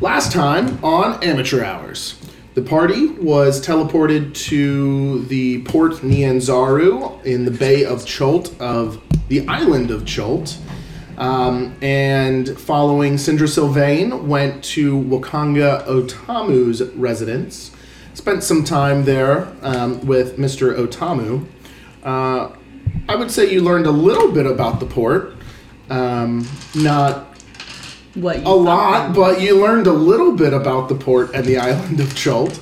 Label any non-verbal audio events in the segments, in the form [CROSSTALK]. Last time on Amateur Hours, the party was teleported to the port Nianzaru in the Bay of Cholt of the island of Cholt. Um, and following Sindra Sylvain, went to Wakanga Otamu's residence, spent some time there um, with Mr. Otamu. Uh, I would say you learned a little bit about the port. Um, not What? You a lot, but you learned a little bit about the port and the island of Cholt.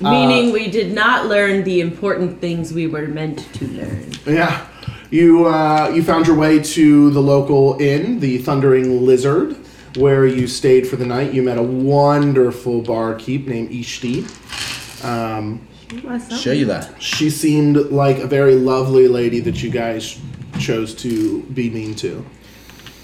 Meaning we did not learn the important things we were meant to learn. Yeah, you uh, you found your way to the local inn, the Thundering Lizard, where you stayed for the night. You met a wonderful barkeep named Ishti. Show you that. She seemed like a very lovely lady that you guys chose to be mean to.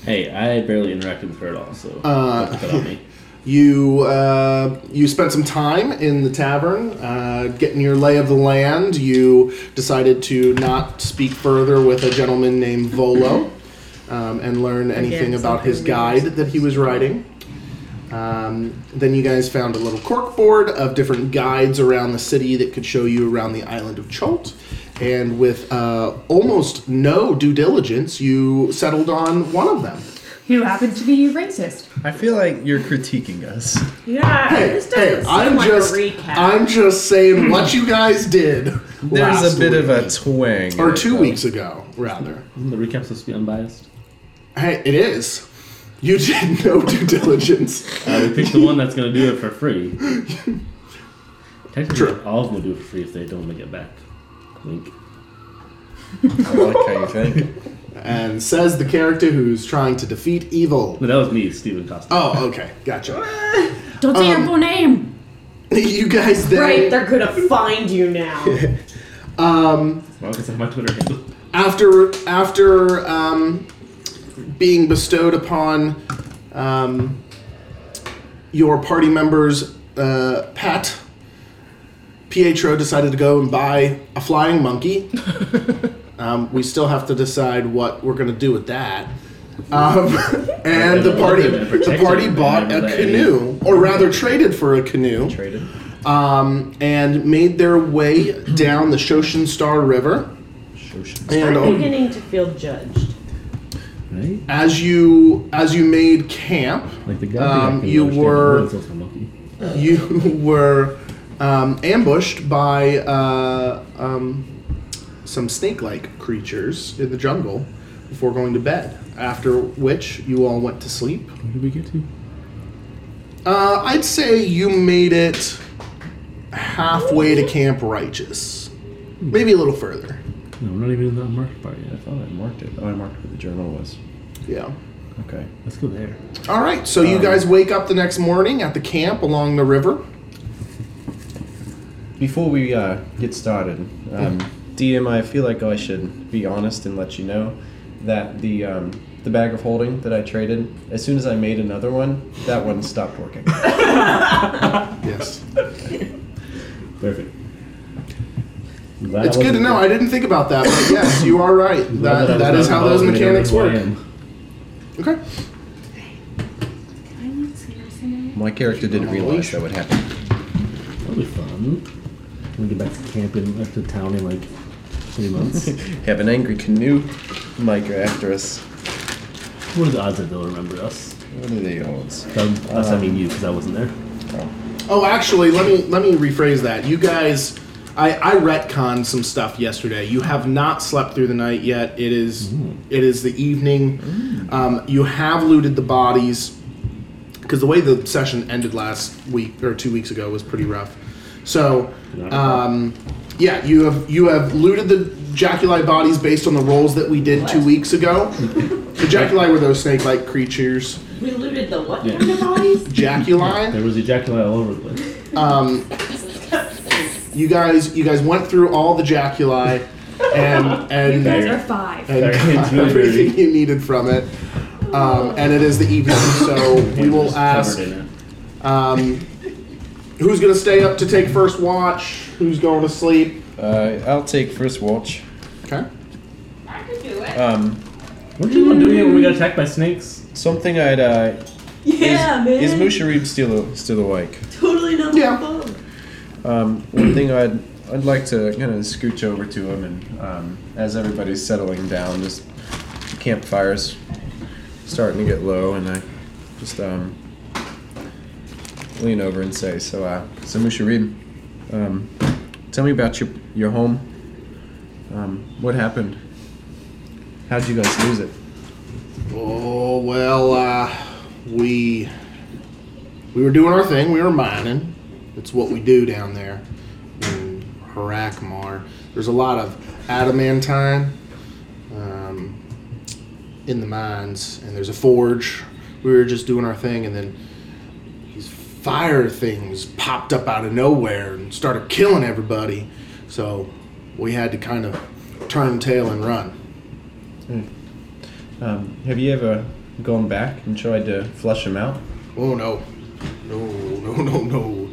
Hey, I barely interacted with her at all, so Uh, don't put that [LAUGHS] on me. You uh, you spent some time in the tavern, uh, getting your lay of the land. You decided to not speak further with a gentleman named Volo, um, and learn anything Again, about his something guide that he was riding. Um, then you guys found a little corkboard of different guides around the city that could show you around the island of Cholt. And with uh, almost no due diligence, you settled on one of them. Who happened to be racist? I feel like you're critiquing us. Yeah, Hey, this doesn't hey, seem I'm like just, a recap. I'm just [CLEARS THROAT] saying what you guys did. There's last a bit of a week. twang. in or it, two though. weeks ago, rather. Isn't the recap supposed to be unbiased? Hey, it is. You did [LAUGHS] no due diligence. Uh, we picked the one that's going to do it for free. Technically, all of them will do it for free if they don't make it back. Wink. I like how [LAUGHS] you think. And says the character who's trying to defeat evil. No, that was me, Stephen Costa. Oh, okay, gotcha. [LAUGHS] Don't say um, your full name. You guys then right, they're gonna find you [LAUGHS] now. Well, I guess I have my Twitter handle. after after um, being bestowed upon um, your party members, uh, Pat Pietro decided to go and buy a flying monkey. [LAUGHS] um, we still have to decide what we're going to do with that. [LAUGHS] Um, and the party, the party bought a canoe, or rather traded for a canoe Traded. um, and made their way down the Shoshin Star River. And I'm um, beginning to feel judged. Right? as you as you made camp, Like the guy um, you were you [LAUGHS] were um, ambushed by uh, um, some snake-like creatures in the jungle before going to bed. After which you all went to sleep. Where did we get to? Uh, I'd say you made it halfway to Camp Righteous, maybe a little further. No, I'm not even in the unmarked part yet. I thought I marked it. Oh, I marked where the journal was. Yeah. Um, Okay. Let's go there. All right, so you guys wake up the next morning at the camp along the river. Before we uh, get started, um, DM, I feel like I should be honest and let you know that the um, the bag of holding that I traded, as soon as I made another one, that one stopped working. Yes. Perfect. I'm glad It's I good to wasn't- know. I didn't think about that, but yes, you are [LAUGHS] right. I'm glad That, I was that not is how those involved in it. I mechanics don't know work. who I am. Okay. My character didn't realize that would happen. That'll be fun. We'll get back to camp and back to town in like three months. Have an angry canoe Mike after us. what are the odds that they'll remember us? What are the odds? Um, us, I mean you, because I wasn't there. Oh, actually, let me let me rephrase that. You guys, I I retconned some stuff yesterday. You have not slept through the night yet. It is it is the evening. Um, you have looted the bodies because the way the session ended last week or two weeks ago was pretty rough. So, um, yeah, you have you have looted the Jaculi bodies based on the rolls that we did two weeks ago. the Jaculi were those snake-like creatures. We looted the what Yeah. kind of [LAUGHS] bodies? Jaculi. There was ejaculate all over the place. you guys you guys went through all the jaculi [LAUGHS] and You and, guys and are five. It's got really everything dirty. you needed from it um, and it is the evening [LAUGHS] so we And will just ask covered in it. um, who's going to stay up to take first watch who's going to sleep Uh, I'll take first watch. okay I could do it. Um, Weren't you the one doing it when we got attacked by snakes? something I'd uh, Yeah, man. Is Musharib still a, still awake? totally not Yeah. my fault. Um, one thing I'd I'd like to kind of scooch over to him, and um, as everybody's settling down, just the campfire's starting to get low, and I just um, lean over and say, "So, uh, so Musharib, um, tell me about your your home. Um, what happened? How'd you guys lose it? Oh well, uh, we we were doing our thing. We were mining. It's what we do down there in Harakmar. There's a lot of adamantine um, in the mines, and there's a forge. We were just doing our thing, and then these fire things popped up out of nowhere and started killing everybody. So we had to kind of turn tail and run. Um, have you ever gone back and tried to flush him out? Oh no, no, no, [LAUGHS] no, no.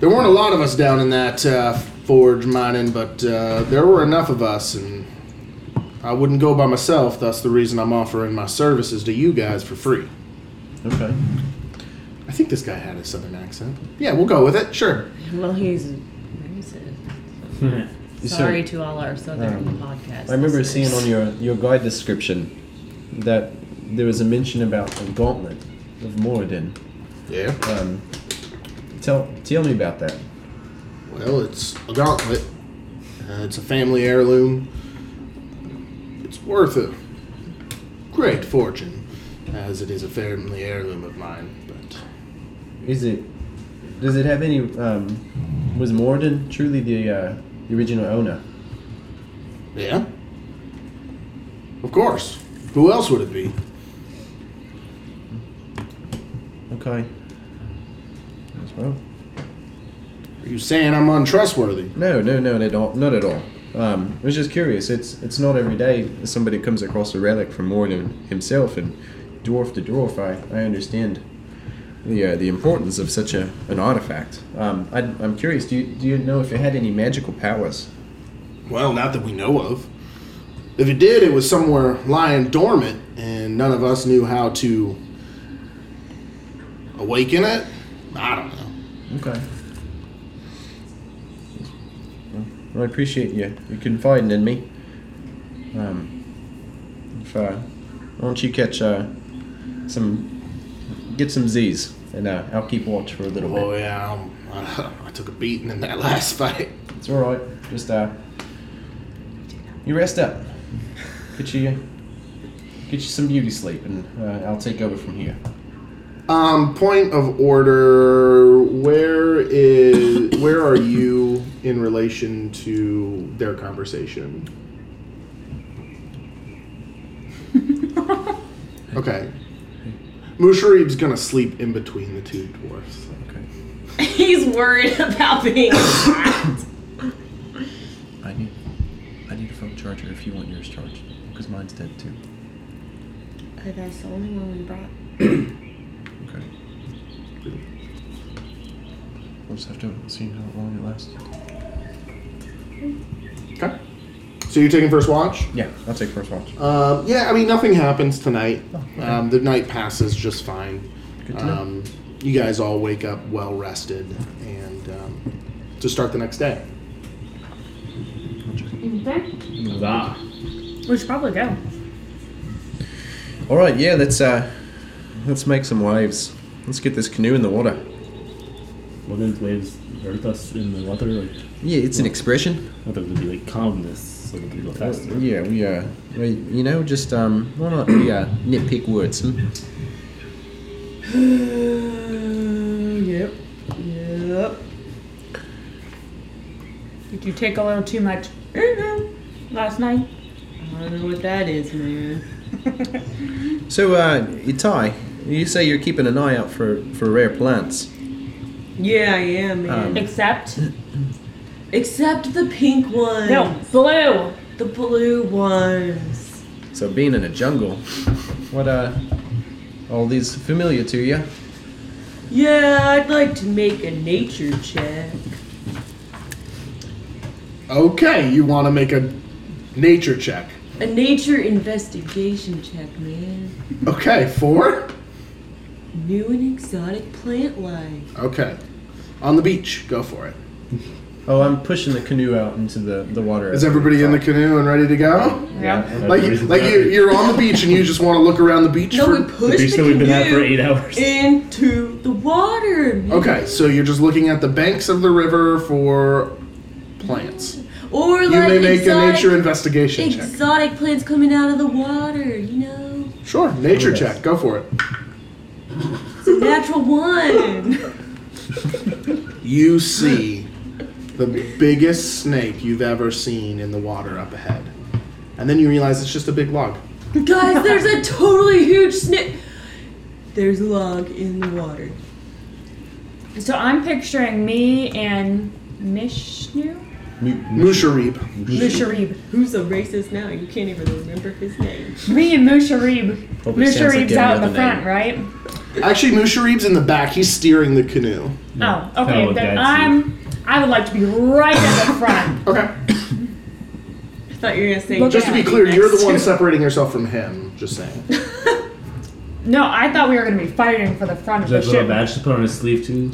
There weren't a lot of us down in that uh, forge mining, but uh, there were enough of us, and I wouldn't go by myself. That's the reason I'm offering my services to you guys for free. Okay. I think this guy had a southern accent. Yeah, we'll go with it. Sure. Well, he's [LAUGHS] racist. Sorry to all our southern Um, podcasts. I remember listeners. seeing on your, your guide description that there was a mention about a gauntlet of Moradin. Yeah. Um, tell tell me about that. Well, it's a gauntlet. Uh, it's a family heirloom. It's worth a great fortune, as it is a family heirloom of mine. But Is it does it have any? Um, was Moradin truly the uh, the original owner? Yeah. Of course. Who else would it be? Okay. As well. Are you saying I'm untrustworthy? No, no, no, not at all. Not at all. Um, I was just curious. It's it's not every day that somebody comes across a relic from Morden himself, and dwarf to dwarf, I, I understand the uh, the importance of such a an artifact. Um, I, I'm curious. Do you, do you know if it had any magical powers? Well, not that we know of. If it did, it was somewhere lying dormant, and none of us knew how to awaken it. I don't know. Okay. Well, I appreciate you you confiding in me. Um, if uh, why don't you catch uh, some get some Z's and uh, I'll keep watch for a little bit. Oh yeah, um, I, [LAUGHS] I took a beating in that [LAUGHS] last fight. It's all right. Just uh, you rest up. Get you get you some beauty sleep, and uh, I'll take over from here. Um, point of order. Where is where are you in relation to their [LAUGHS] conversation? okay. Musharib's gonna sleep in between the two dwarfs. [LAUGHS] Okay. He's worried about [LAUGHS] being attacked. I need I need a phone charger if you want yours charged, because mine's dead too. That's the only one we brought. [COUGHS] Okay. We'll just have to see how long it lasts. Okay. So you're taking first watch. Yeah, I'll take first watch. Um, yeah, I mean nothing happens tonight. Um, the night passes just fine. Oh, Good to know. Um, you guys all wake up well rested and um, to start the next day. Okay. Huzzah. We should probably go. All right, yeah, let's uh, let's make some waves. Let's get this canoe in the water. Will those waves hurt us in the water? Like, Yeah, it's an expression. I thought it would be like calmness, so we could go faster. Yeah, we uh, we, you know, just um, why not we uh, nitpick words? Hmm? yep. Yep. Did you take a little too much last night? I don't know what that is, man. So, uh, Itai, you say you're keeping an eye out for for rare plants. Yeah, I am, man. Except [CLEARS THROAT] Except the pink ones. no blue. The blue ones. So, being in a jungle, what uh, all these familiar to you? Yeah, I'd like to make a nature check. Okay, you want to make a nature check. A nature investigation check, man. Okay, four? New and exotic plant life. Okay. On the beach, go for it. Oh, I'm pushing the canoe out into the, the water. Is everybody in the canoe and ready to go? Yeah. Like, like you, you're on the beach and you just want to look around the beach. No, for- we The push beach the that we've been at for canoe eight hours. into the water. man. okay, so you're just looking at the banks of the river for plants. Or You like may make a exotic, nature investigation check. exotic plants coming out of the water. You know, Sure, nature Yes. check. Go for it. it's a natural [LAUGHS] one. You see the biggest snake you've ever seen in the water up ahead. And then you realize it's just a big log. Guys, there's a totally huge snake. There's a log in the water. So I'm picturing me and Mishnu? Musharib. Musharib. Who's a racist now? You can't even remember his name. Me and Musharib. Hope it sounds like Musharib's any out in other the front, name. right? Actually, Musharib's in the back. He's steering the canoe. Oh, That okay. would Then dance I'm. I would like to be right at the [LAUGHS] front. Okay. I thought you were gonna say. Look Just to Yeah, be clear, next you're the one to- separating yourself from him. Just saying. No, I thought we were gonna be fighting for the front of Is the that little ship. badge to put on his sleeve too?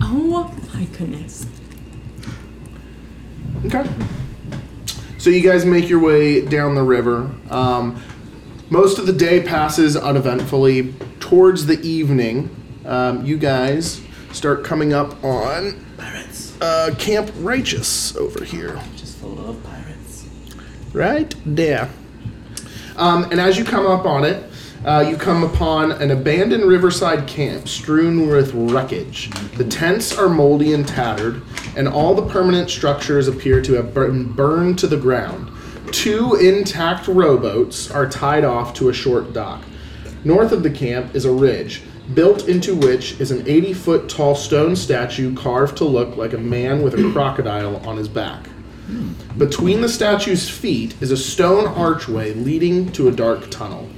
Oh my goodness. Okay. So you guys make your way down the river. Um, most of the day passes uneventfully. Towards the evening, um, you guys start coming up on uh, Camp Righteous over here. Just full of pirates. right there. Um, and as you come up on it, uh, you come upon an abandoned riverside camp strewn with wreckage. The tents are moldy and tattered, and all the permanent structures appear to have been burned to the ground. Two intact rowboats are tied off to a short dock. North of the camp is a ridge, built into which is an 80 foot tall stone statue carved to look like a man with a crocodile on his back. Between the statue's feet is a stone archway leading to a dark tunnel.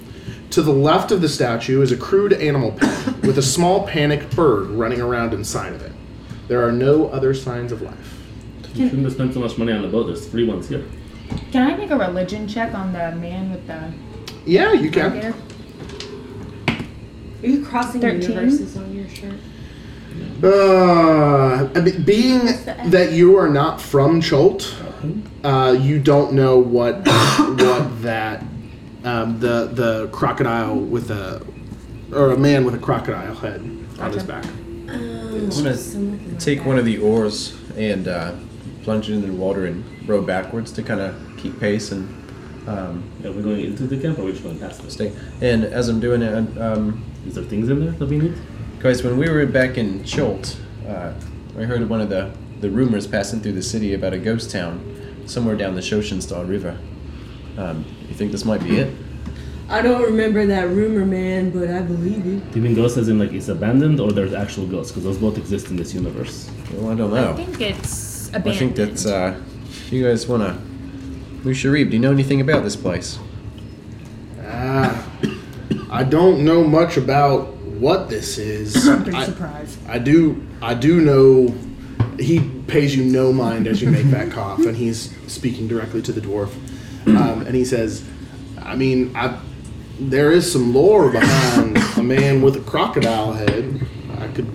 To the left of the statue is a crude animal pen with a small panicked bird running around inside of it. There are no other signs of life. You shouldn't have spent so much money on the boat. There's three ones here. Can I make a religion check on the man with the Yeah, you can. hair? Are you crossing 13? universes on your shirt? Uh, I mean, being that you are not from Cholt, uh, you don't know what what [COUGHS] that um, the the crocodile with a or a man with a crocodile head on his back. Oh, I'm gonna take one of the oars and uh, plunge it in the water and row backwards to kind of keep pace and um, Are we going into the camp or are we just going past this? stay. And as I'm doing it, I'm, um, Is there things in there that we need? guys, when we were back in Chult, uh, I heard one of the the rumors passing through the city about a ghost town somewhere down the Shoshinstar River. Um, you think this might be it? I don't remember that rumor, man, but I believe it. Do you mean ghosts as in like it's abandoned or there's actual ghosts? Because those both exist in this universe. Well, I don't I know. think it's Oh. I abandoned. think that's uh, if you guys wanna. Musharib, do you know anything about this place? Ah, I don't know much about what this is. I'm pretty I, surprised. I do. I do know. He pays you no mind as you make that cough, and he's speaking directly to the dwarf. Um, and he says, "I mean, I there is some lore behind a man with a crocodile head. I could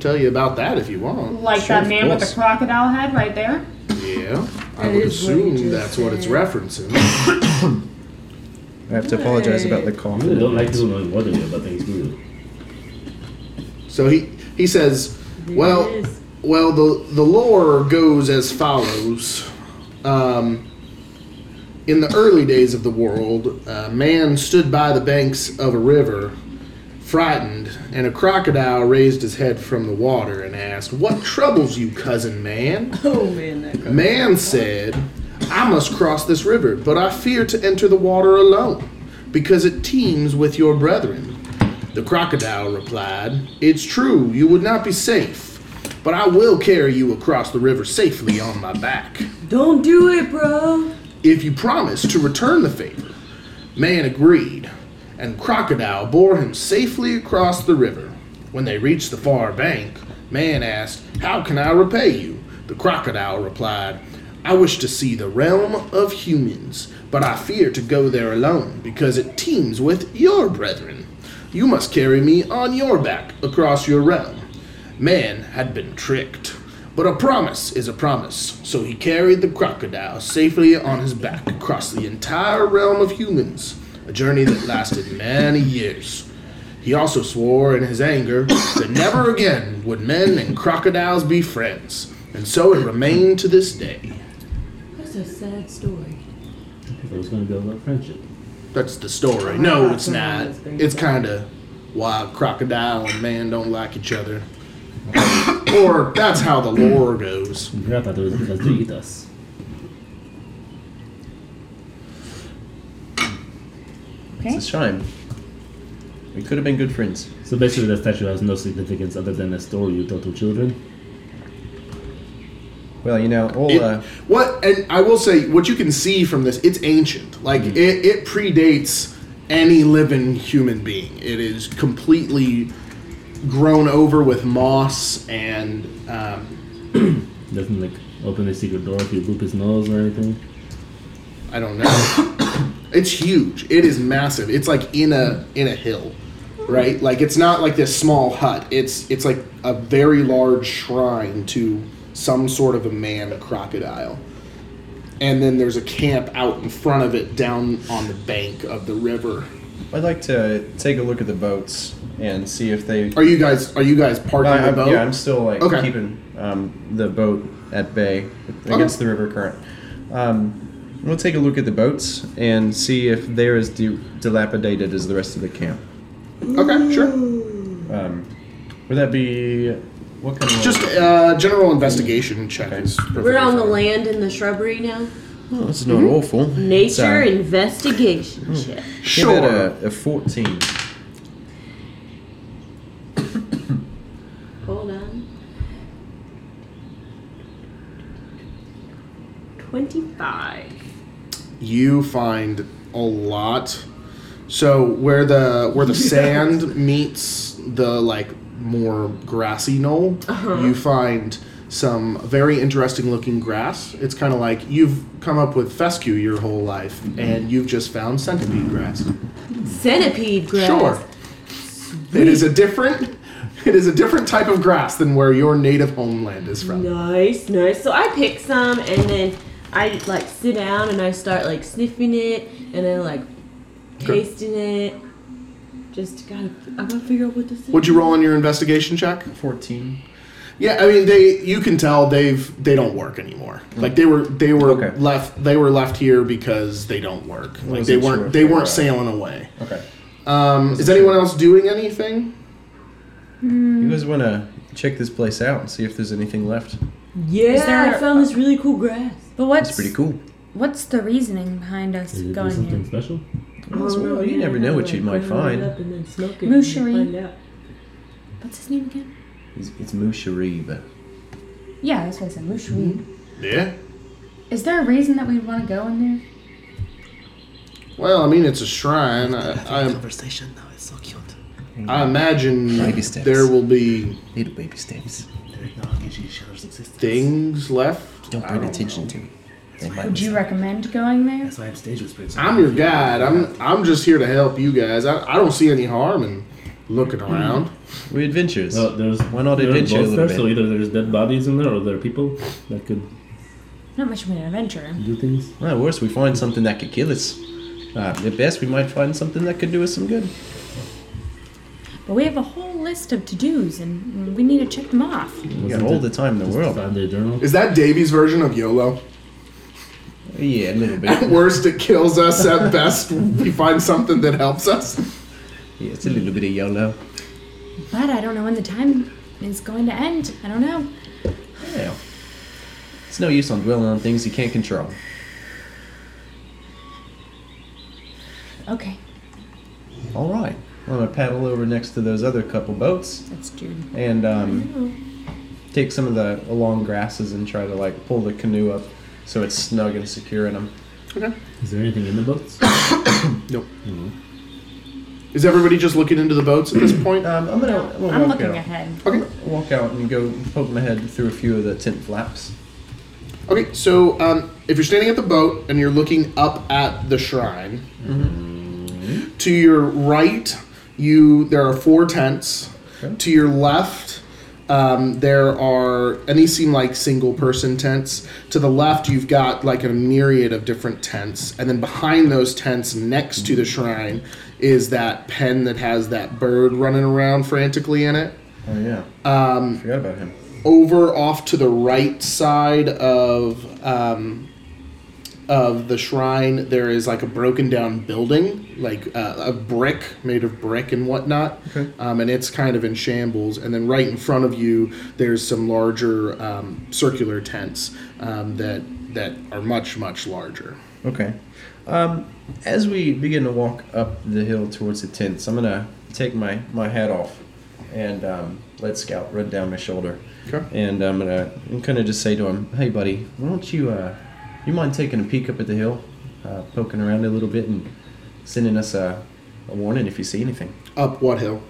tell you about that if you want. Like Sure, that of man with the course. crocodile head right there. Yeah, I That is what would he assume just that's what it's said. referencing. I have to apologize about the I cough. really don't like people knowing more than you about things, do you? So he he says, well, it is. well the the lore goes as follows. Um, in the early days of the world, a man stood by the banks of a river, frightened, and a crocodile raised his head from the water and asked, "What troubles you, cousin man?" Oh man, that guy. Man said, I must cross this river, but I fear to enter the water alone, because it teems with your brethren. The crocodile replied, It's true, you would not be safe, but I will carry you across the river safely on my back, Don't do it, bro. if you promise to return the favor. Man agreed, and Crocodile bore him safely across the river. When they reached the far bank, Man asked, How can I repay you? The crocodile replied, I wish to see the realm of humans, but I fear to go there alone because it teems with your brethren. You must carry me on your back across your realm. Man had been tricked. But a promise is a promise, so he carried the crocodile safely on his back across the entire realm of humans, a journey that lasted many years. He also swore in his anger that never again would men and crocodiles be friends, and so it remained to this day. That's a sad story. It was going to build up friendship. That's the story. No, it's not. It's kind of why crocodile and man don't like each other. [COUGHS] or that's how the lore goes. I thought it was because they eat us. Okay. It's a shame. We could have been good friends. So basically, the statue has no significance other than a story you tell to children. Well, you know, all It- uh, what and I will say what you can see from this, it's ancient. Like it, it predates any living human being. It is completely grown over with moss and um, Doesn't like open a secret door if you boop his nose or anything. I don't know. [COUGHS] it's huge. It is massive. It's like in a in a hill, right? Like it's not like this small hut. It's it's like a very large shrine to some sort of a man crocodile. And then there's a camp out in front of it down on the bank of the river. I'd like to take a look at the boats and see if they. Are you guys are you guys parking I- the Uh, I'm- boat? Yeah, I'm still like Okay. keeping um, the boat at bay against the river current. Um, we'll take a look at the boats and see if they're as di- dilapidated as the rest of the camp. okay, sure. Um, would that be what kind of Just uh, general investigation check. Okay. is perfectly We're on the fine. land in the shrubbery now. Oh, that's not awful. It's, uh, Nature investigation check. give it Sure. a, a fourteen. Hold on. 25. you find a lot. So where the where the sand meets the like more grassy knoll, you find some very interesting looking grass. It's kind of like you've come up with fescue your whole life, and you've just found centipede grass. Centipede grass. Sure, it is a different [LAUGHS] it is a different type of grass than where your native homeland is from. Nice, nice. So I pick some and then I like sit down and I start like sniffing it and then like Okay. tasting it. Just gotta, I gotta figure out what this is. Would you roll on your investigation check? Fourteen. Yeah, I mean they you can tell they've they don't work anymore. Like they were they were Hmm. Okay. left they were left here because they don't work. Like they wasn't weren't sure if they they weren't were- sailing away. Okay. Um, is anyone else doing anything? You guys want to check this place out and see if there's anything left? Yeah, Is there- I found this really cool grass. But what's It's pretty cool. what's the reasoning behind us Is it do going something here? special? Oh, Well, Oh, you never know what you might find. Mushery. What's his name again? It's, it's Musharib. Yeah, that's what I said. Mushroom. Yeah. Is there a reason that we'd want to go in there? Well, I mean it's a shrine. I I, conversation now. It's so cute. I imagine Baby steps. there will be Little baby steps. They acknowledge each other's existence. things left. I don't know. to me. They Would you recommend going there? That's why I'm stage with spirits. I'm your guide. I'm I'm just here to help you guys. I, I don't see any harm in looking Hmm. around. We adventures. Well, there's Why not there's adventure boats a little there, So bit? either there's dead bodies in there, or there are people that could Not much of an adventure. do things. Well, worse, we find something that could kill us. Uh, at best, we might find something that could do us some good. But we have a whole list of to dos and we need to check them off. We got all the time in the world. Find their journal. Is that Davy's version of YOLO? Yeah, a little bit. At [COUGHS] worst, it kills us. At best, we find something that helps us. Yeah, it's a little bit of YOLO. But I don't know when the time is going to end. I don't know. Yeah. It's no use on dwelling on things you can't control. Okay, All right. I'm gonna paddle over next to those other couple boats that's Jude. and um, take some of the long grasses and try to like pull the canoe up so it's snug and secure in them. Is there anything in the boats? Nope. Is everybody just looking into the boats at this point? Um, I'm gonna. I'm gonna I'm walk looking out. ahead. Okay. Walk out and go poke my head through a few of the tent flaps. Okay. So, um, if you're standing at the boat and you're looking up at the shrine, to your right, you there are four tents. Okay. To your left, um, there are, and these seem like single person tents. To the left, you've got like a myriad of different tents. And then behind those tents, next to the shrine, is that pen that has that bird running around frantically in it Oh yeah. Um, Forgot about him. over off to the right side of um, of the shrine there is like a broken down building like uh, a brick made of brick and whatnot um, and it's kind of in shambles and then right in front of you there's some larger um, circular tents um, that that are much much larger Okay. Um, as we begin to walk up the hill towards the tents, I'm gonna take my, my hat off and um, let Scout run down my shoulder. Okay. And I'm gonna I'm gonna just say to him, "Hey, buddy, why don't you uh, you mind taking a peek up at the hill, uh, poking around a little bit, and sending us a, a warning if you see anything?" up what hill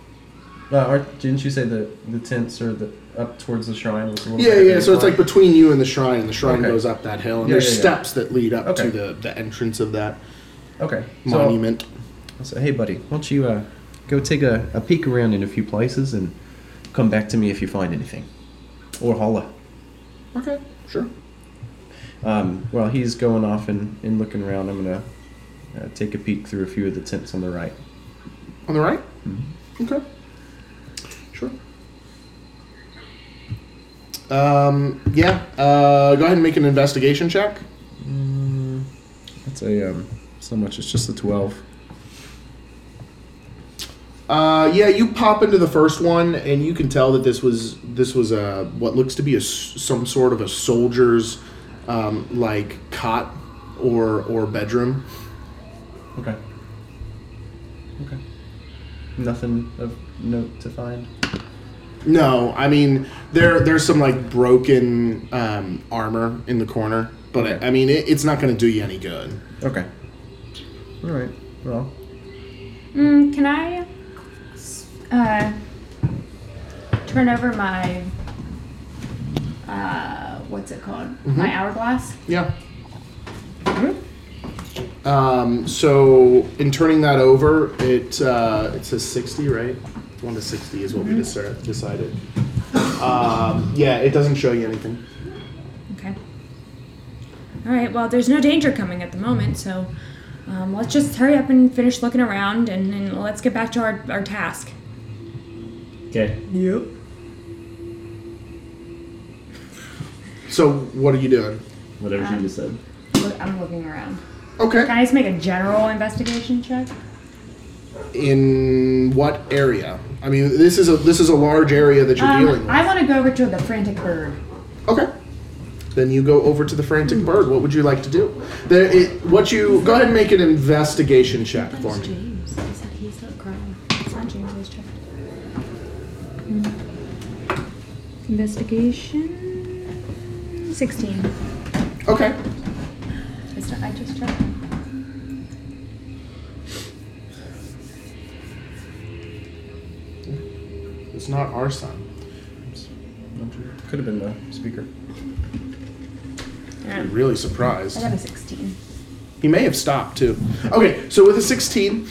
Uh, aren't- didn't you say the the tents are the up towards the shrine? Was a little yeah bit yeah so it's like before? between you and the shrine and the shrine Okay. goes up that hill and Yeah, there's yeah, yeah. steps that lead up Okay. to the, the entrance of that okay so- monument I said, hey, buddy, why don't you uh, go take a, a peek around in a few places and come back to me if you find anything. Or holla. okay sure Um, while he's going off and, and looking around, I'm going to uh, take a peek through a few of the tents on the right. On the right? Okay. Sure. Um, yeah, uh, go ahead and make an investigation check. That's a, um, so much, it's just a 12. Uh, yeah, you pop into the first one, and you can tell that this was this was a what looks to be a s- some sort of a soldier's um, like cot or or bedroom. Okay. Okay. Nothing of note to find. No, I mean there there's some like broken um, armor in the corner, but Okay. I mean it, it's not going to do you any good. Okay. All right. Well, Mm, can I uh, turn over my uh, what's it called? My hourglass. Yeah. Um, so in turning that over, it uh, it says sixty, right? One to sixty is what we decer- decided. Um, yeah, it doesn't show you anything. Okay. All right. Well, there's no danger coming at the moment, so um, let's just hurry up and finish looking around, and, and let's get back to our, our task. Okay. Yep. So what are you doing? Whatever she just said. I'm looking around. Can Okay. I just make a general investigation check? In what area? I mean, this is a this is a large area that you're dealing Um, with. I want to go over to the frantic bird. Okay. Then you go over to the frantic bird. What would you like to do? There, it, what you go ahead and make an investigation check for me. James. He said he's not crying. It's not James's check. Mm-hmm. Investigation. Sixteen. Okay. It's not, I just checked. It's not our son. could have been the speaker. I'm really surprised. I got a sixteen. He may have stopped too. Okay, so with a 16,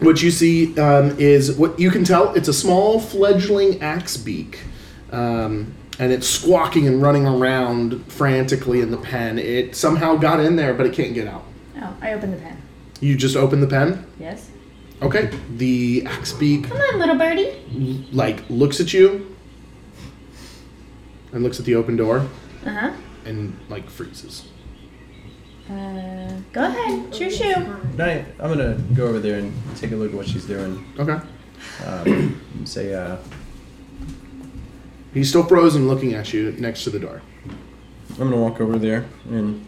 what you see um, is what you can tell it's a small fledgling axe beak. Um, and it's squawking and running around frantically in the pen. It somehow got in there, but it can't get out. Oh, I opened the pen. You just open the pen. Yes. Okay. The axe beak Come on, little birdie. like looks at you and looks at the open door Uh-huh. and like freezes. Uh, go ahead. Shoo shoo. Night. I'm going to go over there and take a look at what she's doing. Okay. um, [CLEARS THROAT] and say, uh, He's still frozen looking at you next to the door. I'm gonna walk over there and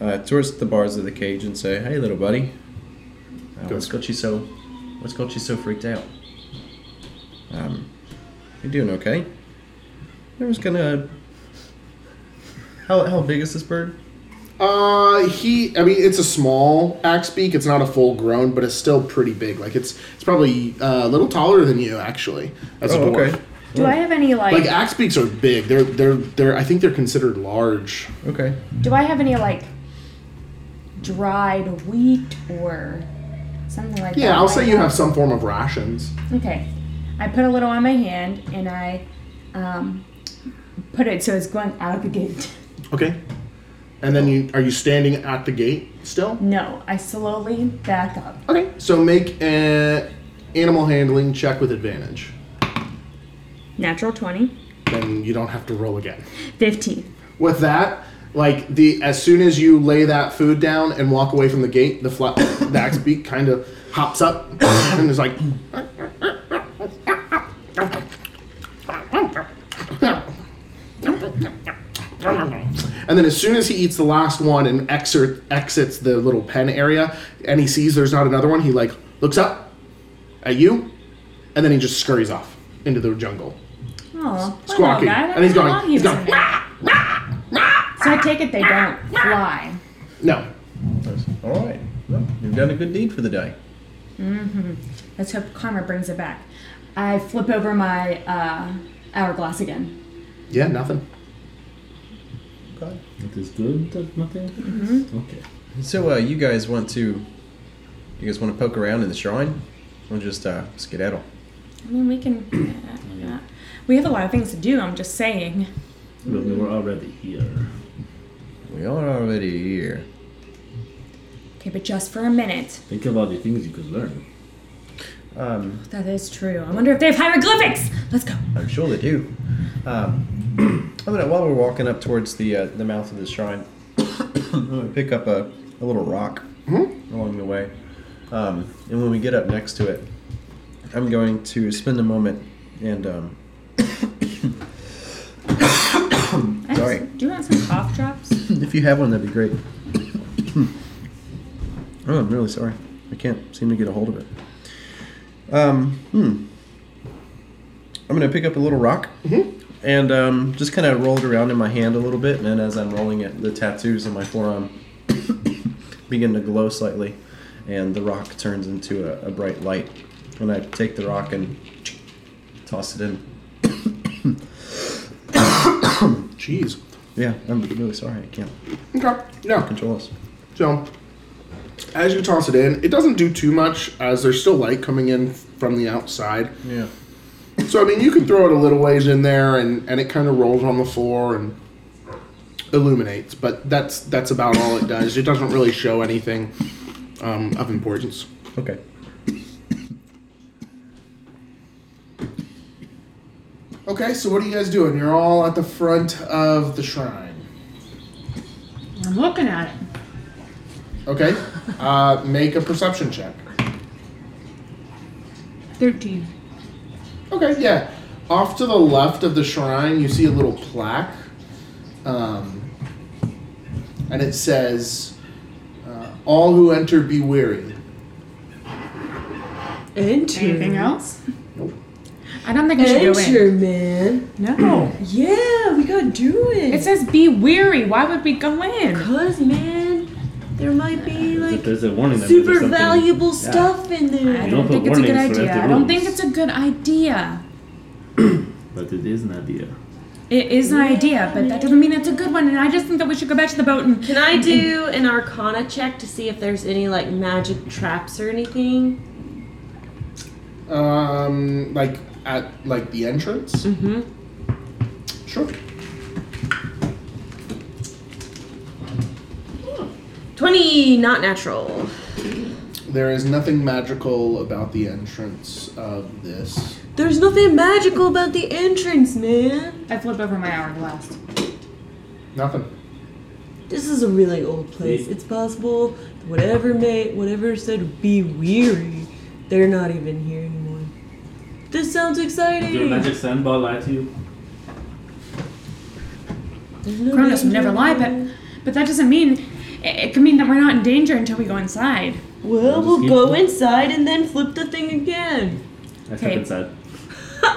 uh, towards the bars of the cage and say, "Hey, little buddy, uh, Go. what's got you so, what's got you so freaked out? Um, you doing okay? I was gonna. How how big is this bird? Uh, he. I mean, it's a small axe beak. It's not a full grown, but it's still pretty big. Like it's it's probably uh, a little taller than you actually as a Oh, dwarf. okay, Do I have any like? Like axe beaks are big. They're they're they're. I think they're considered large. okay. do I have any like dried wheat or something like that. Yeah, I'll say Like, you have some form of rations. Okay. I put a little on my hand and I um, put it so it's going out of the gate. [LAUGHS] Okay. And then you are you standing at the gate still? No, I slowly back up. Okay. So make an animal handling check with advantage. Natural 20, Then you don't have to roll again. 15. With that, like the as soon as you lay that food down and walk away from the gate, the flat [COUGHS] the axe beak kind of hops up [COUGHS] and is like And then as soon as he eats the last one and exer- exits the little pen area and he sees there's not another one, he like looks up at you and then he just scurries off into the jungle. Oh, Squawking. and he's going, he's going, So I take it they don't fly. no. All right. Well, you've done a good deed for the day. Let's hope karma brings it back. I flip over my uh, hourglass again. Yeah, nothing. Okay. It is good that nothing happens? Mm-hmm. Okay. So, uh, you guys want to, you guys want to poke around in the shrine, or just uh, skedaddle? I mean, we can. [CLEARS THROAT] uh, uh, we have a lot of things to do, I'm just saying. Well, we were already here. We are already here. Okay, but just for a minute. Think of all the things you could learn. Um, That is true. I wonder if they have hieroglyphics! Let's go. I'm sure they do. Um, [CLEARS THROAT] I'm gonna, while we're walking up towards the uh, the mouth of the shrine, [COUGHS] I'm gonna pick up a, a little rock along the way, um, and when we get up next to it, I'm going to spend a moment and um, I have- Sorry. Do you want some cough drops? if you have one, that'd be great. oh, I'm really sorry. I can't seem to get a hold of it. Um, hmm. I'm gonna pick up a little rock and um, just kind of roll it around in my hand a little bit, and then as I'm rolling it, the tattoos on my forearm [COUGHS] begin to glow slightly, and the rock turns into a, a bright light. And I take the rock and toss it in. Jeez. Yeah, I'm really sorry. I can't Okay. Yeah. control this. So, as you toss it in, it doesn't do too much as there's still light coming in from the outside. Yeah. So, I mean, you can throw it a little ways in there and, and it kind of rolls on the floor and illuminates, but that's that's about all it does. It doesn't really show anything um, of importance. Okay. Okay, so what are you guys doing? You're all at the front of the shrine. I'm looking at it. Okay, uh, make a perception check. 13. Okay, yeah. Off to the left of the shrine, you see a little plaque. Um, and it says, uh, All who enter, be weary. Enter. Anything Mm-hmm. else? Nope. I don't think I should go in. Enter, man. No. Yeah, we gotta do it. It says be weary. Why would we go in? Cause man, there might be There's a- like there's a warning that super there's something- valuable Yeah. stuff in there. I don't don't put think it's a good warnings throughout idea. the I don't rules. think it's a good idea. But it is an idea. It is an idea, but that doesn't mean it's a good one. And I just think that we should go back to the boat and Can I do an arcana check to see if there's any like magic traps or anything? Um, like, at like the entrance? Mm-hmm. Sure. 20, not natural. There is nothing magical about the entrance of this. There's nothing magical about the entrance, man. I flip over my hourglass. Nothing. This is a really old place. It's possible that whatever may whatever said be weary, they're not even here anymore. This sounds exciting. Did a magic sandball lie to you? There's no Cronus would never danger. lie, but but that doesn't mean it, it could mean that we're not in danger until we go inside. Well, Just we'll keep- go inside and then flip the thing again. I step Okay. inside.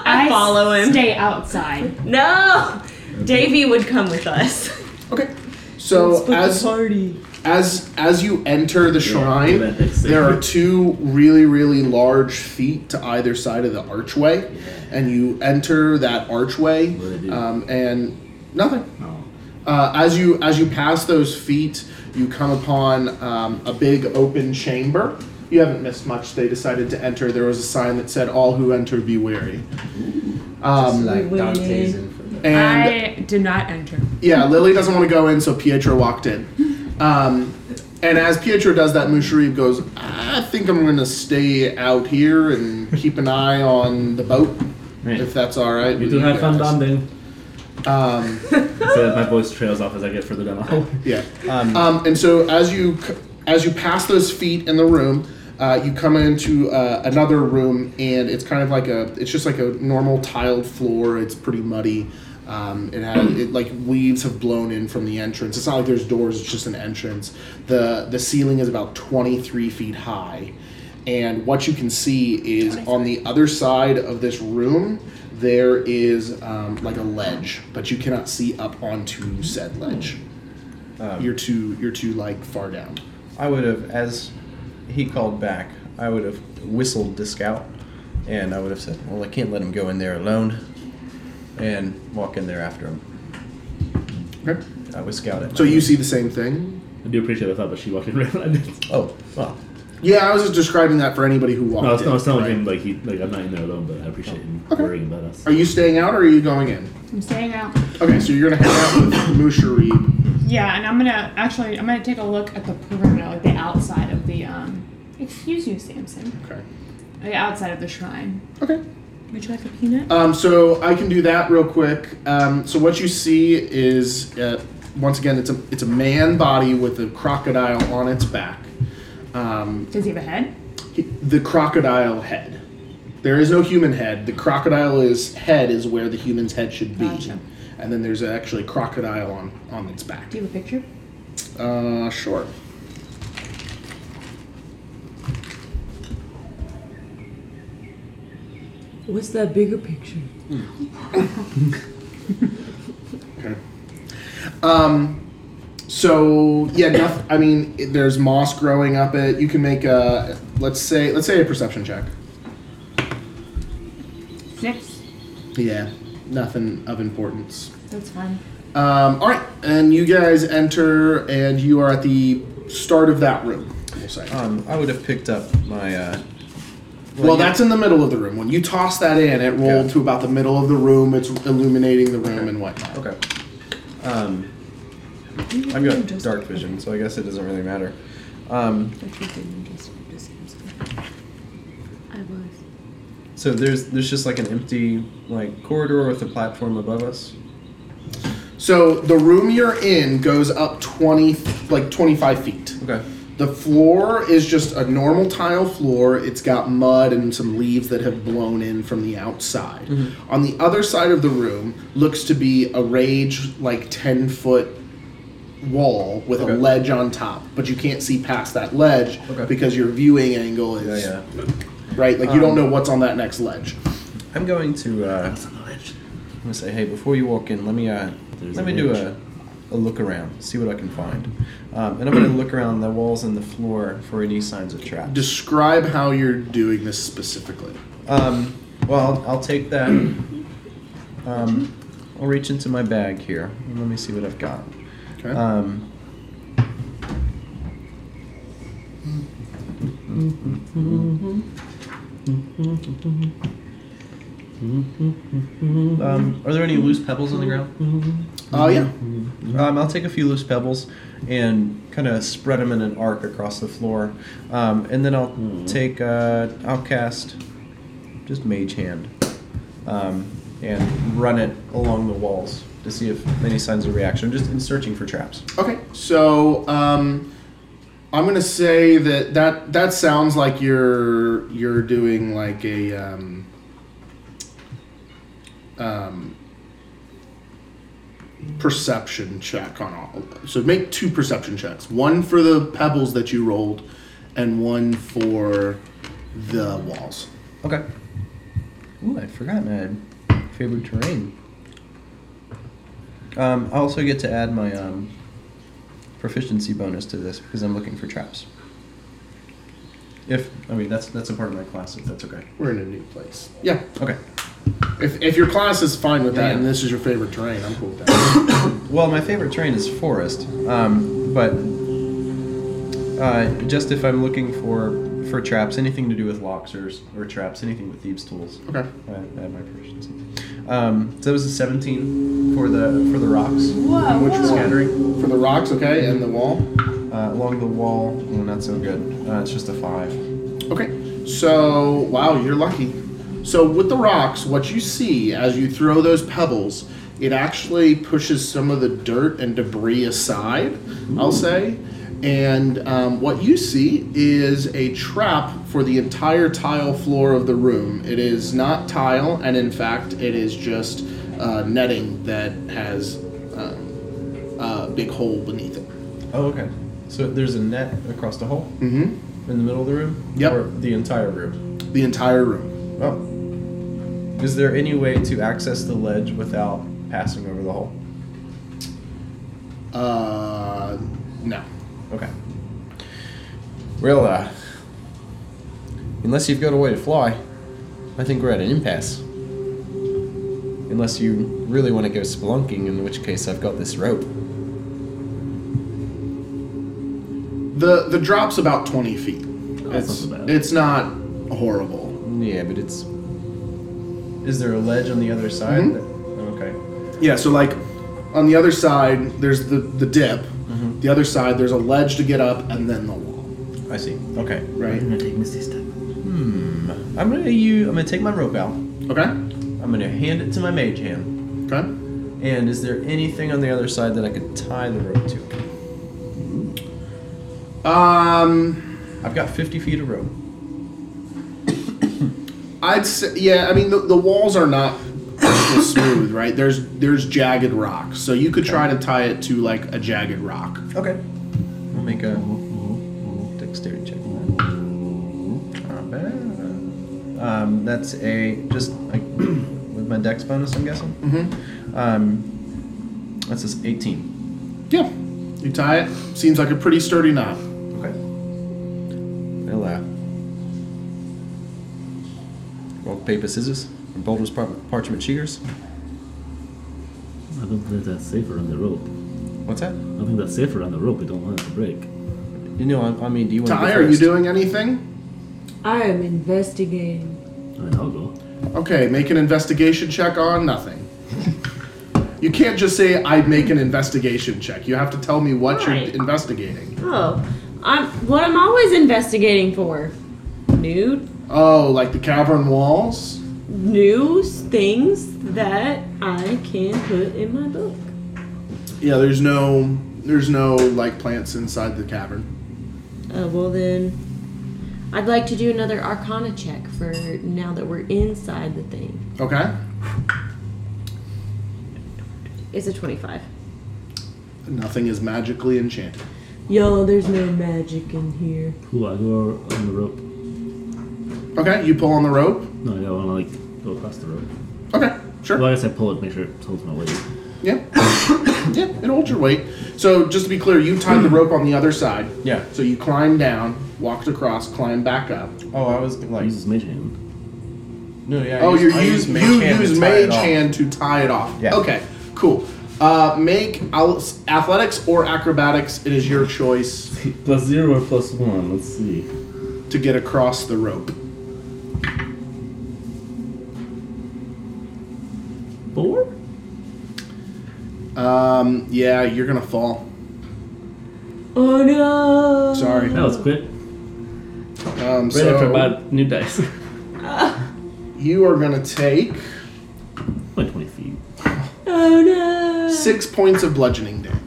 I, follow him. Stay outside. no! Davy would come with us. [LAUGHS] Okay. So, Split as. the party. as as you enter the shrine, that makes there [LAUGHS] sense. are two really really large feet to either side of the archway, and you enter that archway, What do they do? Oh. um, and nothing. No. Uh, as you as you pass those feet, you come upon um, a big open chamber You haven't missed much. They decided to enter. There was a sign that said, "All who enter, be wary." Um, like like Wait. Dante's Dante's and I did not enter. yeah, Lily doesn't want to go in, so Pietro walked in. Um, and as Pietro does that, Musharib goes, I think I'm going to stay out here and keep an eye on the boat, Right. if that's all right. You with do have fun guys." bonding. Um, [LAUGHS] so that my voice trails off as I get further down the hall. yeah. Um, Um, and so as you c- as you pass those feet in the room, uh, you come into uh, another room, and it's kind of like a it's just like a normal tiled floor. It's pretty muddy. Um, it has it like leaves have blown in from the entrance. It's not like there's doors. It's just an entrance. the The ceiling is about twenty three feet high, and what you can see is on the other side of this room there is um, like a ledge, but you cannot see up onto said ledge you're too you're too like far down. I would have, as he called back, I would have whistled the scout, and I would have said, "Well, I can't let him go in there alone," and walk in there after him. Okay. I was scouted. So you see the same thing. I do appreciate the thought, but she walked in [LAUGHS] right when I did. Oh, well, Yeah, I was just describing that for anybody who walked No, I was, in. I was telling right? him like he like I'm not in there alone, but I appreciate him worrying about us. Are you staying out or are you going in? I'm staying out. Okay, so you're gonna hang out with Musharib. Yeah, and I'm gonna actually I'm gonna take a look at the perimeter, like the outside of the um. Excuse you, Samson. Okay. The outside of the shrine. Okay. Would you like a peanut? Um, so I can do that real quick. Um, so what you see is uh, once again it's a it's a man body with a crocodile on its back. Um, Does he have a head? he- the crocodile head. There is no human head. The crocodile is head is where the human's head should be. Gotcha. And then there's actually a crocodile on on its back. Do you have a picture? Uh, sure. What's that bigger picture? Okay. Um, so yeah, noth- I mean, it- there's moss growing up it. You can make a let's say let's say a perception check. Six. Yeah, nothing of importance. That's fine. Um, all right, and you guys enter, and you are at the start of that room. We'll say. Uh, um, I would have picked up my. Uh, Well, yeah. that's in the middle of the room. When you toss that in, it rolled Yeah. to about the middle of the room. It's illuminating the room and whatnot. Okay. Um, I've got dark vision, so I guess it doesn't really matter. Um, I was. so there's there's just like an empty like corridor with a platform above us. So the room you're in goes up twenty, like twenty-five feet. Okay. The floor is just a normal tile floor. It's got mud and some leaves that have blown in from the outside. Mm-hmm. On the other side of the room looks to be a rage like 10 foot wall with Okay. a ledge on top, but you can't see past that ledge Okay. because your viewing angle Yeah, is yeah. right. Like you don't know what's on that next ledge. I'm going to uh, It's on the ledge. I'm gonna say, hey, before you walk in, let me uh, There's let a me do hinge. a, a look around, see what I can find, um, and I'm gonna look around the walls and the floor for any signs of traps. Describe how you're doing this specifically. Um, well, I'll, I'll take that. Um, I'll reach into my bag here and let me see what I've got. Okay. Um, um, are there any loose pebbles on the ground? Oh yeah. Um, I'll take a few loose pebbles and kind of spread them in an arc across the floor, um, and then I'll take uh, I'll cast just Mage Hand um, and run it along the walls to see if any signs of reaction. Just in searching for traps. Okay, so um, I'm gonna say that that that sounds like you're you're doing like a um, um, perception check on all. So make two perception checks: one for the pebbles that you rolled, and one for the walls. Okay. Ooh, I'd forgotten I had favorite terrain. Um, I also get to add my um, proficiency bonus to this because I'm looking for traps. If I mean that's that's a part of my class. If that's okay. We're in a new place. Yeah. Okay. If, if your class is fine with that, Yeah. and this is your favorite terrain, I'm cool with that. Well, my favorite terrain is forest, um, but uh, just if I'm looking for for traps, anything to do with locks or, or traps, anything with thieves' tools. Okay. I, I have my proficiency. Um, so it was a 17 for the for the rocks. Whoa, Which whoa. was scattering For the rocks, okay, and the wall. uh, along the wall. Well, not so good. Uh, it's just a five. Okay. So, wow, you're lucky. So, with the rocks, what you see as you throw those pebbles, it actually pushes some of the dirt and debris aside, I'll say. And um, what you see is a trap for the entire tile floor of the room. It is not tile, and in fact, it is just uh, netting that has uh, a big hole beneath it. Oh, okay. So there's a net across the hall Mm-hmm. in the middle of the room. Yep. Or the entire room. The entire room. Oh. Is there any way to access the ledge without passing over the hole? Uh, no. Okay. Well, uh, unless you've got a way to fly, I think we're at an impasse. Unless you really want to go spelunking, in which case I've got this rope. The the drop's about twenty feet. it's Oh, not so bad. it's not horrible. Yeah, but it's. Is there a ledge on the other side? Mhm. that- Okay. Yeah, so like on the other side there's the, the dip. Mm-hmm. The other side there's a ledge to get up and then the wall. I see. Okay. Right? Mm-hmm. gonna take Misty step. I'm gonna you. I'm gonna take my rope out. Okay? I'm gonna hand it to my mage hand. Okay. And is there anything on the other side that I could tie the rope to? Um I've got 50 feet of rope. I'd say yeah, I mean the, the walls are not [COUGHS] crystal smooth, right? There's there's jagged rock. So you could try to tie it to like a jagged rock. Okay. We'll make a dexterity check. on that. Not bad. Um, that's a just like [CLEARS THROAT] with my dex bonus, I'm guessing. Mm-hmm. Um, that's just 18. Yeah. You tie it. Seems like a pretty sturdy knot. Okay. Well, uh, rock paper scissors from Boulder's par- parchment shears. I don't think that's safer on the rope. What's that? I think that's safer on the rope. We don't want it to break. You know, I, I mean, do you want to? Ty, are you doing anything? I am investigating. I mean, I'll go. Okay, make an investigation check on nothing. You can't just say I make an investigation check. You have to tell me what Right. you're investigating. Oh, I'm what I'm always investigating for. New, Oh, like the cavern walls? new things that I can put in my book. Yeah, there's no there's no like plants inside the cavern. Uh, well then, I'd like to do another Arcana check for now that we're inside the thing. Okay? It's a twenty-five. Nothing is magically enchanted. Y'all, there's no magic in here. Cool. I go on the rope. Okay, you pull on the rope. No, I want to like go across the rope. Okay, sure. Well, I guess I pull it, make sure it holds my weight. Yeah. [COUGHS] yeah, it holds your weight. So just to be clear, you tied the rope on the other side. Yeah. So you climbed down, walked across, climbed back up. Oh, I was like, Uses mage hand. no, yeah. I Oh, use- you I use mage you hand to use tie it mage off. hand to tie it off. Yeah. Okay. Cool. Uh, make al- athletics or acrobatics. It is your choice [LAUGHS] plus zero or plus one. Let's see. to get across the rope. Four. Um, yeah, you're gonna fall. Oh no! Sorry. That was quick. Um, Right after I so bought new dice. [LAUGHS] you are gonna take Only twenty feet. Oh no! [LAUGHS] six points of bludgeoning damage.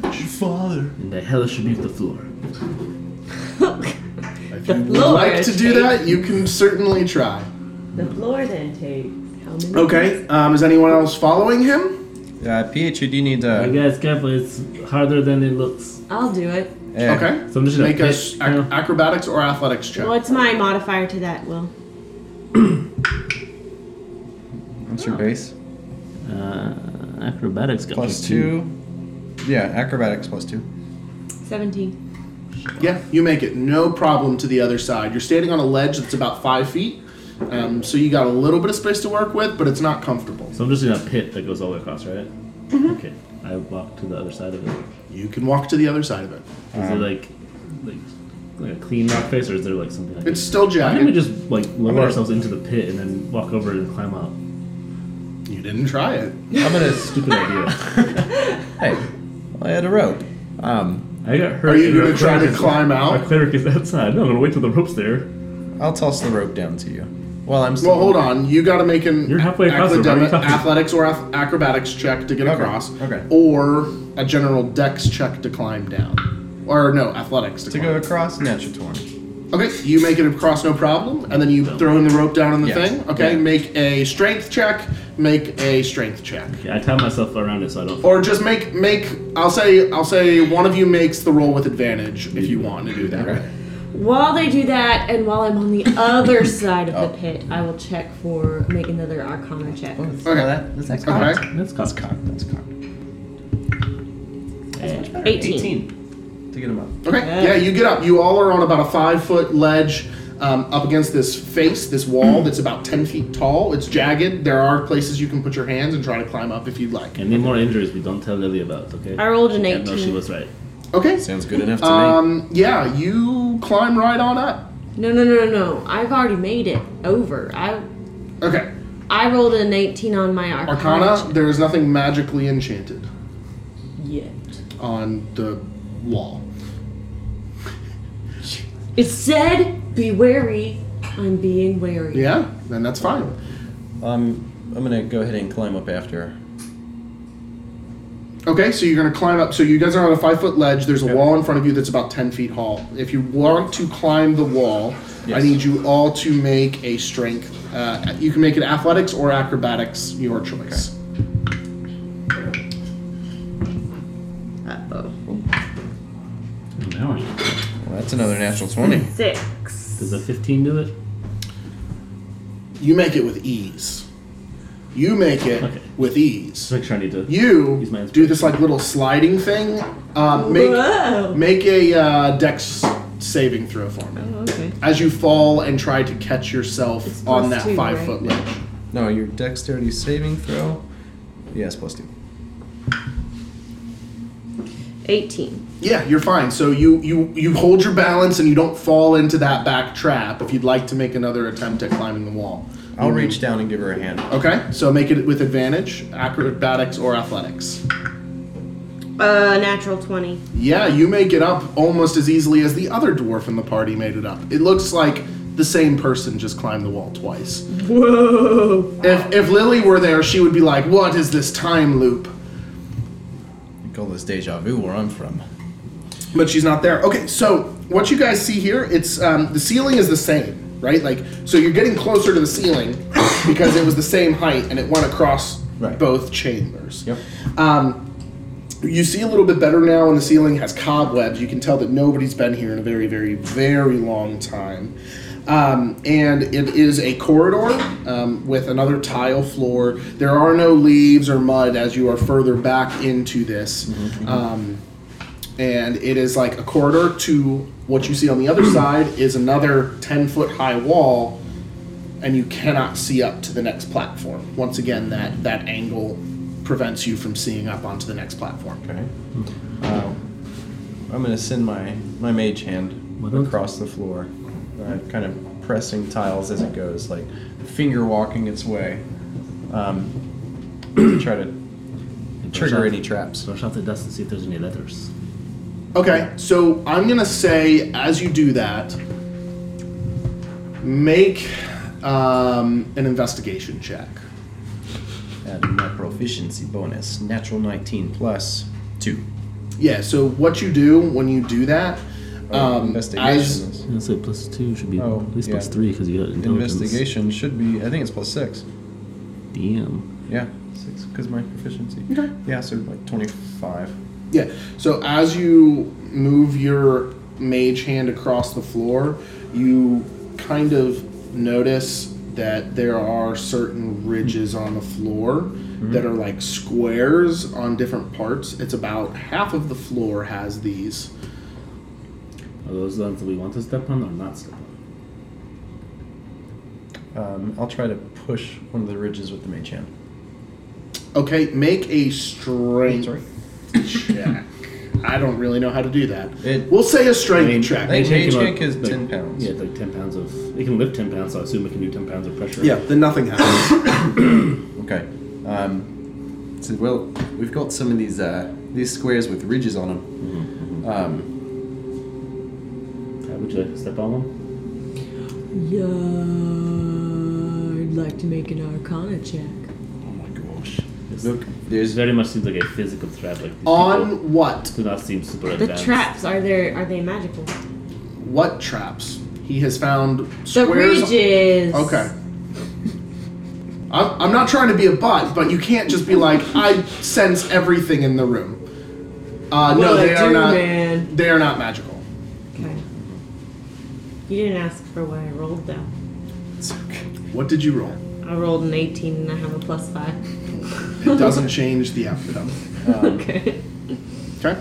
And the hell should be the floor. If you would like to eh? do that, you can certainly try. The floor then takes how many? Okay. Um, is anyone else following him? Uh, PH, you do need. Uh, You guys, careful. It's harder than it looks. I'll do it. eh. Okay. So I'm just gonna Make us pitch ac- now. acrobatics or athletics check. What's my modifier to that? Will What's your base? Uh, acrobatics got plus me two. Yeah, acrobatics plus two. seventeen. Yeah, you make it. No problem to the other side. You're standing on a ledge that's about five feet, um, so you got a little bit of space to work with, but it's not comfortable. So I'm just in a pit that goes all the way across, right? Okay. I walk to the other side of it. Um, You can walk to the other side of it. Is it like, like like a clean rock face, or is there like something? Like It's still Why didn't we jagged. just like lower gonna- ourselves into the pit and then walk over and climb up? You didn't try it. I'm gonna. Stupid idea. hey, I had a rope. Um, I got hurt. Are you and our gonna try cleric to is- climb out? Our cleric is outside. No, I'm gonna wait till the rope's there. I'll toss the rope down to you. While I'm still. Well, hold on. You got to make an You're halfway across it, academic- why are you talking? athletics or ath- acrobatics check to get Okay, across, okay. or a general dex check to climb down, or no, athletics to, To climb. go across natural twenty. Okay, you make it across no problem, and then you throw in the rope down on the Yes. thing. Okay, Yeah. make a strength check. Make a strength check, Yeah, I tie myself around it so I don't. or just make make. I'll say I'll say one of you makes the roll with advantage if you want to do that. While they do that, and while I'm on the [LAUGHS] other side of Oh. the pit, I will check for make another Arcana check. Oh, that's, Okay. oh, that, that's, that's Okay. cocked. That's That's cost. cocked. That's cocked. That's much 18. To get him up. Okay. Yeah. Yeah. you get up. You all are on about a five foot ledge um, up against this face, this wall Mm. that's about 10 feet tall. It's jagged. There are places you can put your hands and try to climb up if you'd like. Any more injuries we don't tell Lily about, okay? I rolled an Yeah, no, she 18. was right. Okay. Sounds good enough to Um, yeah, you climb right on up. No, no, no, no, no. I've already made it over. I Okay. I rolled an 18 on my Arcana. Arcana, there is nothing magically enchanted Yet. on the wall. It said, "Be wary." I'm being wary. Yeah, then that's fine. me. Um, I'm gonna go ahead and climb up after. her. Okay, so you're gonna climb up. So you guys are on a five foot ledge. There's a wall in front of you that's about ten feet tall. If you want to climb the wall, I Yes. need you all to make a strength. Uh, you can make it athletics or acrobatics, your choice. Now I- Well, that's another natural twenty. Six. Does a 15 do it? You make it with ease. You make it Okay. with ease. Just make sure I need to. Use my You do inspiration. this like little sliding thing. Um, make Whoa! make a uh, dex saving throw for me Okay. as you fall and try to catch yourself It's on plus that two, five right? foot ledge. No, your dexterity saving throw. Yes, plus two. 18. Yeah, you're fine. So you you you hold your balance and you don't fall into that back trap. If you'd like to make another attempt at climbing the wall, I'll reach down and give her a hand. okay. So make it with advantage, acrobatics or athletics. Uh, natural 20. Yeah, you make it up almost as easily as the other dwarf in the party made it up. It looks like the same person just climbed the wall twice. Whoa! If if Lily were there, she would be like, "What is this time loop?" We call this deja vu where I'm from. but she's not there. Okay, so what you guys see here, it's um, the ceiling is the same, right? Like, so you're getting closer to the ceiling because it was the same height and it went across Right. both chambers. Um, you see a little bit better now, and the ceiling has cobwebs. You can tell that nobody's been here in a very, very, very long time. Um, and it is a corridor um, with another tile floor. There are no leaves or mud as you are further back into this. Um, and it is like a corridor to what you see on the other side is another 10 foot high wall and you cannot see up to the next platform once again that that angle prevents you from seeing up onto the next platform Okay. Uh, I'm gonna send my my mage hand across the floor, uh, kind of pressing tiles as it goes, like finger walking its way. Um, [CLEARS THROAT] to try to trigger any traps. Brush off the dust and see if there's any letters. okay so i'm gonna say as you do that make um, an investigation check Add my proficiency bonus, natural 19 plus two. yeah so what you do when you do that Oh, um, investigation as is- I'm gonna say plus two should be Oh, at least yeah. plus three because you got intelligence. Investigation should be, I think it's plus six. Damn. Yeah, six, because my proficiency. Okay. Yeah, so like 25. Yeah. So as you move your mage hand across the floor, you kind of notice that there are certain ridges on the floor Mm-hmm. that are like squares on different parts. It's about half of the floor has these. Are those the ones that we want to step on or not step on? Um, I'll try to push one of the ridges with the mage hand. Okay, make a Oh, strength sorry. check. I don't really know how to do that. It- we'll say a strength I mean, check. they- take Mage him kick is 10 pounds. Yeah, it's like 10 pounds of. It can lift 10 pounds, so I assume it can do 10 pounds of pressure. yeah, then nothing happens. Okay. Um, so, well, we've got some of these uh, these squares with ridges on them. Um, Uh, would you like to step on one? Yeah, I'd like to make an Arcana check. Oh my gosh. This, look, this there's very much seems like a physical threat. Like these people On what? do not seem super The advanced. traps are there? Are they magical? What traps? He has found The squares. ridges. Okay. I'm, I'm not trying to be a butt, but you can't just be like, I sense everything in the room. Uh, no, Well, I they are do, not. man. They are not magical. Okay. You didn't ask for what I rolled though. What did you roll? I rolled an 18 and I have a plus five. It [LAUGHS] doesn't change the outcome. Oh. [LAUGHS] okay. Okay.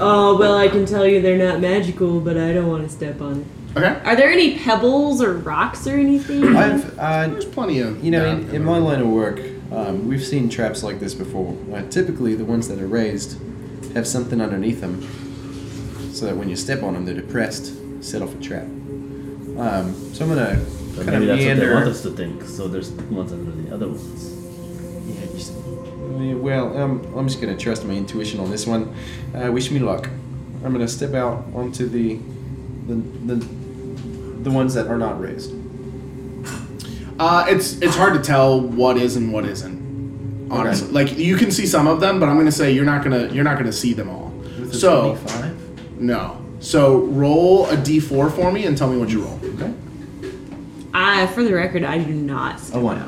Oh, well, I can tell you they're not magical, but I don't want to step on it. Okay. Are there any pebbles or rocks or anything? I've uh, There's plenty of. You know, that in, in my line of work, um, we've seen traps like this before. Uh, typically, the ones that are raised have something underneath them, so that when you step on them, they're depressed, set off a trap. Um, so I'm gonna But maybe that's what kind of they want meander. us to think. So there's ones under the other ones. Yeah, just- yeah, well, um, I'm just gonna trust my intuition on this one. Uh, wish me luck. I'm gonna step out onto the the the, the ones that are not raised. Uh, it's it's hard to tell what is and what isn't. Honestly, Okay. like you can see some of them, but I'm gonna say you're not gonna you're not gonna see them all. With a So 25. no. So roll a d4 for me and tell me what you roll. Okay. I, for the record, I do not. A one.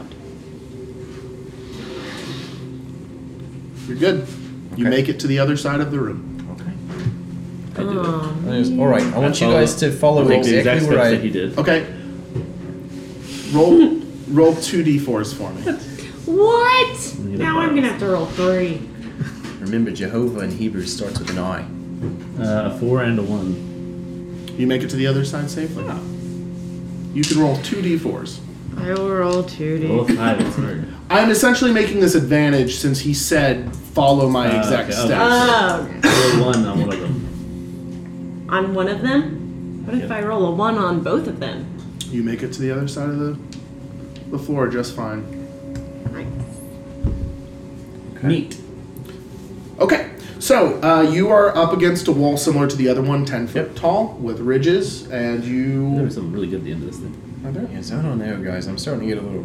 You're good. You Okay. make it to the other side of the room. Okay. I did Hmm. it. Um, I just- all right, I want you guys to follow I think exactly the exact steps where I. that he did. Uh, Okay. Roll roll two d4s for me. what? Need a Now I'm box. gonna have to roll three. Remember, Jehovah in Hebrew starts with an I. Uh, a four and a one. You make it to the other side safely. You can roll two d4s. I will roll two Roll a [LAUGHS] five. It's hard. I'm essentially making this advantage since he said follow my Uh, exact okay, okay. steps. Oh, Roll a one oh, on one of them. on one of them. What if Yeah. I roll a one on both of them? You make it to the other side of the the floor just fine. Nice. Neat. Okay, so uh, you are up against a wall similar to the other one, ten foot tall, with ridges, and There you. was something really good at the end of this thing. Are there? Yes, I don't know, guys. I'm starting to get a little.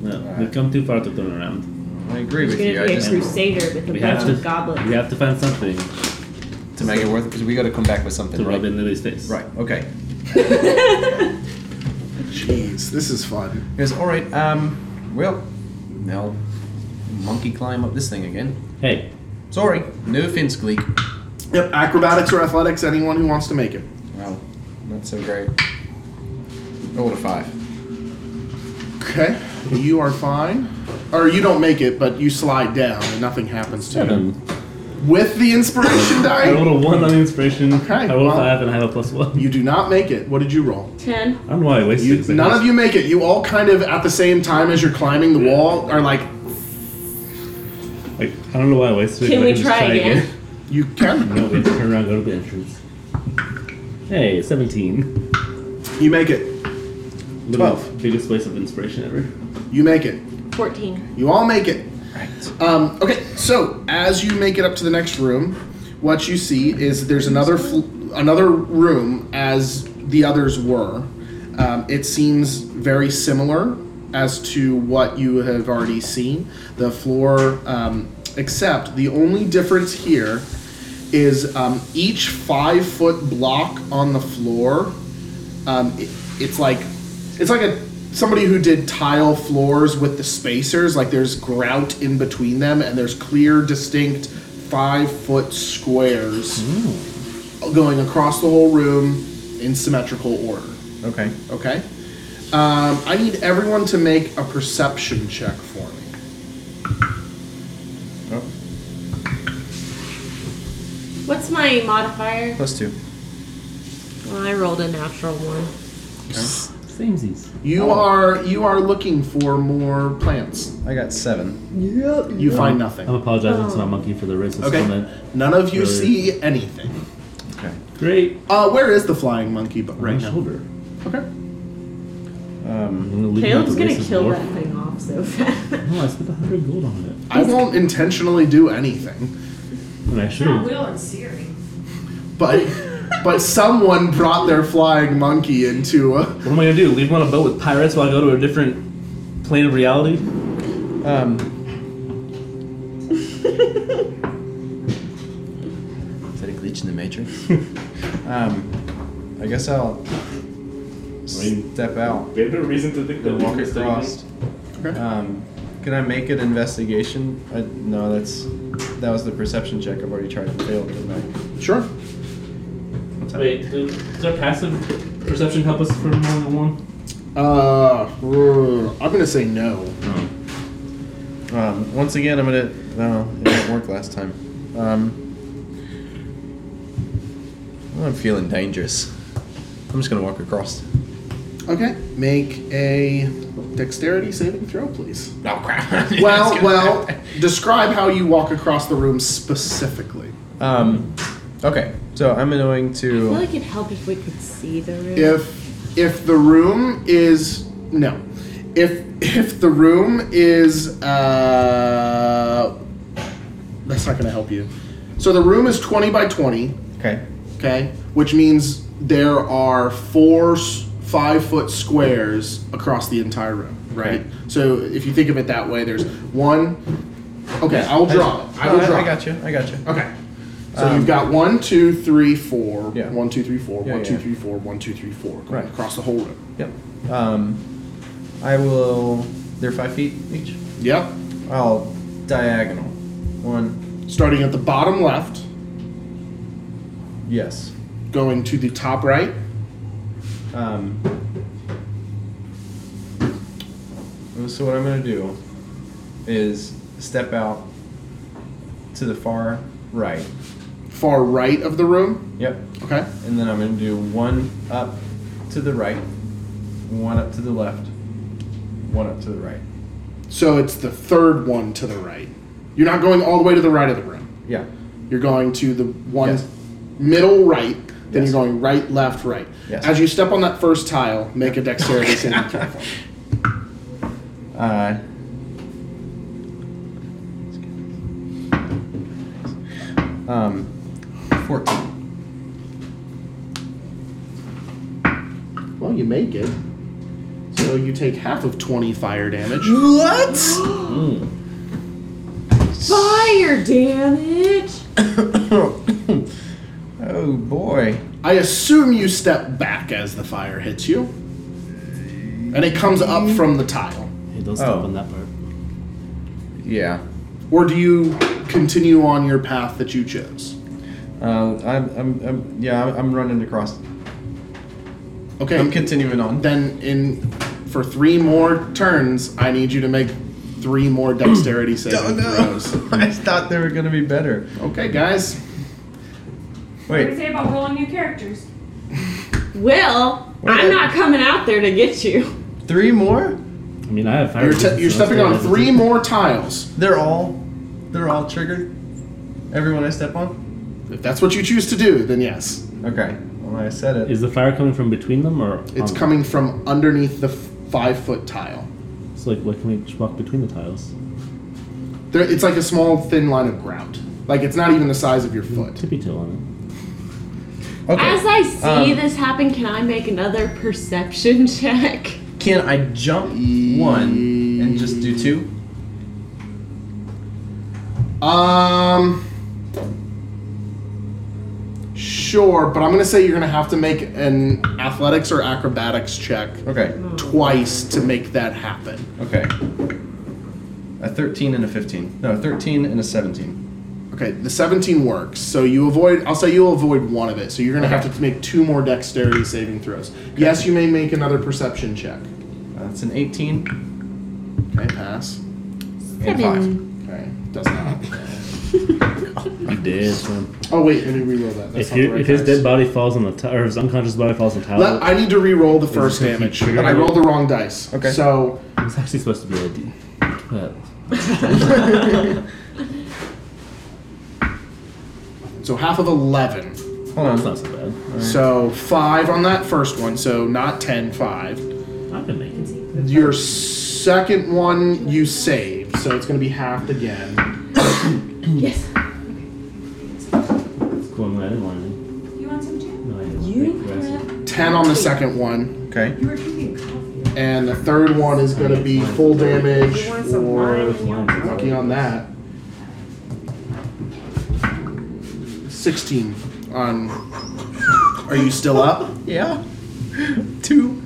No, Alright. we've come too far to turn around. I agree It's with you. gonna be I a just crusader with a We have bunch to. of We goblins. have to find something to make it worth it because we got to come back with something. to right? rub in Lily's face. Right. Okay. Jeez, this is fun. Yes. All right. Um. Well, now, monkey climb up this thing again. Hey, Sorry. No offense, Gleek. Yep, acrobatics or athletics, anyone who wants to make it. Wow. Not so great. Oh, what a five. Okay, you are fine. Or you don't make it, but you slide down and nothing happens to you. seven. With the inspiration I die, rolled a one on inspiration. Okay, I rolled well- a five and I have a plus one. you do not make it. What did you roll? Ten. I don't know why I wasted You, six none of seconds. you make it. You all kind of at the same time as you're climbing the wall are like, Like, I don't know why I wasted Can it. but I we just try again? you can. no, we have to turn around and go to the entrance. Hey, 17. You make it. Literally Twelve. Biggest waste of inspiration ever. You make it. Fourteen. You all make it. Right. Um, okay, so as you make it up to the next room, what you see is there's another fl- another room as the others were. Um, it seems very similar as to what you have already seen. The floor, um, except the only difference here is um, each five foot block on the floor um, it, it's like it's like a somebody who did tile floors with the spacers like there's grout in between them and there's clear distinct five foot squares Hmm. going across the whole room in symmetrical order Okay. okay um, i need everyone to make a perception check for me Oh, What's my modifier? plus two. Well, I rolled a natural one. Samesies. You are you are looking for more plants. I got seven. You find nothing. I'm apologizing Oh. to my monkey for the racist Okay. comment. None of you Really? see anything. Okay. Great. Uh, where is the flying monkey? But right Right now. shoulder. Okay. I'm Um, gonna leave Caleb's out the gonna racist kill dwarf. that thing off [LAUGHS] so fast. No, I spent 100 gold on it. I won't intentionally do anything, And I should Not have. Will and Siri. [LAUGHS] but but someone brought their flying monkey into a. What am I gonna do? Leave him on a boat with pirates while I go to a different plane of reality? um, is that a glitch in the matrix? um, I guess I'll step out We have no reason to think and walk across. Okay. Um, can I make an investigation? I, no, that's that was the perception check. I've already tried and failed. didn't Sure. Wait, does our passive perception help us for more than one? Uh, I'm gonna say no. I? Um, once again, I'm gonna. No, it didn't work last time. Um, well, I'm feeling dangerous. I'm just gonna walk across. Okay. Make a dexterity saving throw, [LAUGHS] please. Oh crap! [LAUGHS] Well, well, describe how you walk across the room specifically. Um, okay, so I'm going I feel to. like it'd help if we could see the room. If if the room is no, if if the room is uh, that's not gonna help you. So the room is twenty by twenty. Okay. Okay, which means there are four s- five foot squares across the entire room, right? Okay. So if you think of it that way, there's one. Okay, I'll draw. it. I will No, draw. I got you. I got you. Okay. So Um, you've got one, two, three, four. Yeah. One, two, three, four. Yeah, one, two, yeah. three, four. One, two, three, four. Going Right. across the whole room. Yep. Um, I will. They're five feet each. Yep. I'll Oh, diagonal. One. Starting at the bottom left, Yes. going to the top right. Um, so what I'm gonna do is step out to the far right. Far right of the room. Yep. Okay. And then I'm gonna do one up to the right, one up to the left, one up to the right. So it's the third one to the right. You're not going all the way to the right of the room. Yeah. You're going to the one Yes. middle right, then Yes. you're going right, left, right. Yes. As you step on that first tile, make a dexterity [LAUGHS] saving throw. for me. Uh, um, 14. Well, you make it. So you take half of 20 fire damage. What? Fire [LAUGHS] damage! [LAUGHS] oh boy. I assume you step back as the fire hits you. And it comes up from the tile. Hey, don't stop Oh. on that part. Yeah. Or do you continue on your path that you chose? Uh, I'm, I'm, I'm, yeah, I'm, I'm running across. Okay. I'm continuing on. then in for three more turns, I need you to make three more dexterity saving throws. Oh, [LAUGHS] I thought they were gonna be better. Okay, guys. What do you Wait, say about rolling new characters? Will, Wait I'm a- not coming out there to get you. three more? I mean, I have fire. You're, resistance, te- you're so that's stepping good. on three more tiles. They're all, they're all triggered. Everyone I step on. If that's what you choose to do, then yes. Okay. Well, I said it. Is the fire coming from between them or? um, It's on- coming from underneath the f- five foot tile. So like, what can we just walk between the tiles? There, it's like a small, thin line of grout. Like, it's not even the size of your foot. Tippy toe on Okay. As I see Um, this happen, can I make another perception check? Can I jump one and just do two? Um. Sure, but I'm going to say you're going to have to make an athletics or acrobatics check Okay. twice to make that happen. Okay. A 13 and a 15. No, a 13 and a 17. Okay, the 17 works. So you avoid, I'll say you'll avoid one of it. So you're going to Okay. have to make two more dexterity saving throws. Yes, you may make another perception check. That's an 18 Okay, pass. and 5. Okay, does not. He dead, son. Oh wait, let me reroll that. That's If, not the you, right if his dice. dead body falls on the tile, or his unconscious body falls on the tile, Let- I need to re-roll the this first gonna keep damage. triggering But I it? rolled the wrong dice. Okay. So it's actually supposed to be a D. But so half of eleven. Hold it's on. not so bad. So five on that first one. So not ten, five. I can make it. Your second one you saved, so it's gonna be halved again. Yes. It's cool. I'm glad I didn't want anything. You want some too? No, I didn't You want anything. Ten on the second one, Okay. You were drinking coffee. [LAUGHS] and the third one is gonna be full damage You want some or wine and you want some- lucky on that. Sixteen on. Are you still up? Yeah. [LAUGHS] Two.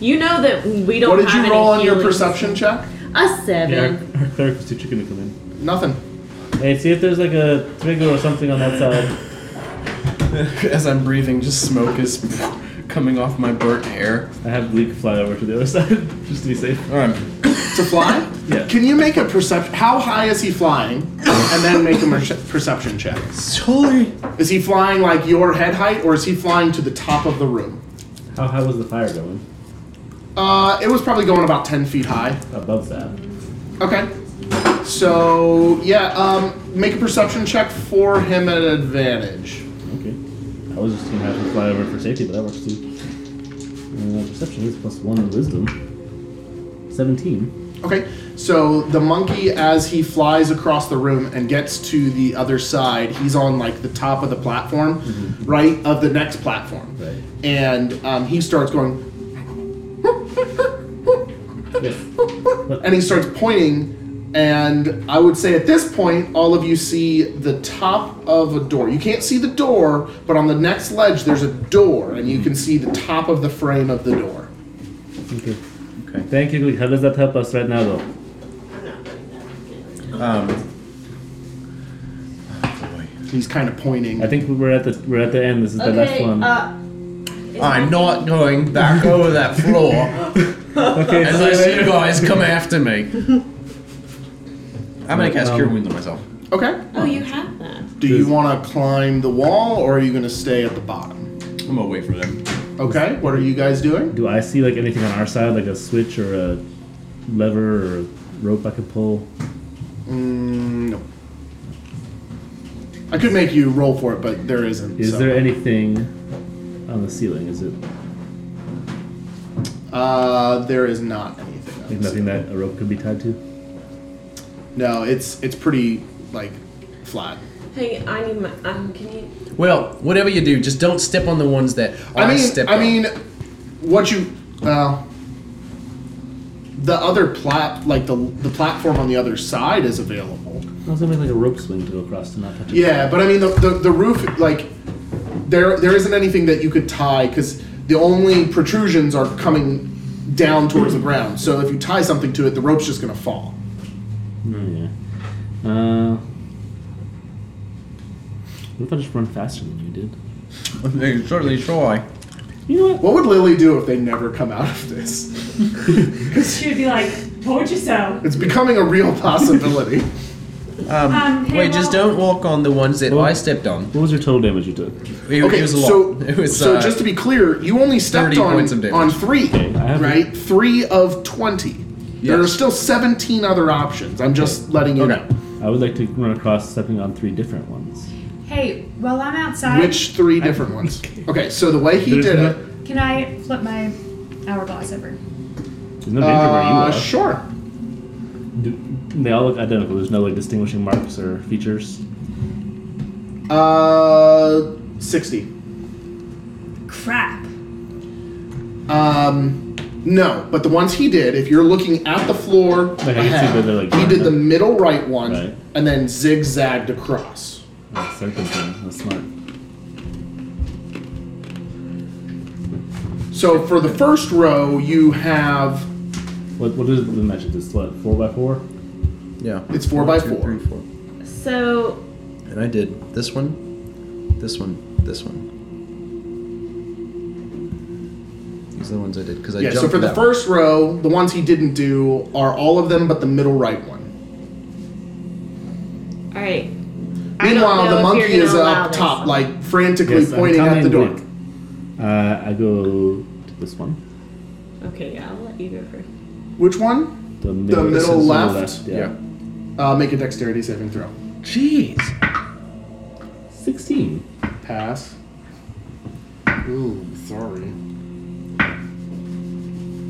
You know that we don't What did have you any roll on your healings. perception check? A Yeah, seven. our, our clerk was too chicken to come in. Nothing. Hey, see if there's like a trigger or something on that side. [LAUGHS] As I'm breathing, just smoke is [LAUGHS] coming off my burnt hair. I have Leek fly over to the other [LAUGHS] side just to be safe. All right. To fly? Yeah. Can you make a perception? How high is he flying? And then make a merce- perception check. Totally. Is he flying like your head height, or is he flying to the top of the room? How high was the fire going? Uh, it was probably going about ten feet high. Above that. Okay. So yeah, um, make a perception check for him at advantage. Okay. I was just gonna have to fly over for safety, but that works too. Uh, perception is plus one in wisdom. Seventeen. Okay. So the monkey, as he flies across the room and gets to the other side, he's on like the top of the platform, right of the next platform, Mm-hmm. Right. and um, he starts going. Yes. and he starts pointing and i would say at this point all of you see the top of a door you can't see the door but on the next ledge there's a door and you can see the top of the frame of the door Okay. Okay. Thank you. Gleek. How does that help us right now, though? Um. oh, boy. he's kind of pointing I think we're at the we're at the end. This is the last one. uh, I'm not going [LAUGHS] back over that floor [LAUGHS] okay. so- unless you guys come after [LAUGHS] me. I'm gonna cast Um, Cure Wounds on myself. okay Oh, you have that. do you want to climb the wall or are you going to stay at the bottom I'm away from them. okay what are you guys doing Do I see like anything on our side, like a switch or a lever or a rope I could pull? mm, no i could make you roll for it but there isn't Is so. there anything on the ceiling? Is it uh there is not anything like nothing that a rope could be tied to? no it's it's pretty like flat Hey, I need my. Um, can you? Well, whatever you do, just don't step on the ones that I, I mean, stepped I on. mean, what you well, the other plat like the the platform on the other side is available. I was gonna make like a rope swing to go across to not touch it. Yeah, but I mean the the, the roof like there there isn't anything that you could tie because the only protrusions are coming down towards the ground. So if you tie something to it, the rope's just gonna fall. Mm, yeah. Uh, what if I just run faster than you did? They certainly try. You know what? What would Lily do if they never come out of this? She would be like, told you so. It's becoming a real [LAUGHS] possibility. Um, Um, hey, wait, just well- don't walk on the ones that Well- I stepped on. What was your total damage you took? It, Okay, it was a lot. so [LAUGHS] it was so uh, just to be clear, you only stepped 30 points of on damage. on three, Okay, I have right? Three of twenty. There are Yes. still seventeen other options. I'm just letting you Okay. know. I would like to run across stepping on three different ones. Hey, while I'm outside, Which three different [LAUGHS] ones? Okay, so the way he There's did no- it, can I flip my hourglass over? There's no danger where you uh, are. sure. Do- they all look identical. There's no like distinguishing marks or features. Uh, sixty. Crap. Um, no, but the ones he did, if you're looking at the floor, I can see ahead, that they're, like, he did lined the up. middle right one Right. and then zigzagged across. Like serpent thing. Uh, That's smart. So for the first row, you have What what is the magic? This what four by four? yeah, it's four by Two, four. three, four. So And I did this one, this one, this one. These are the ones I did because I Yeah, jumped. so for the that one. first row, the ones he didn't do are all of them but the middle right one. All right. Meaning Meanwhile, the know if you're monkey is gonna allow up this. top, like frantically Yes, I'm pointing at coming the door. quick. Uh, I go to this one. Okay, yeah, I'll let you go first. Which one? The middle, middle this is left? Yeah. Yeah. Uh, make a dexterity saving throw. Jeez. 16. Pass. Ooh, sorry.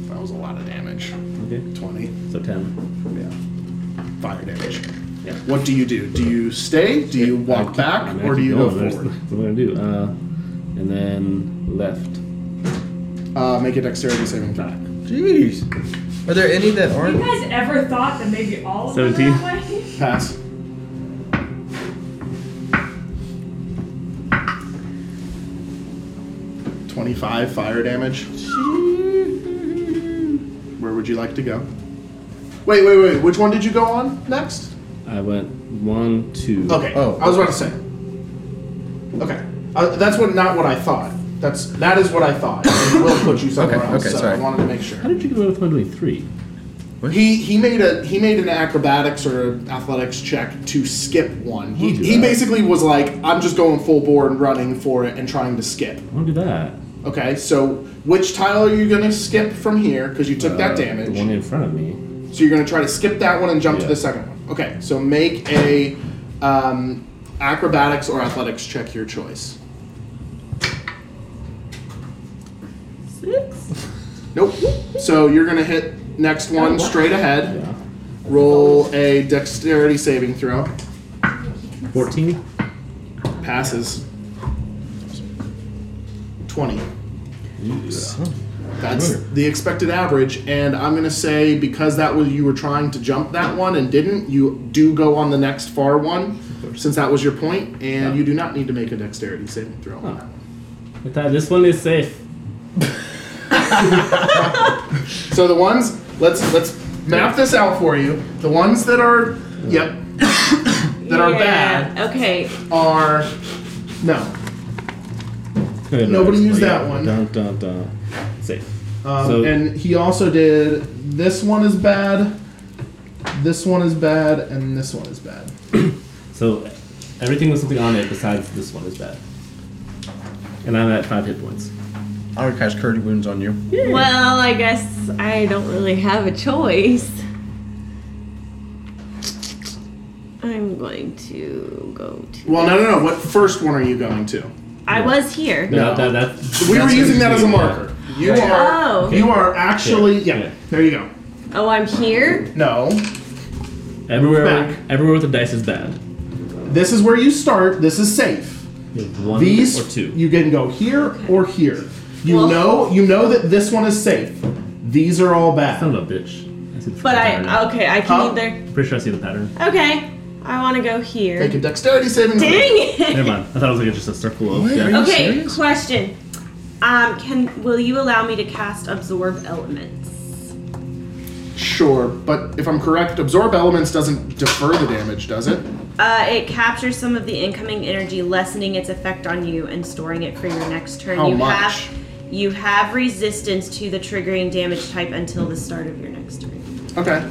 That was a lot of damage. Okay. Twenty So 10. fire damage. Yeah. What do you do? Do you stay? Do you walk back, I'm or do actually you go going. That's forward? What I'm going to do. Uh, and then left. Uh, make a dexterity saving throw. Jeez. Are there any that You aren't? guys ever thought that maybe all of them are that way? Pass. Twenty-five fire damage. Where would you like to go? Wait, wait, wait. Which one did you go on next? I went one, two. Okay. Oh. I was about to say. Okay. Uh, that's what not what I thought. That's that is what I thought. It will put you somewhere [LAUGHS] Okay, else. okay, so sorry. I wanted to make sure. How did you get away with only doing three? He he made a he made an acrobatics or athletics check to skip one. He, We'll do he that. basically was like, I'm just going full bore and running for it and trying to skip. I want to do that. Okay, so which tile are you gonna skip from here? Because you took Uh, that The one damage. in front of me. So you're gonna try to skip that one and jump to Yeah. the second one. Okay, so make a um, acrobatics or athletics check your choice. Six? Nope. So you're gonna hit next one straight ahead. Yeah. Roll a dexterity saving throw. 14. passes. 20. That's the expected average, and I'm gonna say because that was you were trying to jump that one and didn't, you do go on the next far one, since that was your point, and you do not need to make a dexterity saving throw. on Huh. that one. I thought this one is safe. [LAUGHS] So the ones let's let's map this out for you. The ones that are yep [COUGHS] that are bad Okay, are no. Nobody used that one. Dun, dun, dun. Safe. Um, So- and he also did this one is bad, this one is bad, and this one is bad. So everything with something on it besides this one is bad. And I'm at five hit points. I would cast Curdy Wounds on you. well, I guess I don't really have a choice. I'm going to go to. Well, no, no, no. What first one are you going to? I was here. No, that, that's We were That's using that as a easy, yeah. marker. You are Oh. you are actually yeah. Yeah. There you go. Oh, I'm here? No, everywhere. Back. Everywhere with the dice is bad. this is where you start. This is safe. There's One These or two. you can go here or here. You Well- know you know that this one is safe. These are all bad. Son of a bitch. I see the But pattern. I. Okay, I Huh? can either. Pretty sure I see the pattern. Okay, I want to go here. Make Dang a dexterity saving. throw. it! Never mind. I thought it was like just a circle of. Yeah. Okay, question. Um, can will you allow me to cast absorb elements? Sure, but if I'm correct, absorb elements doesn't defer the damage, does it? Uh, it captures some of the incoming energy, lessening its effect on you and storing it for your next turn. How you much? have you have resistance to the triggering damage type until the start of your next turn. Okay.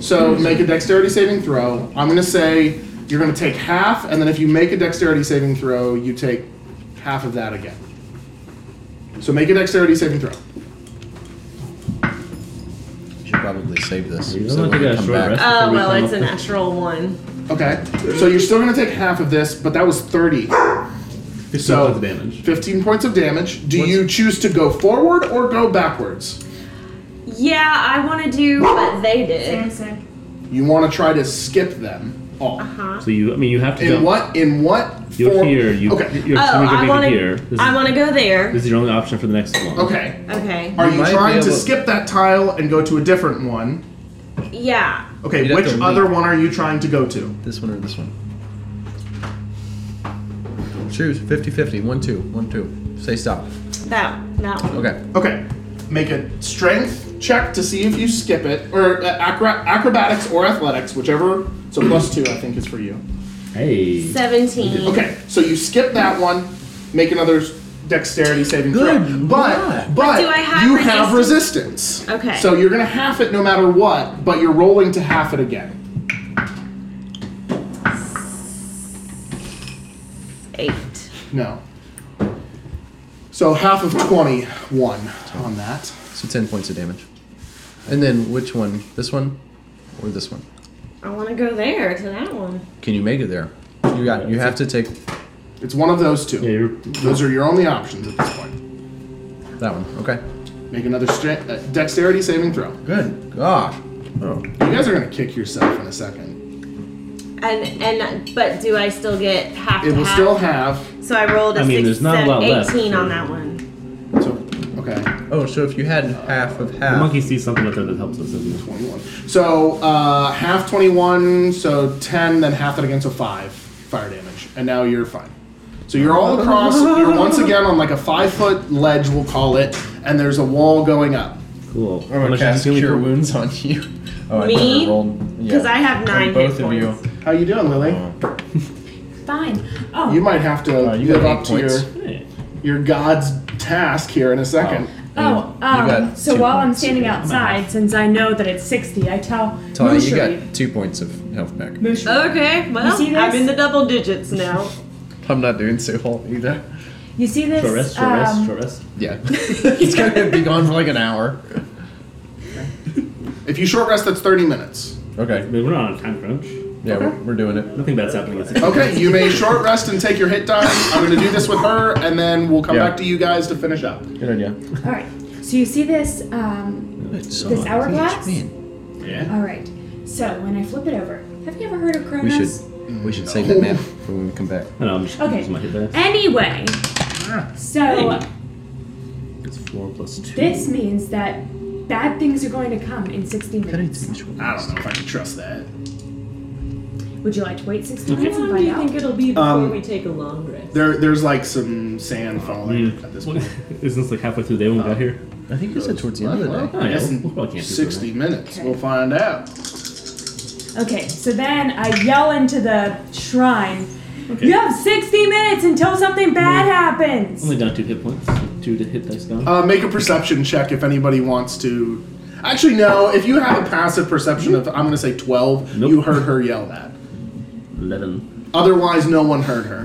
So make a dexterity saving throw. I'm gonna say you're gonna take half, and then if you make a dexterity saving throw, you take half of that again. So make a dexterity saving throw. You should probably save this. You so don't when think we I come should back- rest? Oh Before we well, come it's a up with- natural one. Okay. So you're still gonna take half of this, but that was 30. So points of damage. 15 points of damage. Do you choose to go forward or go backwards? Yeah, I want to do what they Sam did. said, You want to try to skip them all. Ah. So you, I mean, you have to In jump. what? In what? You're form- here. You, Okay. You're Oh, I going want to here. This to. is, I want to go there. this is your only option for the next one. Okay. Okay. Are You you, might be trying to able- skip that tile and go to a different one? Yeah. Okay, You'd have which to leap. other one are you trying to go to? This one or this one? Choose 50 50. 1 2. 1 2. Say stop. That that one. Okay. Okay, make a strength check to see if you skip it, or uh, acro- acrobatics or athletics, whichever. So plus two, I think, is for you. Hey. Seventeen. Okay, so you skip that one, make another s- dexterity saving throw. Good But God. but, do I have you have resistance. Okay. So you're gonna half it no matter what, but you're rolling to half it again. eight. No. So half of 21 on that. So 10 points of damage. And then which one? This one or this one? I want to go there to that one. Can you make it there? You got. You have to take It's one of those two. Yeah, you're, Those are your only options at this point. that one. Okay. Make another stra- uh, dexterity saving throw. You Good gosh. Oh. guys are going to kick yourself in a second. And and but do I still get half? It to will half? still have. So I rolled a I mean, six, there's not a seven- lot left, 18 on so- that one. So, okay. Oh, so if you had half of the half. monkey sees something up there that helps us. Doesn't it? 21. So, uh, half 21, so 10, then half that again, so 5 fire damage. And now you're fine. So you're all across, you're once again on like a 5 foot ledge, we'll call it, and there's a wall going up. Cool. I'm gonna cast healing cure for? wounds on you. Oh, I Me? never rolled. yeah. 'Cause I have On nine hit both of you. points. How you doing, Lily? Fine. Oh, You might have to Uh-huh. Uh, you got live eight up to your, points. Hey. your god's task here in a second. oh. You Um, got so two while I'm points. standing outside, since I know that it's sixty, I tell Tali, you Mushri. got two points of health back. Mushri. Okay, You well, see this? I'm in the double digits [LAUGHS] now. I'm not doing so hot either. You see this? Short rest, short rest, um, short rest. Yeah. He's gonna be gone for like an hour. If you short rest, that's 30 minutes. I Okay. mean, we're not on a time crunch. Yeah, we're, we're doing it. Nothing bad's happening. It's Okay, you may short rest and take your hit time. I'm going to do this with her, and then we'll come Yeah. back to you guys to finish up. Good idea. All right. So you see this? Um, this hourglass. Yeah. All right. So when I flip it over, have you ever heard of Kronos? We should we should save that map for when we come back. I know, I'm um, just Okay. using my hit dice. Anyway. Ah. So It's four plus two. this means that bad things are going to come in sixty minutes. I don't know if I can trust that. Would you like to wait sixty How minutes and long do find you out? think it'll be before Um, we take a long rest? There, there's like some sand falling Mm. at this [LAUGHS] point. Isn't this like halfway through the day when we Oh. got here? I think you said towards the end of the day. Well, I guess Well, we probably in can't do 60 minutes. Okay. We'll find out. Okay. So then I yell into the shrine. Okay. You have sixty minutes until something bad happens. Hmm. Only down two hit points. Two to hit dice down. Uh, make a perception check if anybody wants to. Actually, no. If you have a passive perception of, I'm going to say 12, Nope. you heard her yell that. Eleven. Otherwise, no one heard her.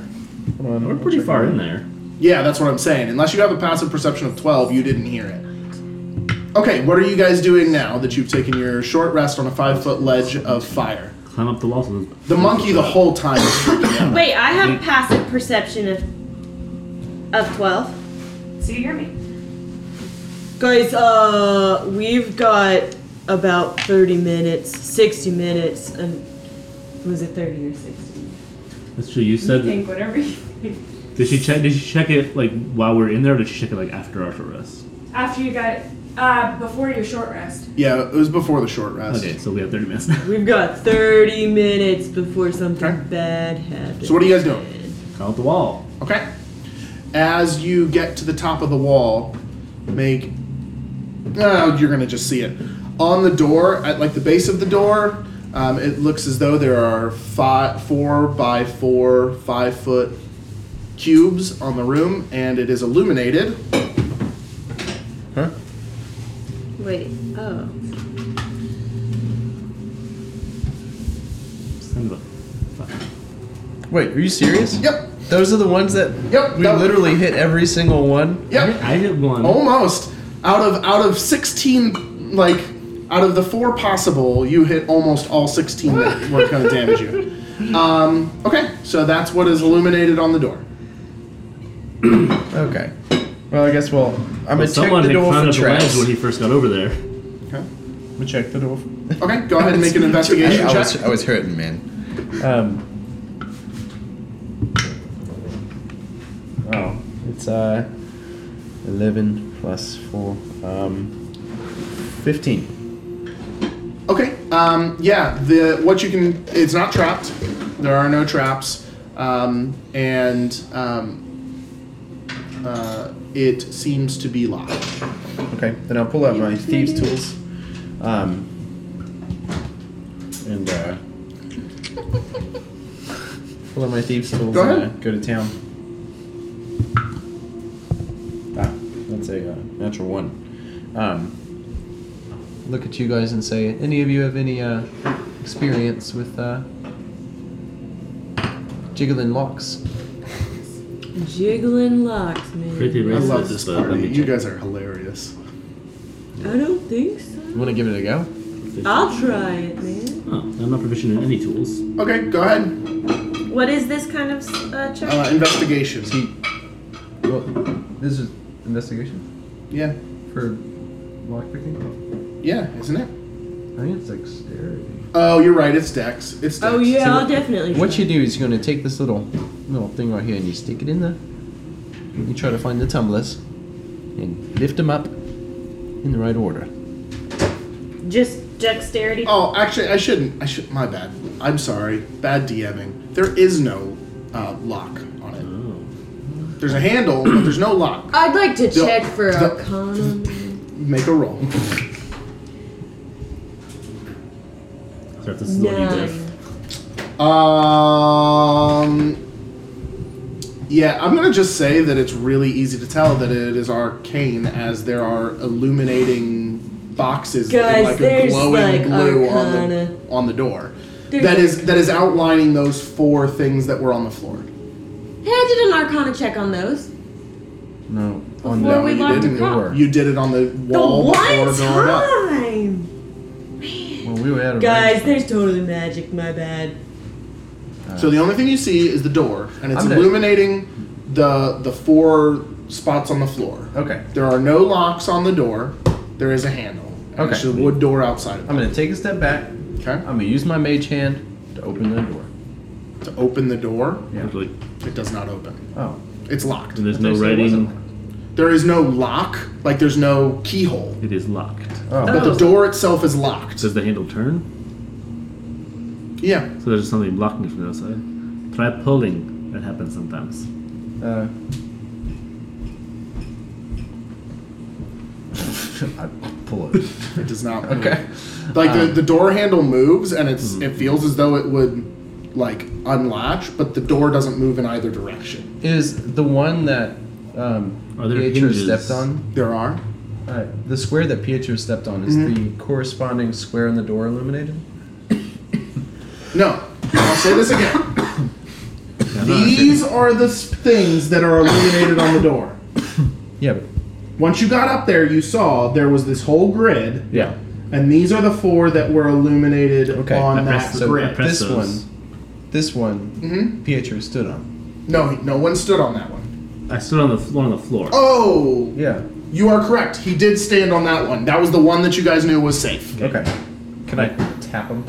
Um, We're pretty far in there. Yeah, that's what I'm saying. Unless you have a passive perception of 12, you didn't hear it. Okay, what are you guys doing now that you've taken your short rest on a five foot ledge of fire? Climb up the wall. so- The monkey the whole time is [COUGHS] freaking out. [CLEARS THROAT] Wait, I have passive perception of of 12. So you hear me? Guys, uh, we've got about 30 minutes, 60 minutes, and was it 30 or 60? That's true. You said. Think whatever you think. Did she check? Did she check it like while we are in there? Or did she check it like after our short rest? After you got, uh, before your short rest. Yeah, it was before the short rest. Okay, so we have thirty minutes [LAUGHS] now. We've got 30 minutes before something bad happens. So, what are you guys doing? Climb up the wall. Okay. As you get to the top of the wall, make. Oh, you're gonna just see it on the door at like the base of the door. Um, it looks as though there are five, four by four, five foot cubes on the room, and it is illuminated. Huh? Wait, oh. Just kind of a- fuck. Wait, are you serious? Yep. Those are the ones that Yep, we that- literally hit every single one. Yep. I hit one. Mm-hmm. Almost out of out of sixteen, like out of the four possible, you hit almost all sixteen [LAUGHS] that were going to damage you. Um, okay, so that's what is illuminated on the door. Okay. Well, I guess well, I'm gonna check Someone the had door climbed for up the ledge traps. when he first got over there. Okay. I'm gonna check the door. For... Okay, go ahead and make an investigation [LAUGHS] I, I was, check. I was hurting, man. Um. Oh, it's uh, eleven plus four, um, fifteen. Okay. Um, yeah. The what you can. It's not trapped. There are no traps. Um, and um, uh, it seems to be locked. Okay, then I'll pull out my thieves' tools. Um. And uh. pull out my thieves' tools. Go ahead. and, uh, go to town. Ah, that's a uh, natural one. Um. Look at you guys and say, any of you have any uh, experience with uh, jiggling locks? Jiggling locks, man. Pretty I racist. love this but let party. me You check. guys are hilarious. I don't think so. You want to give it a go? I'll try it, man. Oh, I'm not proficient in any tools. Okay, go ahead. What is this kind of uh, check? Uh, investigation. See, well, this is investigation Yeah. for lockpicking. Yeah, isn't it? I think it's dexterity. Oh, you're right. It's Dex. It's Dex. oh yeah, So I'll what- definitely. Try. What you do is you're gonna take this little little thing right here and you stick it in there. You try to find the tumblers and lift them up in the right order. Just dexterity. Oh, actually, I shouldn't. I should. My bad. I'm sorry. Bad DMing. There is no uh, lock on it. Oh. There's a handle, but there's no lock. I'd like to Don't- check for don't- Arcana. man. Make a roll. So if this is what you Nine. did. Um. Yeah, I'm gonna just say that it's really easy to tell that it is arcane, as there are illuminating boxes Guys, in like a there's, glowing like, blue on arcana. the on the door. There's that is that is outlining those four things that were on the floor. Hey, I did an Arcana check on those. No, on Before the- we you locked didn't. the door. You did it on the The wall before one going up. time. Well, we were out of Guys, range. there's totally magic. My bad. So the only thing you see is the door, and it's I'm gonna- illuminating the the four spots on the floor. Okay, There are no locks on the door. There is a handle. And It's a Okay. wood door outside of I'm it. gonna take a step back. I'm Okay. gonna use my mage hand to open the door. To open the door, Yeah. Like, it does not open. Oh, It's locked. and there's I thought no you said it wasn't writing. locked. There is no lock. Like there's no keyhole. It is locked. But Oh, the door itself is locked. Does the handle turn? Yeah. So there's something blocking it from the outside. Try pulling. That happens sometimes. uh, uh, [LAUGHS] I [LAUGHS] pull it. It does not. move. Okay. Uh. Hmm. Like the, the door handle moves and it's it feels as though it would like unlatch, but the door doesn't move in either direction. Is the one that um, Are there Pietro hinges? stepped on? There are. Uh, the square that Pietro stepped on is Mm-hmm. the corresponding square in the door illuminated. No. I'll say this [LAUGHS] again. Yeah, no, I think- These are the s- things that are illuminated on the door. Yeah, but, Once you got up there, you saw there was this whole grid, yeah. and these are the four that were illuminated Okay, on I that pressed So them. I grid. pressed this those. one, this one, Mm-hmm. Pietro stood on. No, he- no one stood on that one. I stood on the f- one on the floor. Oh, Yeah. you are correct. He did stand on that one. That was the one that you guys knew was safe. Okay. Can I tap him?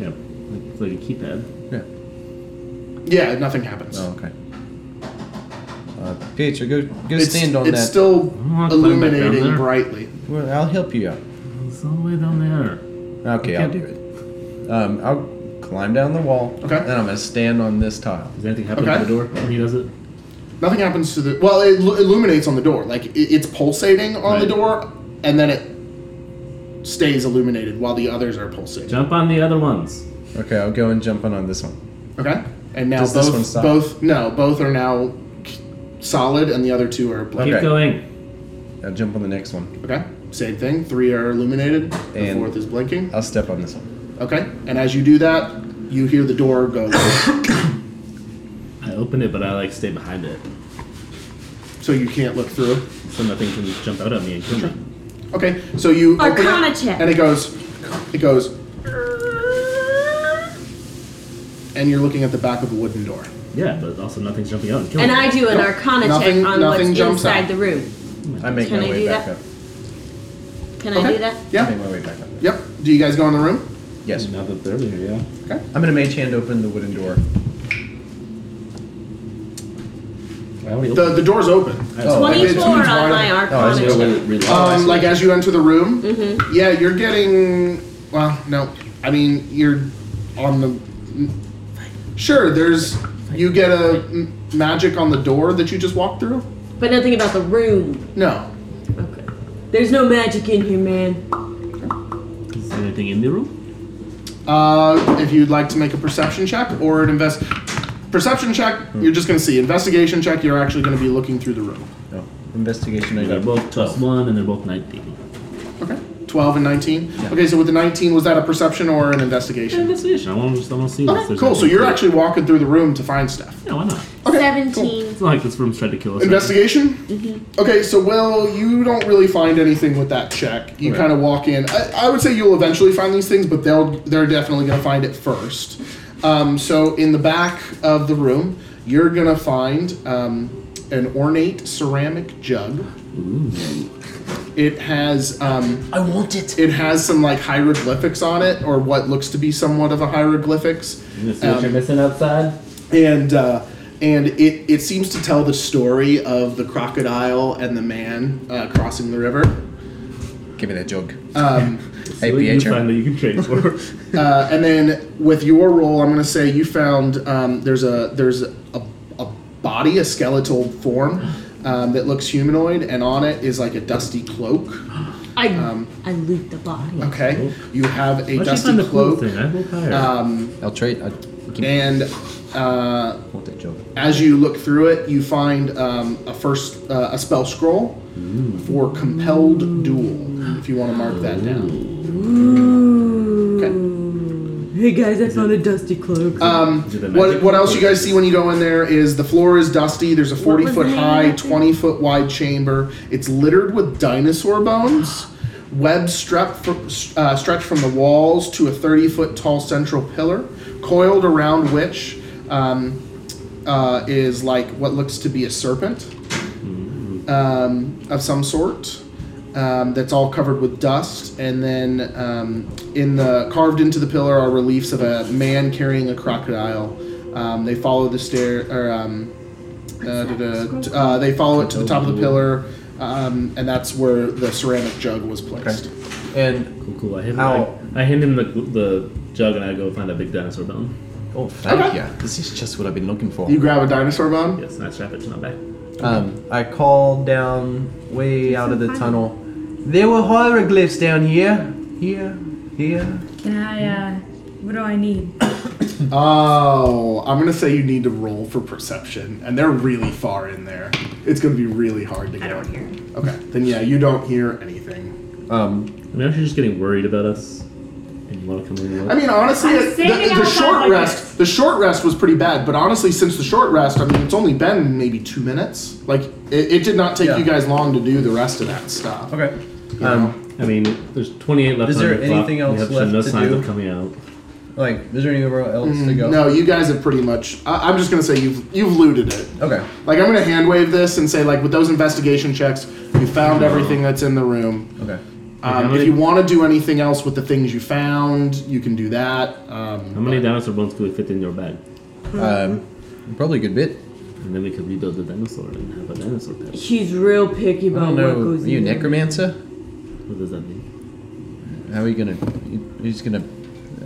Yeah, like, it's like a keypad. Yeah. Yeah, nothing happens. Oh, okay. Uh, Pietro, go go It's, stand on it's that. still I'm not climbing back down illuminating there. brightly. Well, I'll help you out. It's all the way down there. Okay, I'll do it. Um, I'll climb down the wall. Okay. And I'm gonna stand on this tile. Does anything happen Okay. to the door when he does it? Nothing happens to the. Well, it lu- illuminates on the door. Like it, it's pulsating on the Right. door, and then it stays illuminated while the others are pulsating. Jump on the other ones. Okay, I'll go and jump in on this one. Okay. And now Does both this one stop? both no, both are now k- solid and the other two are blank. Keep Okay. going. I'll jump on the next one. Okay. Same thing. Three are illuminated. The And- fourth is blinking. I'll step on this one. Okay. And as you do that, you hear the door go. [COUGHS] I open it, but I like stay behind it, so you can't look through. so nothing can just jump out at me and kill me. Okay. So you open it, Arcana check. And it goes it goes and you're looking at the back of a wooden door. Yeah, but also nothing's jumping out and killing And me. I do an Nope. Arcana Nothing- check on nothing what's jumps inside out. the room. I make Can my I way do back that? up. Can I Okay. do that? I Yeah. make my way back up. Yep. Do you guys go in the room? Yes. Now that they're here, yeah. I'm gonna mage hand open the wooden door. I already The opened the door's open. Oh, okay. It's- it's 24 wide on my open. Oh, I see. Mm-hmm. Arcana check. Um, like as you enter the room, yeah, you're getting. Well, no, I mean you're on the. Sure, there's you get a m- magic on the door that you just walked through. But nothing about the room. No, Okay. There's no magic in here, man. it. Is there anything in the room? uh, if you'd like to make a perception check or an invest perception check, you're just gonna see investigation check. You're actually gonna be looking through the room. No. Oh, Investigation. I They're got. both plus one, and they're both nineteen. Okay, 12 and 19? Okay, so with the 19, was that a perception or an investigation? Investigation. I want to. I want to see. this. Okay, There's cool. So nothing you're to- actually walking through the room to find stuff. Yeah, why not? Seventeen. It's not like this room's trying to kill us. Investigation? Mm-hmm. Okay, so Will, you don't really find anything with that check. You Right. kind of walk in. I, I would say you'll eventually find these things, but they'll they're definitely going to find it first. Um, so in the back of the room, you're going to find um, an ornate ceramic jug. It has um, I want it. it has some like hieroglyphics on it, or what looks to be somewhat of a hieroglyphics Um, You gonna see what you're missing outside? and uh, and it, it seems to tell the story of the crocodile and the man uh, crossing the [LAUGHS] river. Give me that jug. Um, See [LAUGHS] Hey, what you can Pietro. find that you can trade for. uh, and then with your role, I'm going to say you found um, there's a there's a, a body, a skeletal form um, that looks humanoid, and on it is like a dusty [GASPS] cloak. I Um, I loot the body. Okay, you have a Why'd you dusty find the cool cloak, thing? I have no power. um, I'll trade. I give me and. Uh, want that jug. As you look through it, you find um, a first uh, a spell scroll Mm. for compelled duel. If you want to mark that down. Okay. Hey guys, I found a dusty cloak. Um, Is it a what magic what else you or- guys see when you go in there is the floor is dusty. There's a 40 foot high, 20 foot wide chamber. It's littered with dinosaur bones. Webs strep fr- uh, stretch from the walls to a 30 foot tall central pillar, coiled around which um, uh, is like what looks to be a serpent. um, of some sort um, that's all covered with dust. And then um, in the carved into the pillar are reliefs of a man carrying a crocodile. Um, they follow the stair, or um, uh, da-da, t- uh, they follow it to the top of the pillar, um, and that's where the ceramic jug was placed. And cool, cool. I hand, Ow. I, I hand him the, the jug and I go find a big dinosaur bone. oh, thank Okay. ya. This is just what I've been looking for. You grab a dinosaur bone. Yes, and I strap it to my back. Um, I called down way out of the tunnel. There were hieroglyphs down here, here, here. Can I, uh, what do I need? [COUGHS] Oh, I'm gonna say you need to roll for perception, and they're really far in there. It's gonna be really hard to get. don't hear. Okay, then yeah, you don't hear anything. I Um, mean, aren't you just getting worried about us? And you want to come in and I look? mean, honestly, I'm it- the, saying it the out loud short like rest, this. the short rest was pretty bad. But honestly, since the short rest, I mean, it's only been maybe two minutes. Like, it, it did not take Yeah. you guys long to do the rest of that stuff. okay. Um, I mean, there's 28 left. Is on there the clock. anything else We have shown no left to signs do? of coming out. like, is there anywhere else to go? Mm, No, you guys have pretty much. I, I'm just gonna say you've you've looted it. Okay. Like, I'm gonna hand wave this and say, like, with those investigation checks, you found everything that's in the room. Okay. Um, how if many- you want to do anything else with the things you found, you can do that. Um, How many but- dinosaur bones could we fit in your bag? Um, probably a good bit. And then we could rebuild the dinosaur and have a dinosaur pet. He's real picky I about don't what know. goes Are you a in. necromancer? What does that mean? How are you gonna? you- You're just gonna?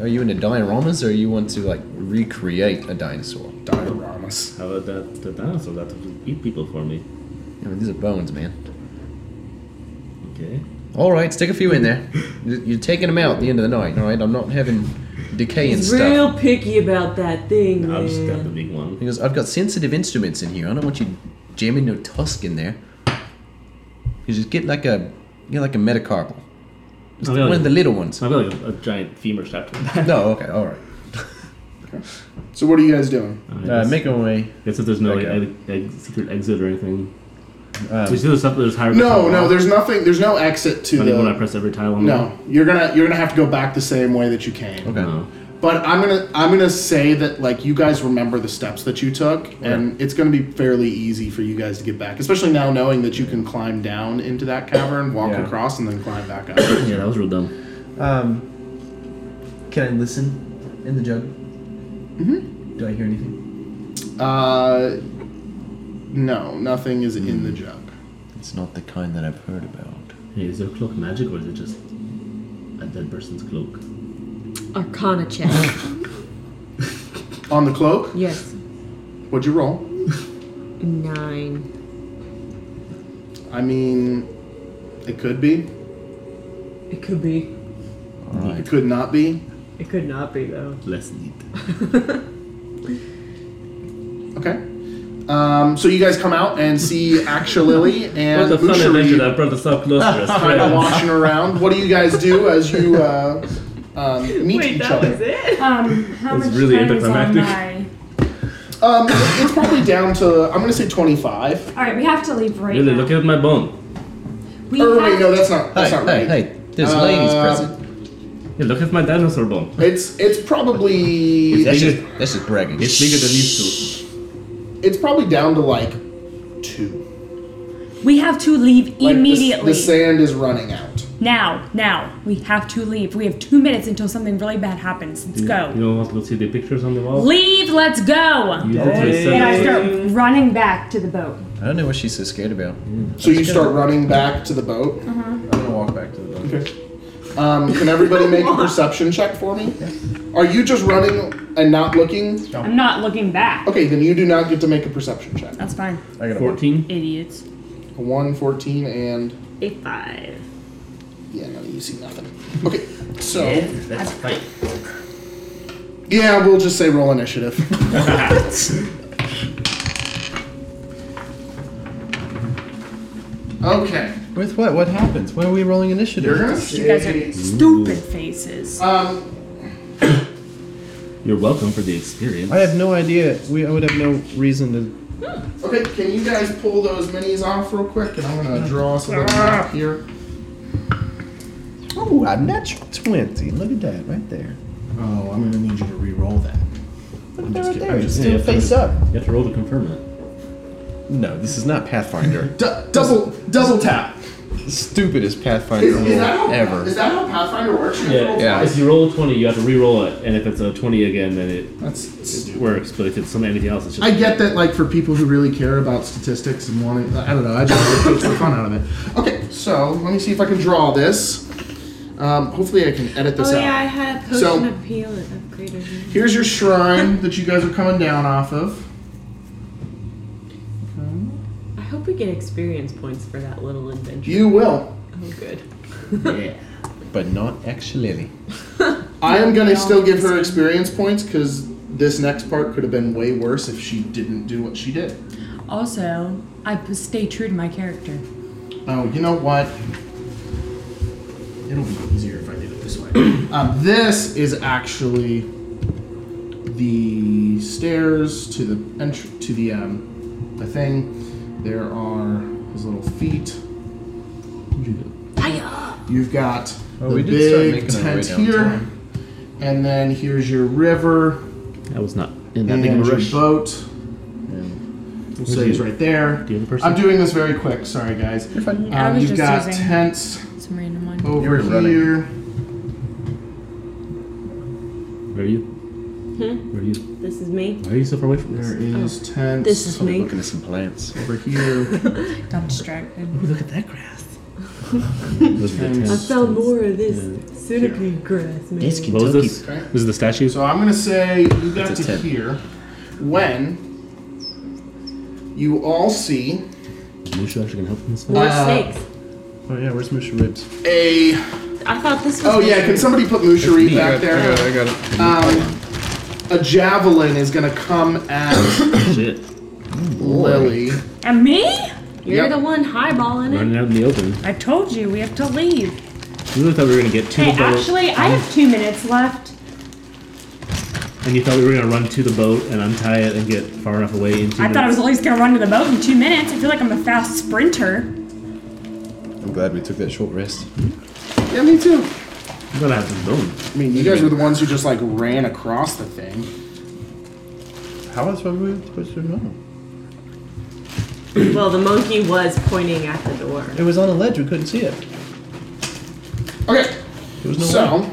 Are you into dioramas, or you want to like recreate a dinosaur? dioramas? How about that the dinosaur that would eat people for me? I mean, these are bones, man. Okay. All right, stick a few in there. You- You're taking them out at the end of the night. All right, I'm not having decay and He's stuff. real picky about that thing, I'll just grab the man. big one. He goes, I've got sensitive instruments in here. I don't want you jamming no tusk in there. You just get like a, you know, like a metacarpal. Just Oh, yeah. one of the little ones. I've got like a, a giant femur strapped to my back. No, okay, all [LAUGHS] right. So, what are you guys doing? Uh, make our way. Guess if there's no like, Okay. eg- eg- secret exit or anything. Um, we see there's something there's higher. No, no, there's nothing. There's no exit to Not the. even when I press every tile on No, you're gonna you're gonna have to go back the same way that you came. the Okay. wall. No. But I'm gonna I'm gonna say that like you guys remember the steps that you took, and it's gonna be fairly easy for you guys to get back, especially now knowing that you can climb down into that cavern, walk Yeah. across, and then climb back up. Yeah, that was real dumb. Um, can I listen in the jug? Mm-hmm. Do I hear anything? uh, no, nothing is in the jug. It's not the kind that I've heard about. Hey, is your cloak magic or is it just a dead person's cloak? Arcana [LAUGHS] check. On the cloak, yes. what'd you roll? Nine. I mean, it could be, It could be. All it right. could not be. It could not be though. Less neat. Okay. Um, so you guys come out and see Aksha Lily What and a fun adventure Ushari that brought us up closer as kind of friends. washing around. What do you guys do as you uh, um, meet each other? it? Um, how That's much really time is on anticlimactic. my... Um, it's probably down to I'm gonna say 25. All right, we have to leave right [LAUGHS] Really, now. look at my bone. we Or wait, have- no, that's not that's Hey, not hey, right. hey. There's ladies Uh, present. Yeah, look at my dinosaur bone. It's it's probably It's That's bigger, just, that's just bragging. it's bigger than these two. it's probably down to like two. We have to leave Like, the s- immediately. the sand is running out. now, now. We have to leave. We have two minutes until something really bad happens. Let's You go. don't want to see the pictures on the wall? Leave, let's go! You did Hey. research. And I start running back to the boat. I don't know what she's so scared about. So you start running back to the boat. I'm gonna walk back to the boat. Um, can everybody make a perception check for me? Are you just running and not looking? I'm not looking back. Okay, then you do not get to make a perception check. That's fine. I got a 14. Idiots. A 1, 14, and A five. yeah, no, you see nothing. Okay, so That's a fight. yeah, we'll just say roll [LAUGHS] initiative. okay, With what? What happens? Why are we rolling initiative? you're gonna You guys are see. stupid faces. Um, You're welcome for the experience. I have no idea. We I would have no reason to. Okay, can you guys pull those minis off real quick? And I'm gonna draw us a little Ah. map here. Oh, a natural twenty. Look at that right there. Oh, I'm gonna need you to re-roll that. I'm Look at that just right kid- there. I'm It's just still kidding. face up. You have to roll to confirm it. No, this is not [LAUGHS] Pathfinder. Du- double double tap. Stupidest Pathfinder Is, is rule that how, ever. is that how Pathfinder works? You roll yeah. twice? If you roll 20, you have to re-roll it, and if it's a 20 again, then it That's it stupid. works. But if it's something anything else, it's just I get that, like, for people who really care about statistics and wanting, I don't know, I just it takes the fun out of it. Okay, so let me see if I can draw this. Um, hopefully, I can edit this Oh out. yeah, I had a potion So- of heal upgraded. Here's your shrine that you guys are coming down off of. I hope we get experience points for that little adventure. You will. Oh, good. But not actually. I am gonna still give her experience points because this next part could have been way worse if she didn't do what she did. Also, I p- stay true to my character. Oh, you know what? It'll be easier if I did it this way. [CLEARS THROAT] Um, this is actually the stairs to the entr- to the um, the thing. There are his little feet. You've got Oh, the we did start big making our way tent here, downtown. and then here's your river I was not in that and big of a your rush. boat. We'll say he's right there. Do you have a person? I'm doing this very quick. Sorry, guys. I Um, was you've just got using tents some random one. over were running. here. Where are you? Hmm? Where are you? This is me. Why are you so far away from There this? is Oh. tents This is me. Looking at some plants. over here. Got distracted. Look at that grass. Those are the I I tents. found more of this centipede grass, man. This What was Kentucky. this? Okay. This is the statue. So I'm gonna say you got That's a to tent. here when you all see Mushu actually can help in this More Uh, snakes. Oh yeah, where's [COUGHS] Musha ribs? a. I thought this was. Oh yeah, can different. somebody put Musharif I back got it, I got there? it, I got it. Um, a javelin is gonna come [COUGHS] at Shit. Lily. And me? You're Yep. the one highballing it. Running out in the open. I told you we have to leave. You really thought we were gonna get to Hey, the boat, actually, I have two minutes left. and you thought we were gonna run to the boat and untie it and get far enough away into. I thought I was at least gonna run to the boat in two minutes. I feel like I'm a fast sprinter. I'm glad we took that short rest. Yeah, me too. I'm gonna have some bone. I mean, you guys were the ones who just like ran across the thing. How else were we supposed to know? Well, the monkey was pointing at the door. It was on a ledge. We couldn't see it. Okay, There was no way. so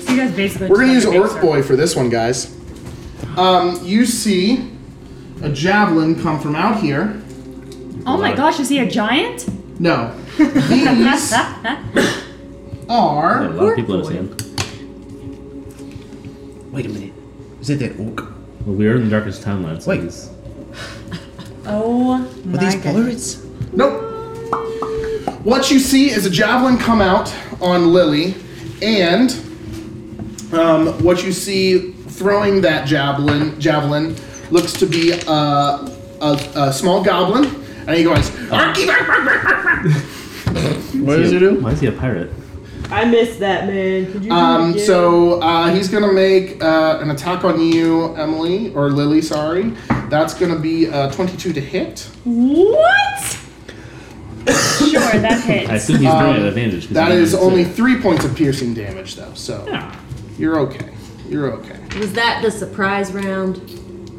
So you guys basically. we're gonna use just have Orc big Boy for this one, guys. Um, you see a javelin come from out here. circle. Oh my gosh, is he a giant? No, [LAUGHS] these There are. are a lot of people in this hand. Wait a minute. Is it that orc? Well, we are in the darkest timeline. So Wait. these- [LAUGHS] oh my Are these god. Polaroids? Nope. What you see is a javelin come out on Lily, and um, what you see throwing that javelin javelin looks to be uh, a, a small goblin, and he goes, "Arky, bark, bark, bark, bark, bark." Uh-huh. [LAUGHS] What does he do? Why is he a pirate? I missed that, man. Could you do it Um, again? so uh, he's gonna make uh, an attack on you, Emily or Lily. Sorry, that's gonna be uh, twenty-two to hit. What? sure, that I hits. assume he's Um, throwing at advantage. 'cause That he is didn't only say it. three points of piercing damage, though. So Yeah. you're okay. You're okay. Was that the surprise round?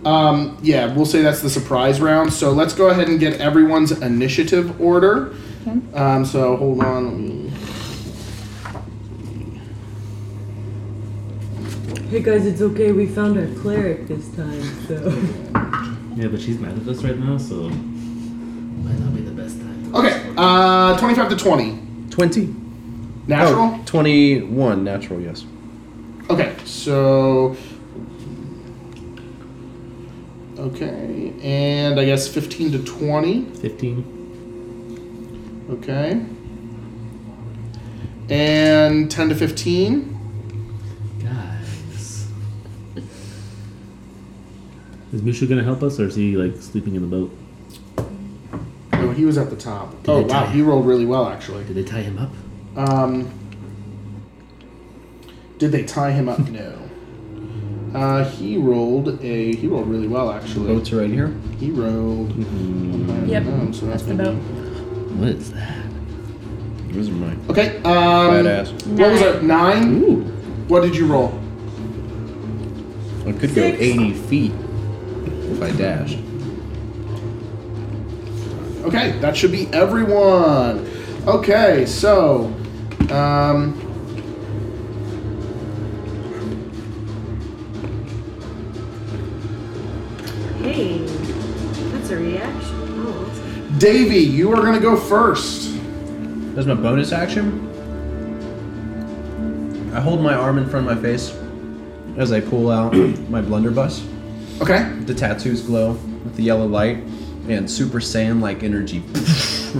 Um, yeah, we'll say that's the surprise round. So let's go ahead and get everyone's initiative order. Um, so hold on. Let me... Hey guys, it's okay. We found our cleric this time, so. Yeah, but she's mad at us right now, so might not be the best time. Okay, uh, 25 to 20. 20. Natural? Oh, 21 natural, yes. Okay, so. Okay, and I guess 15 to 20. Fifteen. Okay. And 10 to 15. Guys, is Mushu gonna help us, or is he like sleeping in the boat? Oh, he was at the top. Did oh, they tie wow, he rolled really well, actually. Did they tie him up? Um, did they tie him [LAUGHS] up? No. Uh, he rolled a. He rolled really well, actually. Boats are right here. He rolled. Yep, Um, so that's that's the gonna boat. be- What is that? Those are mine. Okay. Um, Badass. What was it? Nine. What did you roll? I could go 80 feet if I dashed. Okay, that should be everyone. Okay, so. Um, Hey, that's a reaction. Oh, Davy, you are gonna go first. That's my bonus action. I hold my arm in front of my face as I pull out [CLEARS THROAT] my blunderbuss. Okay. The tattoos glow with the yellow light, and Super Saiyan like energy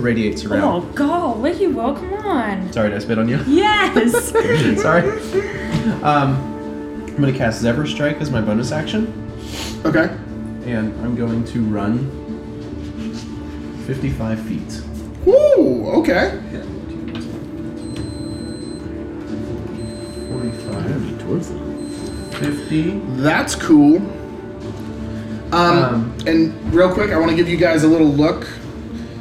[LAUGHS] radiates Oh, around. golly, you will. Come on. Sorry, did I spit on you? [LAUGHS] Yes. Sorry. Um, I'm gonna cast Zephyr Strike as my bonus action, Okay. and I'm going to run 55 feet. Woo! Okay. 45, Oh, Be towards him. 50. That's cool. Um, Um, and real quick, I want to give you guys a little look.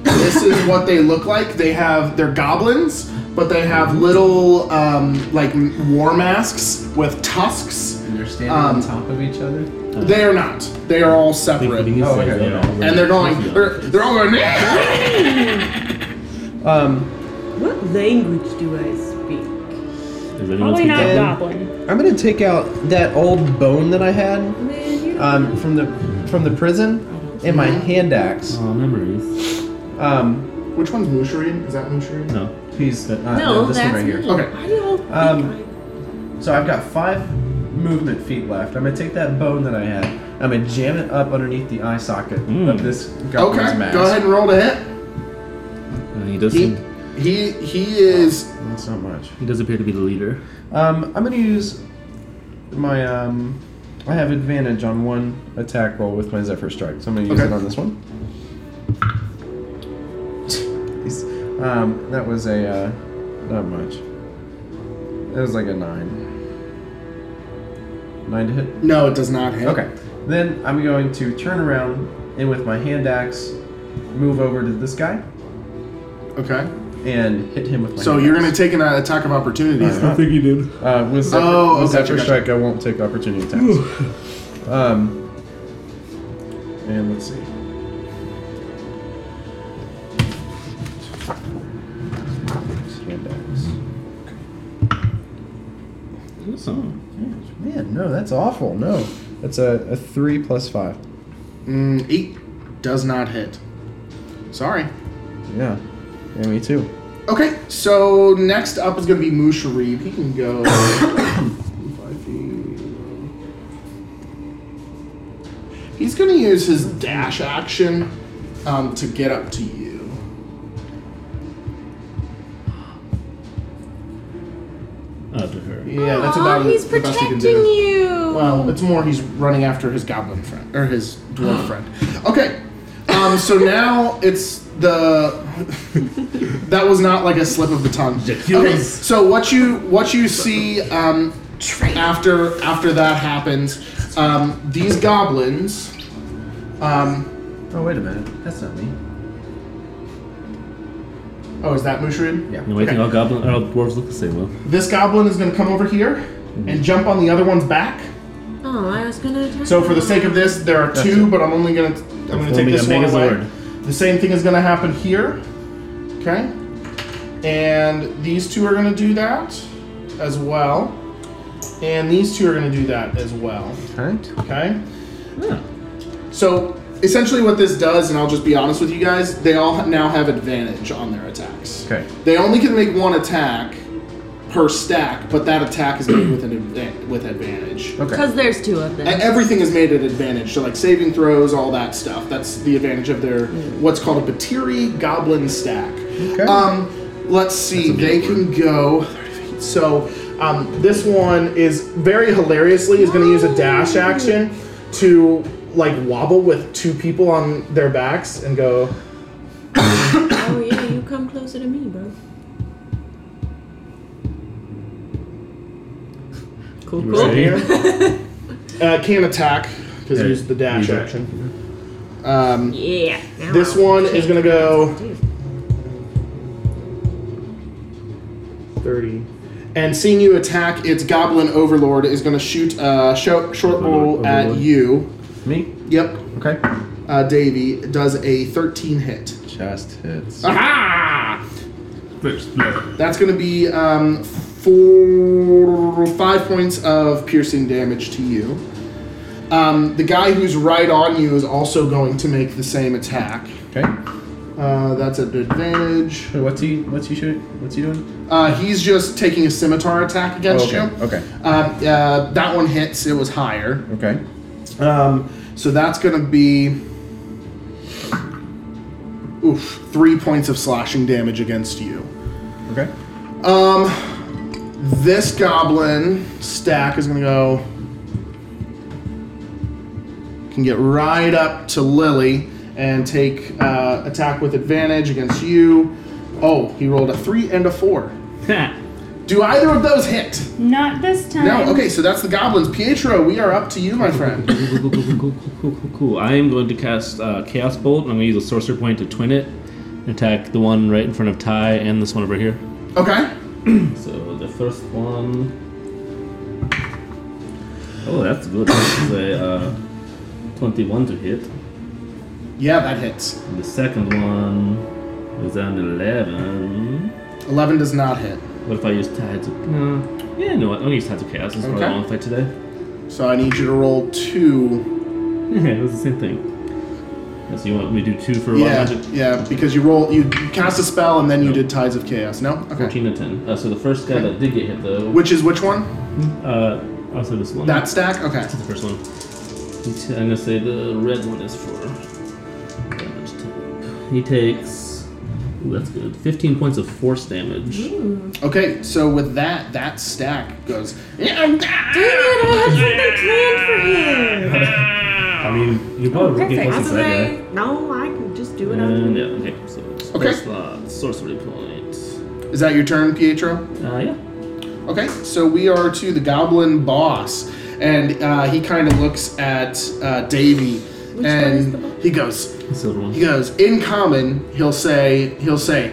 This is what they look like. They have they're goblins, but they have little um, like m- war masks with tusks. And they're standing Um, on top of each other. They are not. They are all separate, and Oh, okay. they're going. They're, they're all going. Um, What language do I speak? Probably not dead. goblin. I'm gonna take out that old bone that I had um, from the from the prison and my hand axe. Oh, memories. Um, Which one's Mushirin? Is that Mushirin? No. he's uh, no, No, this one that's right here. me. Okay. Um, so I've got five movement feet left. I'm gonna take that bone that I had. I'm gonna jam it up underneath the eye socket Mm. of this Hmm. Okay. goblin's mask. Go ahead and roll to hit. Uh, he does. He Seem, Hmm. he he is That's not much. he does appear to be the leader. Um, I'm gonna use my um. I have advantage on one attack roll with my Zephyr Strike, so I'm gonna use Okay. it on this one. These- um, that was a uh, not much. That was like a nine. Nine to hit. no, it does not hit. Okay. Then I'm going to turn around and with my hand axe, move over to this guy Okay. and hit him with my. So hand you're axe. gonna take an uh, attack of opportunity. Uh-huh. think he did. Uh, with Zephyr, Oh, with okay, Zephyr gotcha. Strike, I won't take opportunity attacks. um, and let's see. Hand axe. Man, no, that's awful. No, that's a, a three plus five. Mm, eight does not hit. Sorry. Yeah, yeah, me too. Okay, so next up is going to be Musharib. He can go. [COUGHS] five feet. He's going to use his dash action um, to get up to you. uh, to her. Yeah, that's about Aw, he's the best you can protecting do. you. Well, it's more he's running after his goblin friend or his [GASPS] dwarf friend. Okay. Um, so now it's the [LAUGHS] that was not like a slip of the tongue. Okay, so what you what you see um, after after that happens, um, these goblins um, Oh, wait a minute. That's not me. oh is that Mushroom? Yeah. You know, I think all goblin, all dwarves look the same. Well, This goblin is gonna come over here and jump on the other one's back. Oh, I was gonna attack. So for the sake of this, there are two, but I'm only gonna I'm gonna take Forming a this one away. Megazord. The same thing is gonna happen here. Okay. And these two are gonna do that as well. And these two are gonna do that as well. Alright. Okay? So essentially what this does, and I'll just be honest with you guys, they all now have advantage on their attacks. Okay. They only can make one attack per stack, but that attack is made with an advan with advantage. Okay. Because there's two of And them. E-, Everything is made at advantage, so like saving throws, all that stuff. That's the advantage of their what's called a Batiri Goblin stack. Um, let's see, they can go. 30 feet. So um, this one is very hilariously is going to use a dash action to like wobble with two people on their backs and go. Oh yeah, you come closer to me, bro. Cool, You were cool. saying? Uh, can't attack because Yeah, used the dash use that. action. Um, Yeah. now This I'll one is gonna go do. 30. And seeing you attack its goblin overlord is going to shoot a sho- short Overlord, bow at overlord. you. Me? Yep. Okay. Uh, Davy does a 13 hit. Just hits. Aha! First [LAUGHS] blood. That's going to be um, four, five points of piercing damage to you. Um, the guy who's right on you is also going to make the same attack. Okay. Uh, that's at advantage. So What's he? What's he shoot? What's he doing? Uh, he's just taking a scimitar attack Oh, against okay. you. Okay. Um, uh, that one hits. It was higher. Okay. Um, so that's going to be. Oof, three points of slashing damage against you. Okay. Um, this goblin stack is going to go. Can get right up to Lily and take uh, attack with advantage against you. Oh, he rolled a three and a four. Do either of those hit? Not this time. No, okay, so that's the goblins. Pietro, we are up to you, my friend. cool, cool, cool, cool, cool, cool, cool, cool. I am going to cast uh, Chaos Bolt. and I'm going to use a sorcerer point to twin it. and Attack the one right in front of Ty and this one over here. Okay. So the first one. Oh, that's good. That's a uh, 21 to hit. Yeah, that hits. And the second one is an 11. 11 does not hit. What if I use Tides of. No. Yeah, no, I'm going to use Tides of Chaos. It's probably Okay. a long fight today. [LAUGHS] So I need you to roll two. Yeah, it was the same thing. Yeah, so you want me to do two for wild Yeah, magic? yeah, because you roll, you cast a spell and then you did Tides of Chaos. No? Okay. 14 and 10. Uh, so the first guy that did get hit, though. Which is which one? Uh, also this one. That stack? Okay. the first one. I'm gonna say the red one is for damage type. He takes. Ooh, that's good. 15 points of force damage. Okay, so with that, that stack goes. I mean, you probably would get close to that guy. No, I can just do it. on And yeah, okay. So spell Okay. slot, sorcery point. Is that your turn, Pietro? Uh, yeah. Okay, so we are to the goblin boss, and uh, he kind of looks at uh, Davy, is the and he goes, Silver one. He goes, in common, he'll say, he'll say,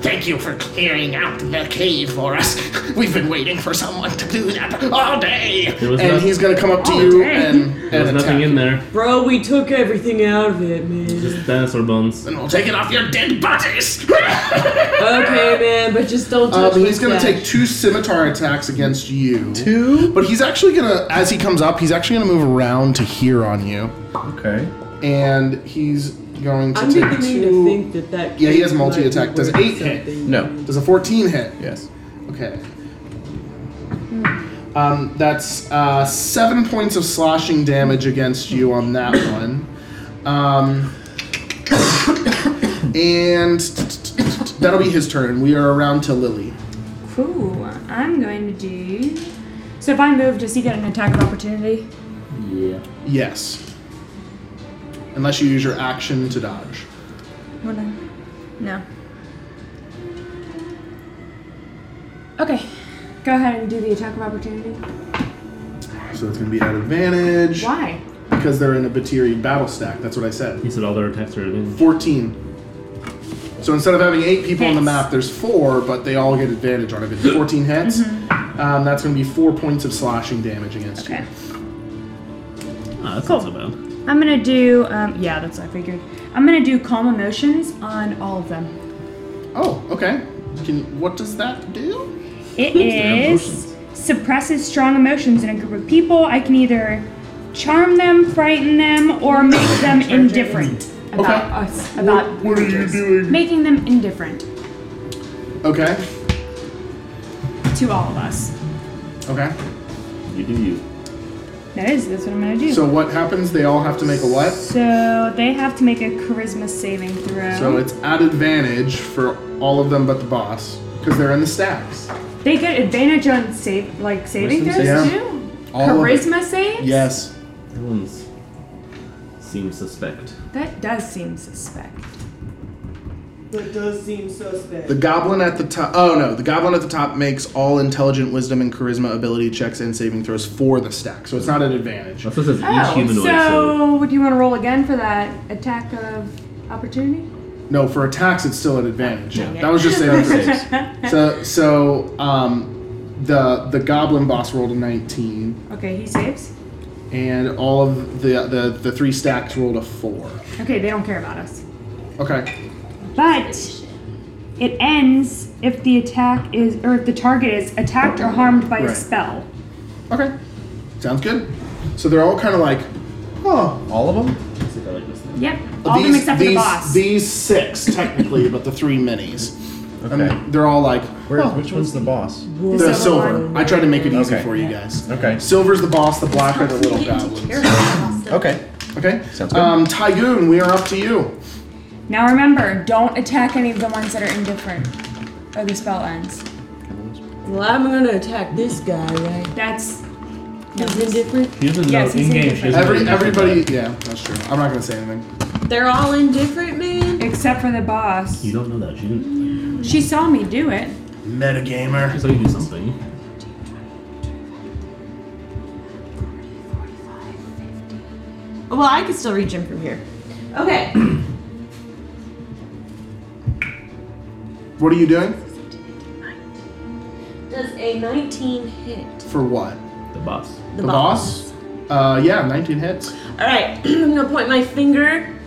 Thank you for clearing out the cave for us. We've been waiting for someone to do that all day. There was And no- he's gonna come up to you and, and There's attack nothing in you. there. Bro, we took everything out of it, man. Just [LAUGHS] dinosaur bones. And we'll take it off your dead bodies. Okay, man, but just don't touch [LAUGHS] um, my he's gonna stash. take two scimitar attacks against you. Two. But he's actually gonna, as he comes up, he's actually gonna move around to here on you, Okay. and he's going to I'm take beginning to two. think that that. Yeah, he kid has multi-attack. might be Does worth eight hit? something. No. Does a 14 hit? Yes. Okay. Um, that's uh, seven points of slashing damage against you on that one. Um, and that'll be his turn. We are around to Lily. Ooh, I'm going to do. So if I move, does he get an attack of opportunity? Yeah. Yes. Unless you use your action to dodge. Hold on. No. Okay, go ahead and do the attack of opportunity. So it's going to be at advantage. Why? Because they're in a Batiri battle stack. That's what I said. He said all their attacks are advantage. 14. So instead of having eight people on the Hits. map, there's four, but they all get advantage on it. If it's 14 hits, um, that's going to be four points of slashing damage against Okay. Ah, that's not so bad. I'm gonna do. Um, yeah, that's what I figured. I'm gonna do calm emotions on all of them. you. Oh, okay. Can what does that do? It is suppresses strong emotions in a group of people. I can either charm them, frighten them, or make them indifferent about us. About What are you doing? making them indifferent Okay. to all of us. Okay. You do you. That is. That's what I'm gonna do. So what happens? They all have to make a what? So they have to make a charisma saving throw. So it's at advantage for all of them but the boss because they're in the stacks. they get advantage on save, like saving Charisma throws saves? too. All of it. charisma saves. Yes. That one's seems suspect. That does seem suspect. That does seem suspect. The goblin at the top. Oh no, the goblin at the top makes all intelligent, wisdom, and charisma ability checks and saving throws for the stack. So it's not an advantage. That's what it says each Oh, humanoid. So, so would you want to roll again for that attack of opportunity? No, for attacks it's still an advantage. Dang it. That was just saving throws. [LAUGHS] so so um, the the goblin boss rolled a nineteen, Okay, he saves. and all of the the, the three stacks rolled a four. Okay, they don't care about us. Okay. But it ends if the attack is, or if the target is attacked or harmed by a Right. spell. Okay. Sounds good. So they're all kind of like, oh, All of them? let's see if I like this now. Yep, all of them except for the these- boss. These six, technically, but the three minis. Okay. And they're all like, Where, oh, which one's the boss? the, The silver silver. one. I tried to make it easy Okay. for you guys. Okay. Silver's the boss, the black are the little goblins. Okay. Okay? Sounds good. Um, Tygoon, we are up to you. now remember, don't attack any of the ones that are indifferent, or the spell ends. Well, I'm gonna attack this guy, right? That's He's indifferent. He doesn't Yes, know he's in game. indifferent. Every, everybody, yeah, that's true. I'm not going to say anything. They're all indifferent, man. except for the boss. You don't know that. She didn't. She saw me do it. She Metagamer. saw you do something. Well, I can still reach him from here. Okay. [CLEARS THROAT] What are you doing? Does a 19 hit? For what? The boss. The, boss? Uh, yeah, 19 hits. All right, [CLEARS THROAT] I'm gonna point my finger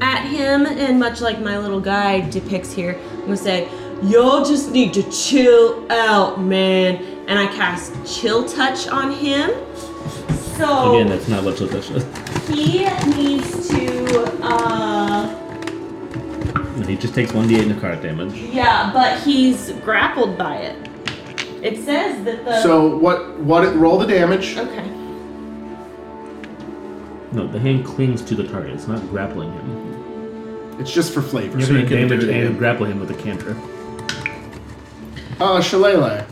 at him, and much like my little guy depicts here, I'm gonna say, "Y'all just need to chill out, man." And I cast Chill Touch on him, Oh. so Again, that's not what that shit. he needs to, uh, No, he just takes 1d8 necrotic damage. yeah, but he's grappled by it. It says that the So what, what, it, roll the damage. okay. No, the hand clings to the target. It's not grappling him. It's just for flavor. You so can you can damage do it and again. grapple him with a cantrip. Uh, Shillelagh.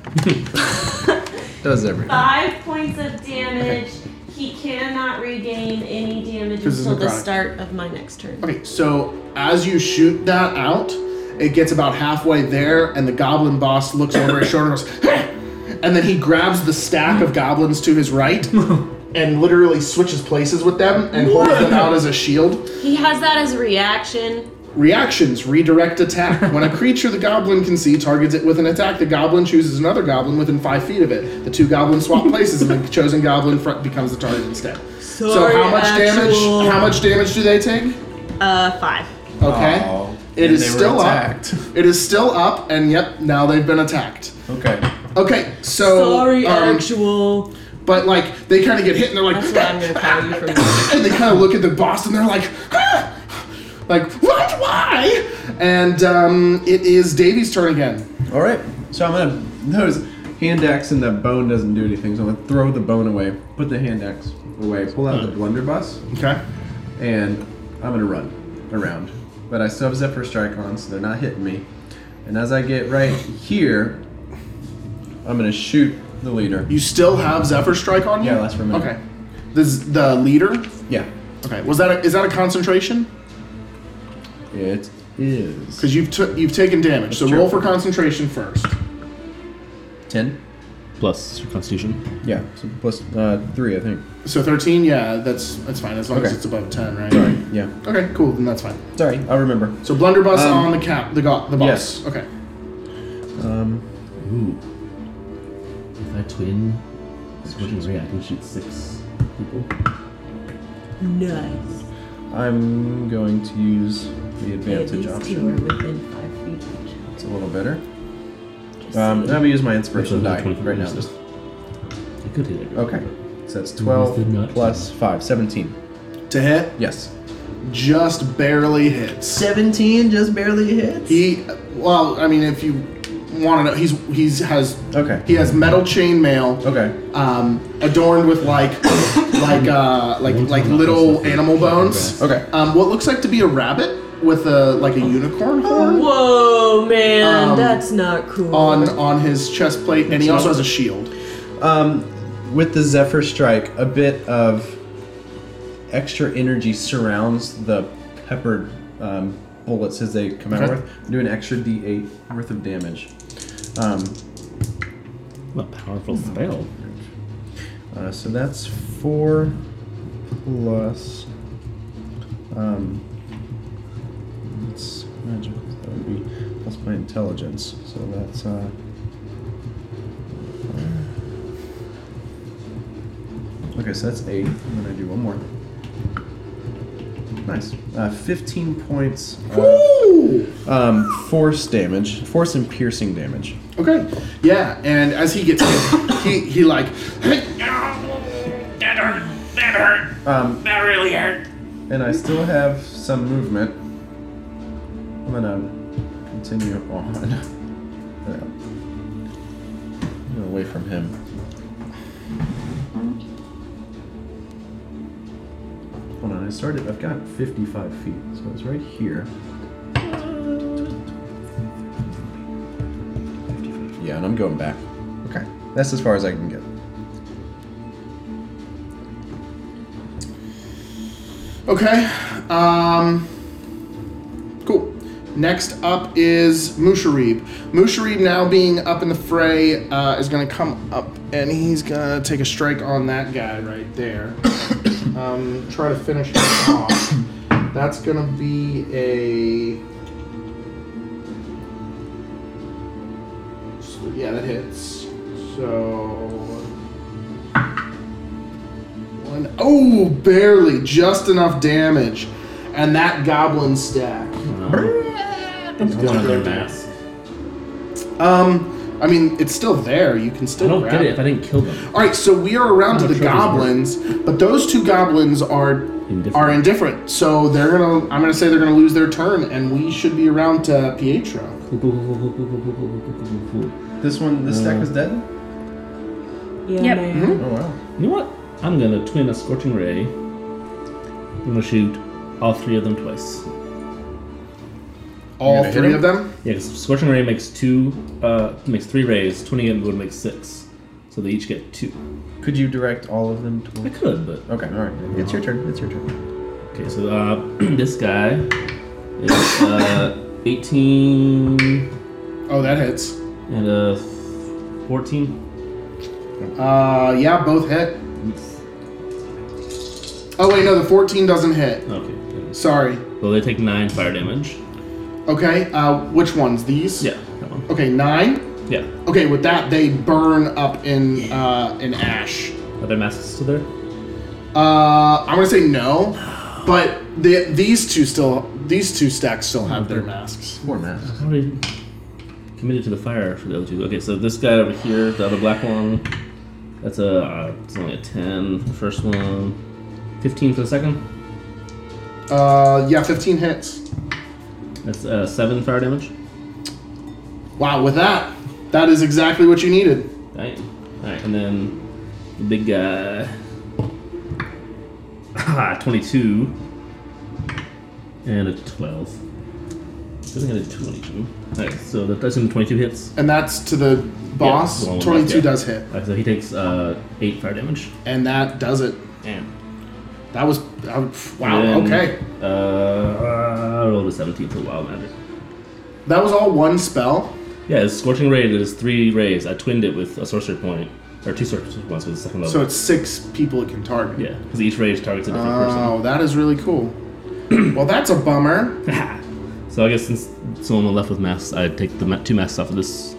Does everything. Five points of damage. He cannot regain any damage This is until the necrotic. start of my next turn. Okay, so as you shoot that out, it gets about halfway there, and the goblin boss looks over his shoulder and goes, "Hey!" and then he grabs the stack of goblins to his right and literally switches places with them and holds them out as a shield. He has that as a reaction. Reactions redirect attack. When a creature the goblin can see targets it with an attack, the goblin chooses another goblin within five feet of it. The two goblins [LAUGHS] swap places, and the chosen goblin front becomes the target instead. so, how Sorry, much actual- damage? How much damage do they take? Uh, five. Okay. It Aw. Oh, And is they were still attacked. up. It is still up, and yep, now they've been attacked. Okay. Okay, so Sorry, um, actual. but like they kind of get hit, and they're like, That's what I'm gonna call you from now. [LAUGHS] and they kind of look at the boss, and they're like, "Ah!" like what? Why? And um, it is Davy's turn again. All right. So I'm gonna those hand axe and the bone doesn't do anything. So I'm gonna throw the bone away, put the hand axe away, pull out the blunderbuss, Okay. and I'm gonna run around. But I still have Zephyr Strike on, so they're not hitting me. And as I get right here, I'm gonna shoot the leader. You still have Zephyr Strike on you? Yeah, it lasts for a minute. Okay. The, z- the leader? Yeah, Okay. Was that a, is that a concentration? it is Because you've t- you've taken damage. So Sure. roll for concentration first. ten. Plus your constitution. Yeah, so plus uh, three, I think. So thirteen, yeah, that's that's fine as long as Okay. it's above ten, right? Yeah, Okay, cool. Then that's fine. sorry, I remember. So blunderbuss Um, on the cap, the go- the boss. yes. Okay. Um, Ooh. If I twin, switching ray, I can shoot six people. Nice. I'm going to use the Okay, advantage these two are option. within five feet of each other. It's a little better. Um, I'm gonna use my inspiration die right now. Just I could hit it. okay. So that's 12 not- plus 5, 17. To hit, Yes. just barely hits. 17 just barely hits? He, well, I mean, if you want to know, he's he's has Okay. he has metal chainmail. Okay. Um, adorned with like [COUGHS] like uh like like little animal bones. Okay. Um, what looks like to be a rabbit with a like a unicorn horn. Whoa, man, Um, that's not cool. on on his chest plate, and he also has a shield. Um, with the Zephyr Strike, a bit of extra energy surrounds the peppered um, bullets as they come out Okay. with. Do an extra d8 worth of damage. Um, What a powerful spell. Uh, so that's four plus. Um, that's magic. That would be plus my intelligence. So that's uh. Okay, so that's eight. And then I do one more. Nice. Uh, Fifteen points of Ooh. um, force damage, force and piercing damage. Okay. Yeah, and as he gets hit, he he like Um, that really hurt. And I still have some movement. I'm gonna continue on. [LAUGHS] There. Get Away from him. Hold on, I started. I've got 55 feet, so it's right here. Yeah, and I'm going back. Okay, that's as far as I can get. okay. Um cool. Next up is Musharib. Musharib now being up in the fray uh, is going to come up and he's going to take a strike on that guy right there. [COUGHS] um, try to finish him off. That's going to be a So, yeah, that hits. So. One. Oh, barely. Just enough damage. And that goblin stack. It's going on their mask. Um, I mean, it's still there. You can I still don't grab get it if I didn't kill them. All right, so we are around to I'm the not sure if this goblins, but those two goblins are Indifferent. are indifferent. So they're gonna. I'm gonna say they're gonna lose their turn, and we should be around to Pietro. You This one, this stack is dead? yeah, Yep. man. Mm-hmm. Oh wow. know what? I'm gonna twin a scorching ray. I'm gonna shoot all three of them twice. All gonna hit three him? of them. Yeah, 'cause scorching ray makes two, uh, makes three rays. Twinning it would make six, so they each get two. Could you direct all of them I to? could, but Okay, all right. It's your turn. It's your turn. okay. So uh, [CLEARS THROAT] this guy is uh, 18 Oh, that hits. and uh, 14. Uh, yeah, both hit. Oh wait, no, the 14 doesn't hit. Okay. Sorry. So they take nine fire damage. Okay. Uh, which ones? These. Yeah, that one. Okay, nine. Yeah. Okay, with that they burn up in uh, in ash. Are their masks still there? Uh, I'm gonna say no, but the, these two still these two stacks still have their masks. Four masks. I already committed to the fire for the other two. Okay, so this guy over here, the other black one, that's a uh, it's only a 10 for the first one, 15 for the second. Uh, yeah, 15 hits. That's uh, seven fire damage. Wow, with that, that is exactly what you needed. Right. All right, and then the big guy, [LAUGHS] ah, 22 and a 12. I think I did 22. Alright, so that- that's in 22 hits. And that's to the boss. the one with that, 22 yeah. does hit. Alright, so he takes uh, 8 fire damage. And that does it. Damn. That was. Uh, wow, And then, okay. Uh, I rolled a 17 for Wild Magic. That was all one spell. Yeah, it's Scorching Ray. There's three rays. I twinned it with a sorcery point, or two sorcery points with the second level. So it's six people it can target. yeah, because each rage targets a different Oh, that is really cool. [CLEARS THROAT] well, that's a bummer. person. [LAUGHS] So I guess since it's only left with masks, I take the ma- two masks off of this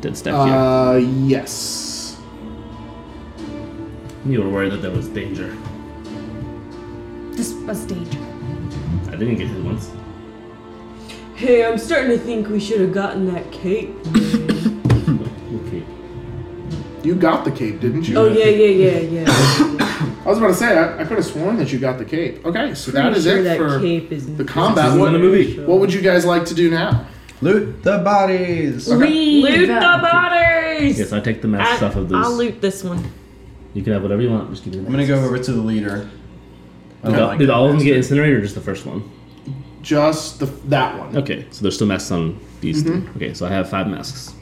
dead stack. yeah, Uh, yes. you were worried that there was danger. This was dangerous. I didn't get hit once. Hey, I'm starting to think we should have gotten that cape. man. Okay. You got the cape, didn't you? oh yeah, yeah, yeah, yeah. I was about to say, I, I could have sworn that you got the cape. Okay, so [LAUGHS] that Pretty is sure it that for cape is the combat. This What, isn't a movie. what would you guys like to do now? Loot the bodies. Leave. Loot the bodies! Yes, I take the masks off of this. I'll loot this one. You can have whatever you want. Just give me. The I'm gonna go over to the leader. I Did, don't all- like did that all of them get bastard. incinerated, or just the first one? Just the that one. Okay, so there's still masks on these. three. Okay, so I have five masks.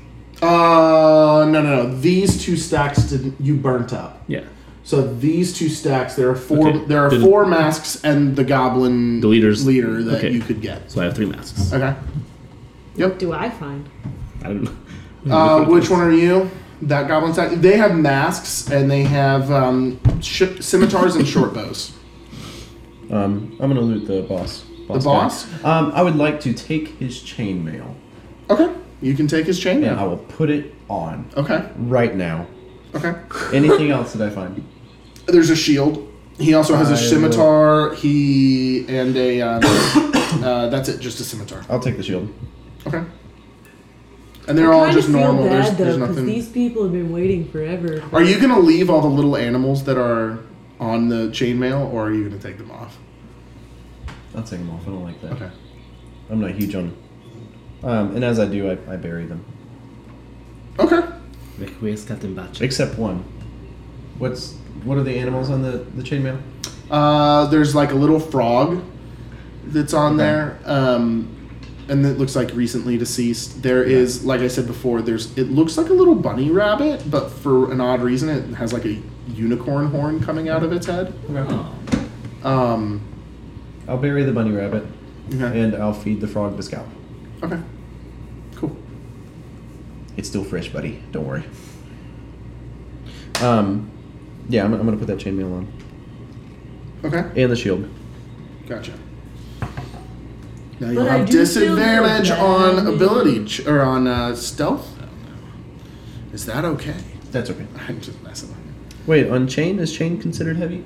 Uh, no, no, no. These two stacks did you burnt up. Yeah. So these two stacks, there are four. Okay. There are Did- four masks and the goblin The leaders- leader that okay. you could get. So I have three [LAUGHS] masks. Okay. Do I find? I don't know. Uh, which one are you? That goblin stack. They have masks and they have um, sh- scimitars and short bows. Um, I'm gonna loot the boss. boss guy. boss? Um, I would like to take his chainmail. Okay. You can take his chain. and I will put it on Okay. right now. Okay. Anything else that I find? There's a shield. He also has a I scimitar. He and a. Um, [COUGHS] uh, that's it. Just a scimitar. I'll take the shield. Okay. And they're all Kinda just feel normal. bad, There's, though, there's 'cause nothing. These people have been waiting forever. Are you gonna leave all the little animals that are on the chainmail, or are you gonna take them off? I'll take them off. I don't like that. Okay. I'm not huge on. Um, and as I do, I, I bury them. Okay. Request Captain Batch. Except one. What's what are the animals on the the chainmail? Uh, there's like a little frog that's on Okay. there, um, and it looks like recently deceased. There is, like I said before, there's it looks like a little bunny rabbit, but for an odd reason, it has like a unicorn horn coming out of its head. Oh. Um, I'll bury the bunny rabbit, okay. and I'll feed the frog the scalp. Okay. Cool. It's still fresh, buddy. Don't worry. Um, yeah, I'm, I'm gonna put that chainmail on Okay. and the shield. Gotcha. Now you'll I have do feel disadvantage bad. on ability ch- or on uh, stealth. Is that okay? [LAUGHS] That's okay. I'm just messing with you. Wait, on chain is chain considered heavy?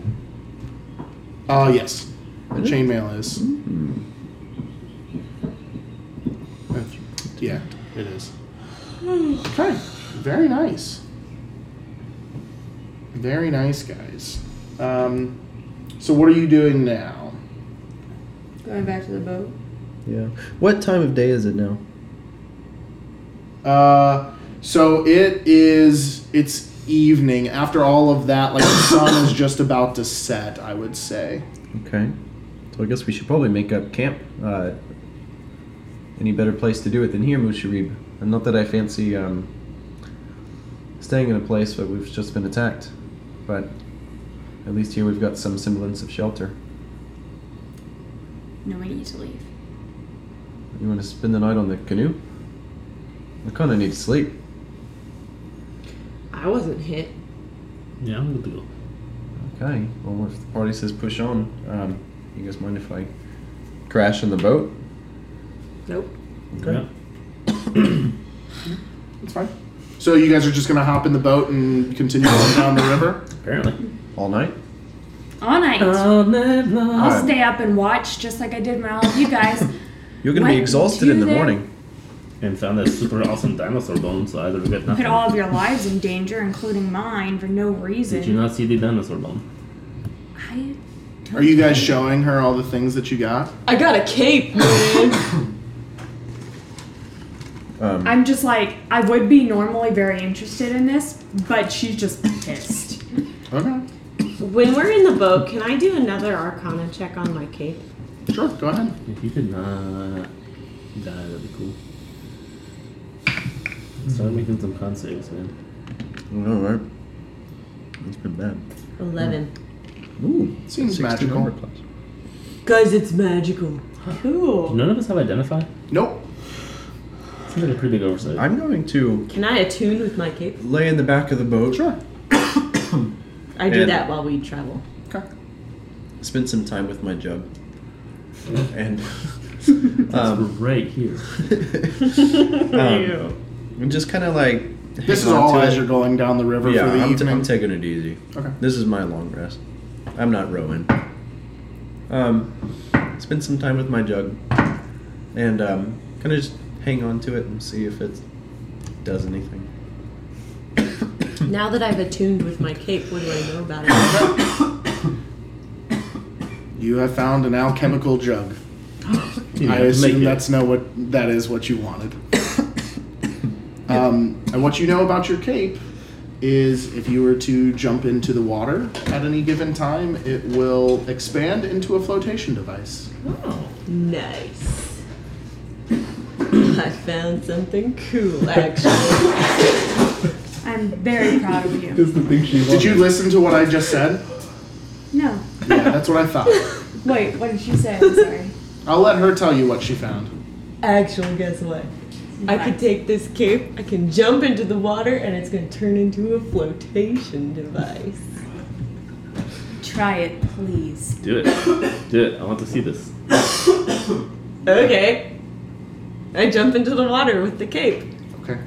Oh, yes. The chainmail is. Yeah, it is. Okay. Very nice. Very nice, guys. Um, so, what are you doing now? Going back to the boat. Yeah. What time of day is it now? Uh, so it is. It's evening. After all of that, like the sun is just about to set. I would say. Okay. So I guess we should probably make up camp. Uh, any better place to do it than here, Musharib? And not that I fancy um, staying in a place where we've just been attacked, but at least here we've got some semblance of shelter. No, we need to leave. You want to spend the night on the canoe? I kind of need to sleep. I wasn't hit. Yeah, I'm good to go. Okay. Well, if the party says push on, um, you guys mind if I crash in the boat? Nope. Yeah. It's fine. So you guys are just gonna hop in the boat and continue on down the river. Apparently. All night? All night. Oh. All Um, uh, night long. All right. I'll stay up and watch just like I did when I was you guys. [LAUGHS] You're going to Why be exhausted do in the that? morning. And found that super awesome dinosaur bone, so I either regret nothing. Put all of your lives in danger, including mine, for no reason. Did you not see the dinosaur bone? I don't Are you guys showing her all the things that you got? I got a cape, man. Um, I'm just like, I would be normally very interested in this, but she's just pissed. [LAUGHS] Okay. when we're in the boat, can I do another Arcana check on my cape? Sure. Go ahead. If you could not. die, that'd be cool. Start making some con saves, man. All right. It's been bad. 11. Ooh, Seems 60 magical. number class. Guys, it's magical. Do none of us have identify? Nope. Seems like a pretty big oversight. I'm going to Can I attune with my cape? lay in the back of the boat. Sure. I do And- that while we [LAUGHS] travel. Spend some time with my jug. [LAUGHS] And We're right here. [LAUGHS] um, and just kind of like. hang This is on all to as it. you're going down the river Yeah, for the I'm, t- evening. I'm taking it easy. Okay. This is my long rest. I'm not rowing. Um, spend some time with my jug, and um, kind of just hang on to it and see if it does [COUGHS] anything. Now that I've attuned with my cape, what do I know about it? you have found an alchemical jug. You I know, to make assume it- that's no what that is what you wanted. um, and what you know about your cape is if you were to jump into the water at any given time, it will expand into a flotation device. nice. I found something cool, actually. I'm very proud of you. Did you listen to what I just said? No. Yeah, that's what I thought. Wait, what did she say? I'm sorry. I'll let her tell you what she found. [LAUGHS] Actual, guess what? I could take this cape, I can jump into the water, and it's gonna turn into a flotation device. Try it, please. Do it. Do it. I want to see this. okay. I jump into the water with the cape. Okay.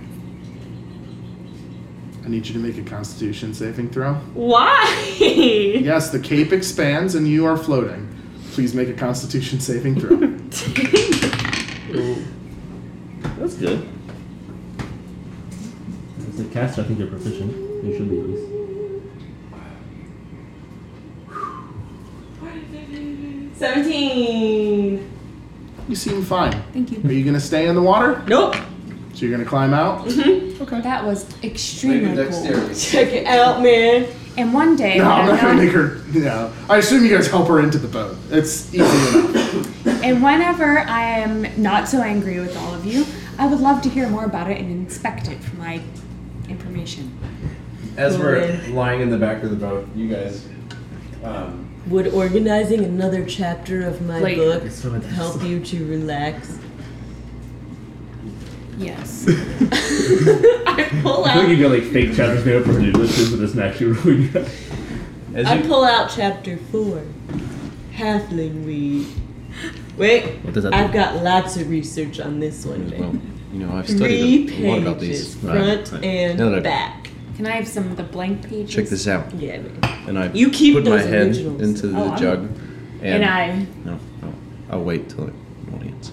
I need you to make a constitution saving throw. Why? [LAUGHS] Yes, the cape expands and you are floating. Please make a constitution saving throw. That's good. As a caster, I think you're proficient. You should be at least. 17. You seem fine. Thank you. Are you gonna stay in the water? Nope. So you're gonna climb out? That was extremely cool. Check it out, man. And one day, No, when I'm I'm not gonna not- make her. No, I assume you guys help her into the boat. It's easy enough. and whenever I am not so angry with all of you, I would love to hear more about it and inspect it for my information. As we're lying in the back of the boat, you guys. Um, Would organizing another chapter of my Like- book so interesting. help you to relax? [LAUGHS] Yes. [LAUGHS] I pull I think out. you got like fake chapters made up for new listeners, but it's not actually really good. as I you, pull out chapter four. Halfling weed. Wait. What does that I've do? got lots of research on this one. man. you know, I've Three studied a pages, lot about these. front right. and No, no. back. Can I have some of the blank pages? Check this out. Yeah, man. And I You keep put my those head originals. into the Oh, I'm- jug. And I No, no. I'll wait till it audience.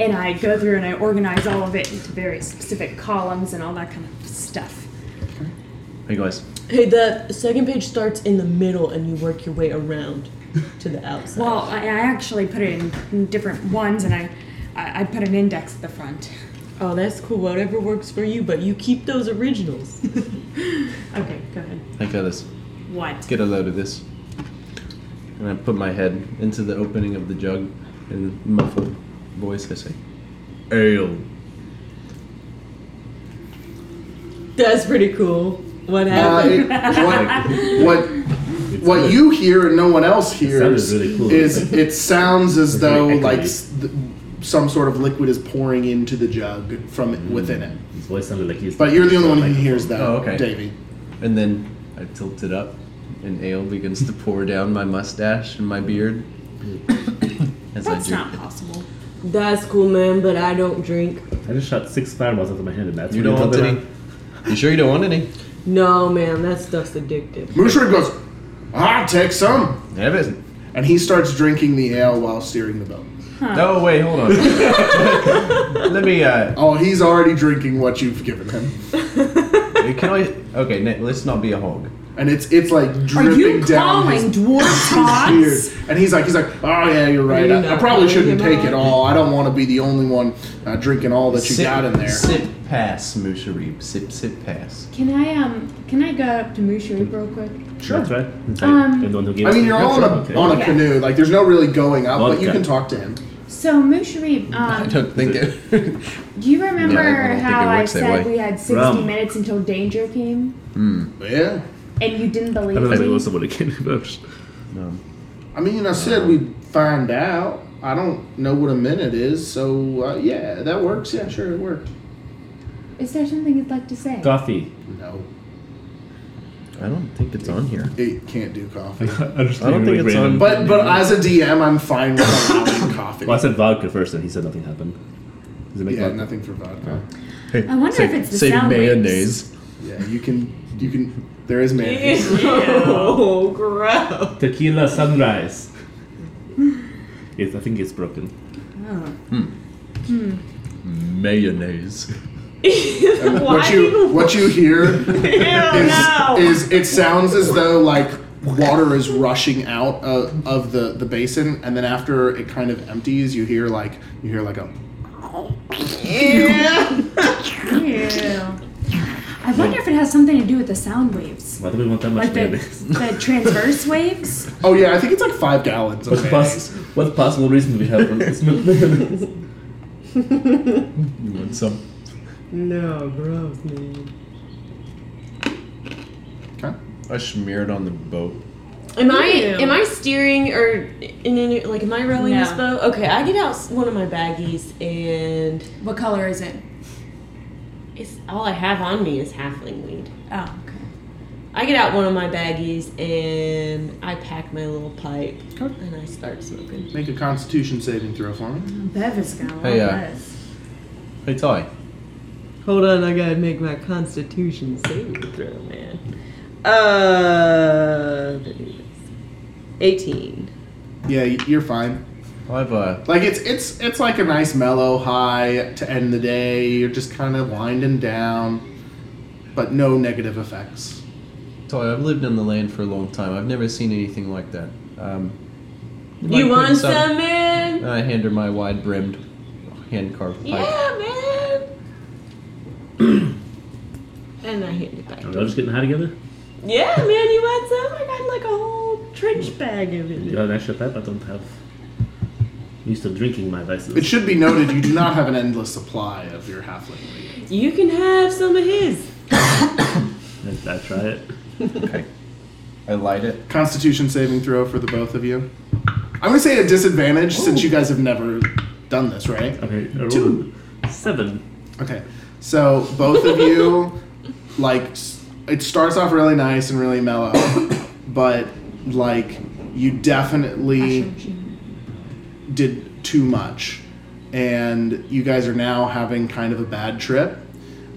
and I go through and I organize all of it into very specific columns and all that kind of stuff. Hey guys. Hey, the second page starts in the middle, and you work your way [LAUGHS] around to the outside. Well, I, I actually put it in, in different ones, and I, I I put an index at the front. [LAUGHS] oh, that's cool. Whatever works for you, but you keep those originals. [LAUGHS] Okay, go ahead. Hey fellas. What? Get a load of this. And I put my head into the opening of the jug and muffled voice I say, Ale. that's pretty cool. What Uh, happened? it- what, what, what you hear and no one else hears really cool. is it sounds as It's though really like echoey. s- th- some sort of liquid is pouring into the jug from Mm. within it. His voice sounded like he's. But you're the only one who hears that, Oh, okay. Davey. And then I tilt it up and ale begins to pour down my mustache and my beard. as I That's drink. not possible. That's cool, man, but I don't drink. I just shot six fireballs out of my hand, and that's You what don't want did any? You sure you don't want any? No, man, that stuff's addictive. Mushroom goes, I'll take some. Have it. And he starts drinking the ale while steering the boat. No, wait, hold [LAUGHS] on. Let me, uh, Oh, he's already drinking what you've given him. can I, okay, na- let's not be a hog. And it's it's like dripping down his [LAUGHS] dwarf beard. And he's like, he's like, oh yeah, you're right. I, I probably shouldn't take it all. I don't want to be the only one uh, drinking all that you Sip- got in there. Sip pass, Musharib. Sip, sip pass. Can I um? Can I go up to Musharib real quick? Sure. That's right. That's right. Um, You're the one who gave I us mean, the- you're all on a Okay. on a Okay. canoe. Like, there's no really going up, but you Vodka. can talk to him. So Musharif, I um, don't think it. do you remember Yeah, I don't think how it I works that said way. we had 60 Rum. minutes until danger came, Yeah. and you didn't I believe don't me? think it was someone again. But I'm just- no. I mean, I said we'd find out. I don't know what a minute is, so uh, yeah, that works. Yeah, sure, it worked. Is there something you'd like to say? [LAUGHS] coffee. No, [LAUGHS] I don't think it's on here. it can't do [LAUGHS] coffee. I just I don't really think it's random. on- But but as a DM, I'm fine with [COUGHS] allowing coffee. Well, I said vodka first, and he said nothing happened. Does it make Yeah, vodka? nothing for vodka. I wonder if it's the say sound waves. mayonnaise. Yeah, you can you can. There is [LAUGHS] mayonnaise. [LAUGHS] Oh, gross. Tequila sunrise. yes, I think it's broken. Mayonnaise. And what you what you hear is, is it sounds as though like water is rushing out of, of the the basin, and then after it kind of empties, you hear like you hear like a Ew. I wonder if it has something to do with the sound waves. Why do we want that much Like the, mayonnaise? [LAUGHS] the transverse waves? oh yeah, I think it's like five gallons. Of What's mayonnaise. poss- [LAUGHS] what possible reason do we have [LAUGHS] for this milk mayonnaise? You want some? No, gross, man. Okay. I smeared on the boat. Am I am I steering or in any, like am I rowing this No. boat? Okay, I get out s- one of my baggies and What color is it? it's all I have on me is halfling weed. Oh, okay. I get out one of my baggies and I pack my little pipe Oh. and I start smoking. Make a Constitution saving throw for me. Bev is gonna love Hey, uh, this. Hey, Ty. Hold on, I gotta make my constitution save. Saving throw, man. Uh, let me do this. eighteen. Yeah, y- you're fine. I've uh, Like it's it's it's like a nice mellow high to end the day. You're just kind of winding down, but no negative effects. Ty. I've lived on the land for a long time. I've never seen anything like that. Um, You like want putting some, man? I hand her my wide-brimmed, hand-carved pipe. Yeah, man. [CLEARS THROAT] and I hand it back. Are we all just getting high together? Yeah, man, you want some? I got like a whole trench bag of You it. got an extra pipe? I don't have. I'm used to drinking my vices. It should be noted you do not have an endless supply of your halfling weed. You can have some of his. I, I try it. Okay. I light it. Constitution saving throw for the both of you. I'm gonna say at a disadvantage since you guys have never done this, right? Okay, I rolled Two. a Seven. Okay, so both of you, like, s- it starts off really nice and really mellow, but like, you definitely did too much, and you guys are now having kind of a bad trip.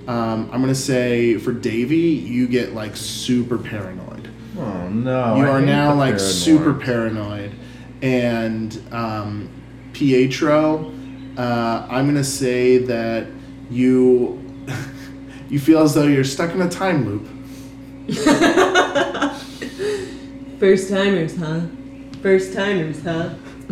Um, I'm gonna say for Davy, you get like super paranoid. Oh no! you I are hate now the like paranoid. super paranoid and um, pietro uh, i'm gonna say that you [LAUGHS] you feel as though you're stuck in a time loop First timers, huh? First timers, huh? [LAUGHS]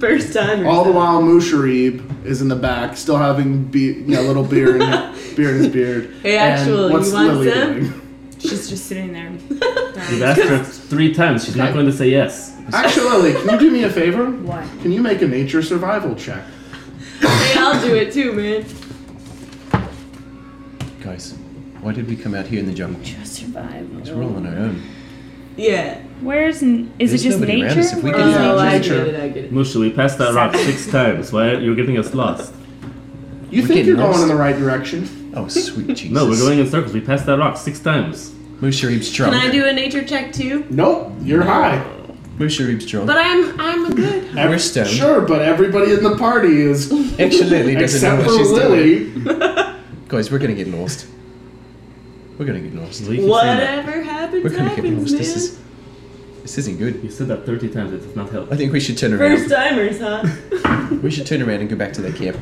First timers. all the huh? while musharib is in the back still having be- a little beer in, [LAUGHS] beer in his beard Hey, And actual, you what's want Lily some? doing? She's just sitting there. You've asked her three times. She's not Okay. going to say yes. actually Lily, can you do me a favor What? can you make a nature survival check Hey, I'll do it too, man. Guys, why did we come out here in the jungle? Just survive. Because we're all on our own. Yeah. Where's n- is There's it just nobody around nature? us if we Where can- is Yeah. Oh, nature? I get nature. it. I get it. Musha, we passed that rock six times. Why are you getting us lost? you think We're getting you're going lost. in the right direction Oh sweet Jesus! No, we're going in circles. We passed that rock six times. Musharib's drunk. Can I do a nature check too? nope you're high Musharib's drunk. But I'm I'm good. Ev- We're stoned. Sure, but everybody in the party is, Actually, Lily doesn't except know what for she's doing. Lily. Guys, we're gonna get lost. We're gonna get lost. Well, you keep saying that. Whatever happens, We're gonna get happens, lost. man. This is this isn't good. You said that 30 times. It does not help. I think we should turn around. First timers, huh? We should turn around and go back to the camp.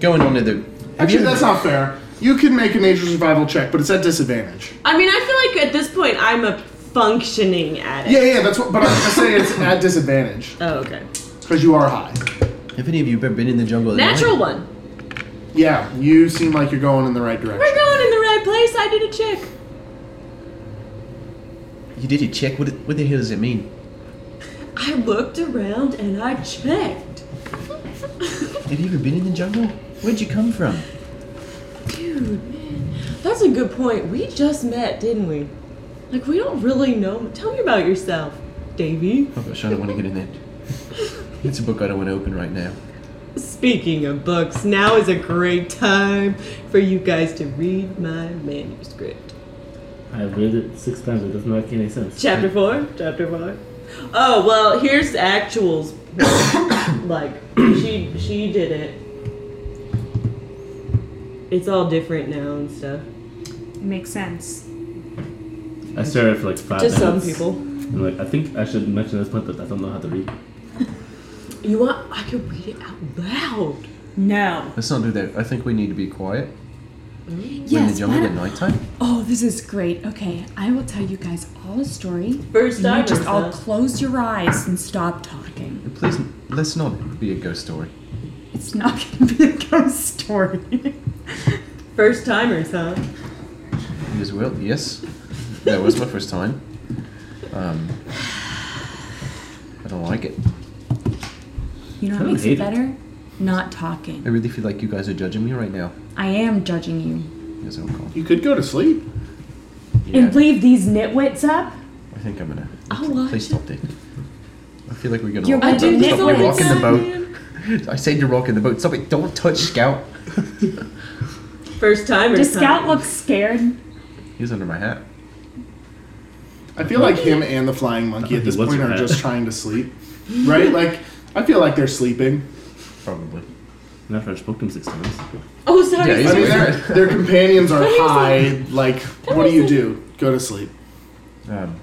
Going on to the. Have Actually, you that's ever, not fair. You can make a nature survival check, but it's at disadvantage. I mean, I feel like at this point I'm a functioning addict. Yeah, yeah, that's what. But I'm just saying it's at disadvantage Oh, okay. because you are high. have any of you ever been in the jungle? at night? Natural one. Yeah, you seem like you're going in the right We're direction. going in the right place. I did a check. You did it. Check. What, what the hell does it mean? I looked around and I checked. Have you ever been in the jungle? Where'd you come from? Dude, man, that's a good point. We just met, didn't we? Like, we don't really know. Tell me about yourself, Davy. Oh gosh, I don't want to get in that. It's a book I don't want to open right now. Speaking of books, now is a great time for you guys to read my manuscript. I've read it six times. It does not make any sense. Chapter 4? Chapter 4. Oh, well, here's the actuals. [COUGHS] like, she she did it. It's all different now and stuff. Makes sense. I started for like five To some minutes. people. I'm like, I think I should mention this point, but I don't know how to read. You want? I can read it out loud. No. Let's not do that. I think we need to be quiet. We're in the Yes. jungle why at not- nighttime. Oh, this is great. Okay, I will tell you guys all a story. First You time. just all close your eyes and stop talking. Please, let's not be a ghost story. It's not [LAUGHS] gonna be a ghost story. First timers, huh? You as well. Yes, that was my first time. Um, I don't like it. you know Kinda what makes hate it it. better? Not I talking. really feel like you guys are judging me right now. I am judging you. Yes, I'll call. You could go to sleep. Yeah, And leave these nitwits up? I think I'm gonna. I'll watch Please stop that. I feel like we're gonna. You're rock the watching boat. Stop, Nicholas. We're rocking the boat. I said you're rocking the boat. Stop it! Don't touch Scout. First timers. Does huh? Scout look scared? He's under my hat. I feel like him and the flying monkey at this What's point are that? just trying to [LAUGHS] sleep, right? Like I feel like they're sleeping. Probably. And after I spoke to him six times. Oh, sorry. Yeah, he's I mean, their, weird. their companions are high. Like, what do you do? Go to sleep. Um,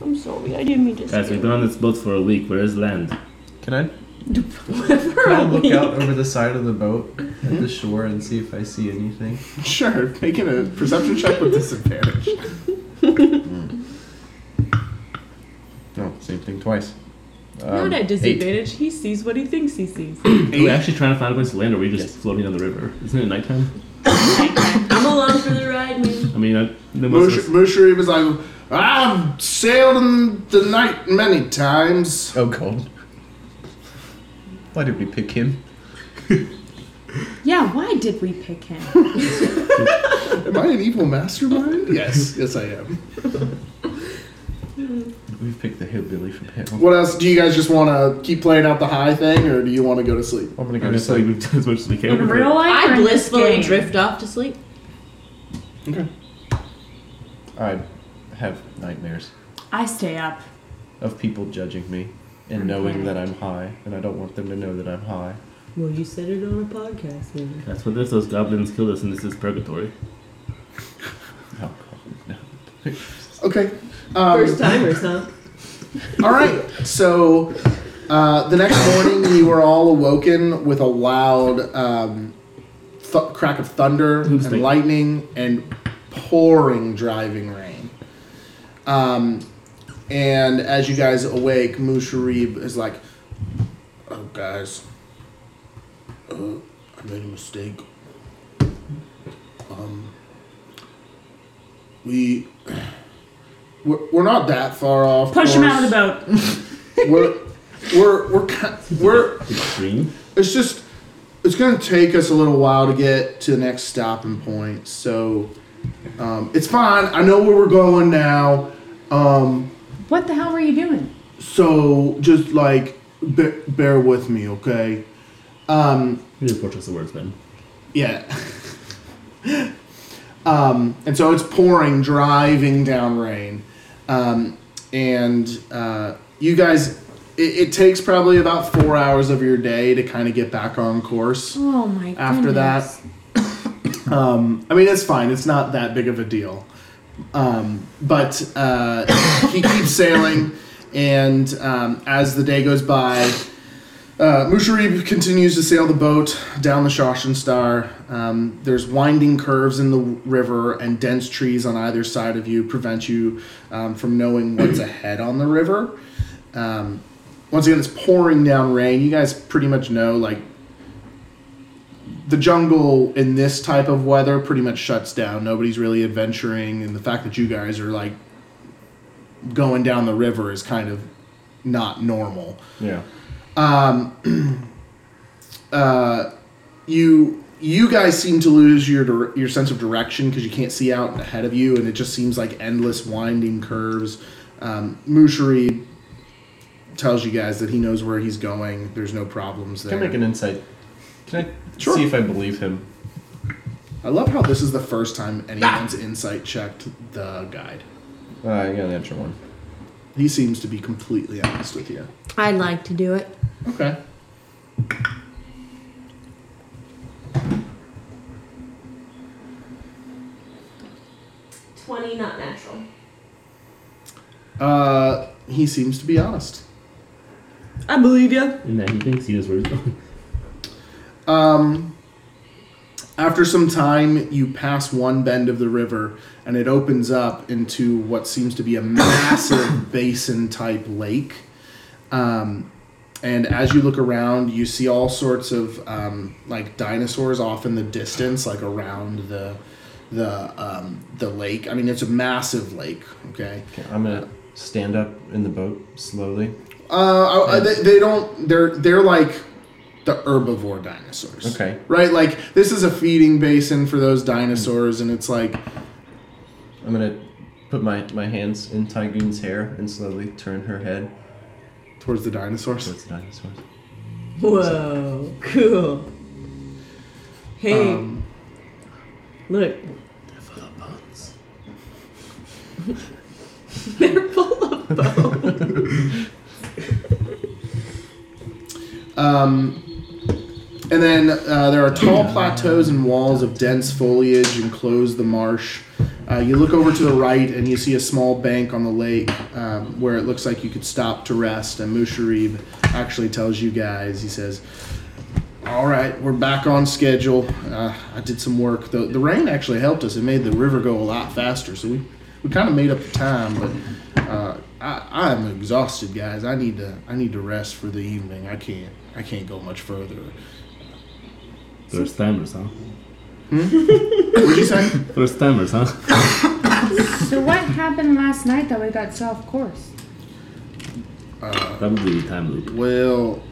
I'm sorry, I didn't mean to Guys, scare [LAUGHS] we've been on this boat for a week. Where is land? can I For Can I a look week. out over the side of the boat at Mm-hmm. the shore and see if I see anything? Sure, making a perception check with disadvantage. No, same thing twice. Not Um, at eight. disadvantage. He sees what he thinks he sees. Are we actually trying to find a place to land, or are we just floating down the river? Isn't it nighttime? I'm along for the ride, man. I mean, I, the most Mush- of us- Mushri was like, I've sailed in the night many times. Oh god. Why did we pick him? Yeah, why did we pick him? Am I an evil mastermind? yes, yes I am. We picked the hillbilly from hell. What else? Do you guys just want to keep playing out the high thing, or do you want to go to sleep? I'm gonna go I'm to just like sleep. we've done as much as we can. In real life? or I in this blissfully game? drift off to sleep. Okay. I have nightmares I stay up. of people judging me and knowing that I'm high, and I don't want them to know that I'm high. Well, you said it on a podcast, man. That's what this. Those goblins killed us, and this is purgatory. Oh god, no. Okay. Um, First timers, huh? All right. So uh, the next morning, you were all awoken with a loud um, th- crack of thunder Who's and they? lightning and pouring driving rain. Um, and as you guys awake, Musharib is like, "Oh, guys, uh, I made a mistake. Um, we." We're, we're not that far off. Push him out of course the boat. we're we're we're ki- we're Extreme. it's just it's gonna take us a little while to get to the next stopping point so um, it's fine i know where we're going now um, What the hell were you doing? so just like be- bear with me okay um, You did fortress of words, man. yeah [LAUGHS] um, and so it's pouring driving down rain um, and uh, you guys it, it takes probably about four hours of your day to kind of get back on course Oh my god. after that. Um, I mean, it's fine. It's not that big of a deal. Um, but uh, he keeps sailing, and um, as the day goes by, uh, Musharib continues to sail the boat down the Shoshan Star. Um, there's winding curves in the river, and dense trees on either side of you prevent you um, from knowing what's ahead on the river. Um, once again, it's pouring down rain. You guys pretty much know, like, the jungle in this type of weather pretty much shuts down. Nobody's really adventuring, and the fact that you guys are like going down the river is kind of not normal. Yeah. Um, uh, you you guys seem to lose your dir- your sense of direction because you can't see out ahead of you, and it just seems like endless winding curves. Um, Mushri tells you guys that he knows where he's going. There's no problems Can I there. make an insight? Can I Sure. see if I believe him? I love how this is the first time Ah! anyone's insight checked the guide. Uh, I got an extra one. He seems to be completely honest with you. I'd like to do it. Okay. Twenty, not natural. Uh, he seems to be honest. I believe you. And that he thinks he knows where he's going. [LAUGHS] Um, after some time, you pass one bend of the river, and it opens up into what seems to be a [COUGHS] massive basin type lake. Um, and as you look around, you see all sorts of um, like dinosaurs off in the distance, like around the the um, the lake. I mean, it's a massive lake. Okay. Okay, I'm gonna stand up in the boat slowly. Uh, I- I- they, they don't. They're they're like the herbivore dinosaurs. Okay. Right. Like this is a feeding basin for those dinosaurs, and it's like I'm gonna put my, my hands in Tygoon's hair and slowly turn her head towards the dinosaurs. towards the dinosaurs. [LAUGHS] Whoa, cool. Hey, Um, look. They're full of bones. They're full of bones. um, and then uh, there are tall plateaus and walls of dense foliage enclose the marsh. Uh, you look over to the right, and you see a small bank on the lake um, where it looks like you could stop to rest. And Musharib actually tells you guys, he says, All right, we're back on schedule. Uh, I did some work. The, the rain actually helped us. It made the river go a lot faster, so we, we kind of made up the time. But uh, I I am exhausted, guys. I need to I need to rest for the evening. I can't I can't go much further. First timers, huh? What'd you say? First timers, huh? [LAUGHS] So [LAUGHS] what happened last night that we got so off course? Probably time loop. well,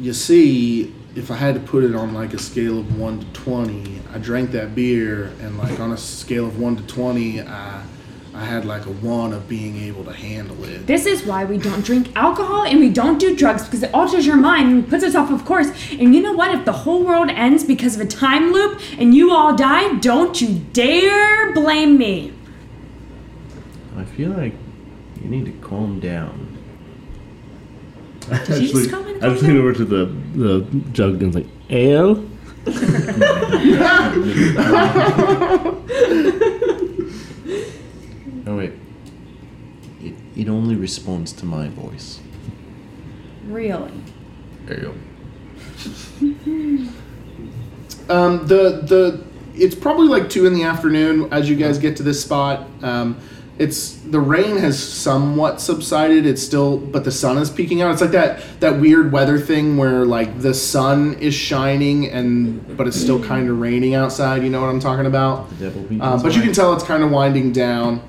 you see, if I had to put it on like a scale of one to twenty, I drank that beer, and like on a scale of one to twenty, I I had like a one of being able to handle it. This is why we don't drink alcohol and we don't do drugs because it alters your mind and puts us off of course. And you know what? If the whole world ends because of a time loop and you all die, don't you dare blame me. I feel like you need to calm down. Did you just come in? I just leaned over to the the jug and was like, ale. Oh wait. It, it only responds to my voice. Really? There you Um, the the it's probably like two in the afternoon as you guys get to this spot. Um, it's the rain has somewhat subsided. It's still, but the sun is peeking out. It's like that that weird weather thing where like the sun is shining and but it's still kind of raining outside. You know what I'm talking about? The devil beat Uh, his but you wife. can tell it's kind of winding down.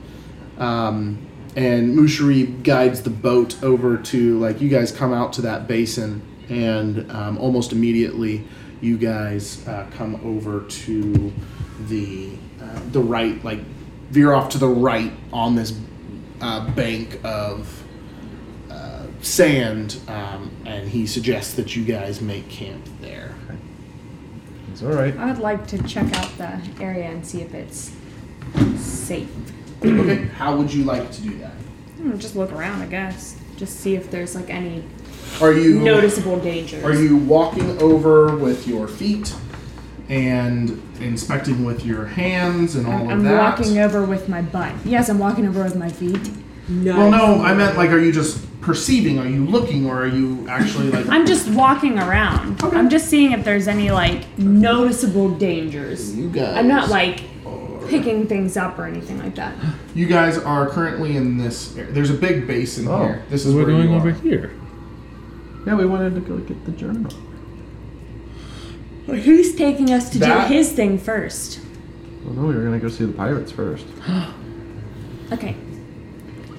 Um, and Musharib guides the boat over to, like, you guys come out to that basin, and um, almost immediately you guys uh, come over to the, uh, the right, like, veer off to the right on this uh, bank of uh, sand, um, and he suggests that you guys make camp there. It's alright. I would like to check out the area and see if it's safe. Okay, how would you like to do that? I don't know, just look around, I guess. Just see if there's like any Are you noticeable dangers. Are you walking over with your feet and inspecting with your hands and all of I'm that? walking over with my butt. Yes, I'm walking over with my feet. Nice. well, no, I meant like, are you just perceiving? Are you looking, or are you actually like? I'm just walking around. I'm just seeing if there's any like noticeable dangers. you guys. I'm not like picking things up or anything like [GASPS] that. You guys are currently in this. ar- There's a big basin Oh. here. This is we're where going you over are. here. Yeah, we wanted to go get the journal. But who's taking us to That- do his thing first? [GASPS] Well no, we were gonna go see the pirates first. Okay.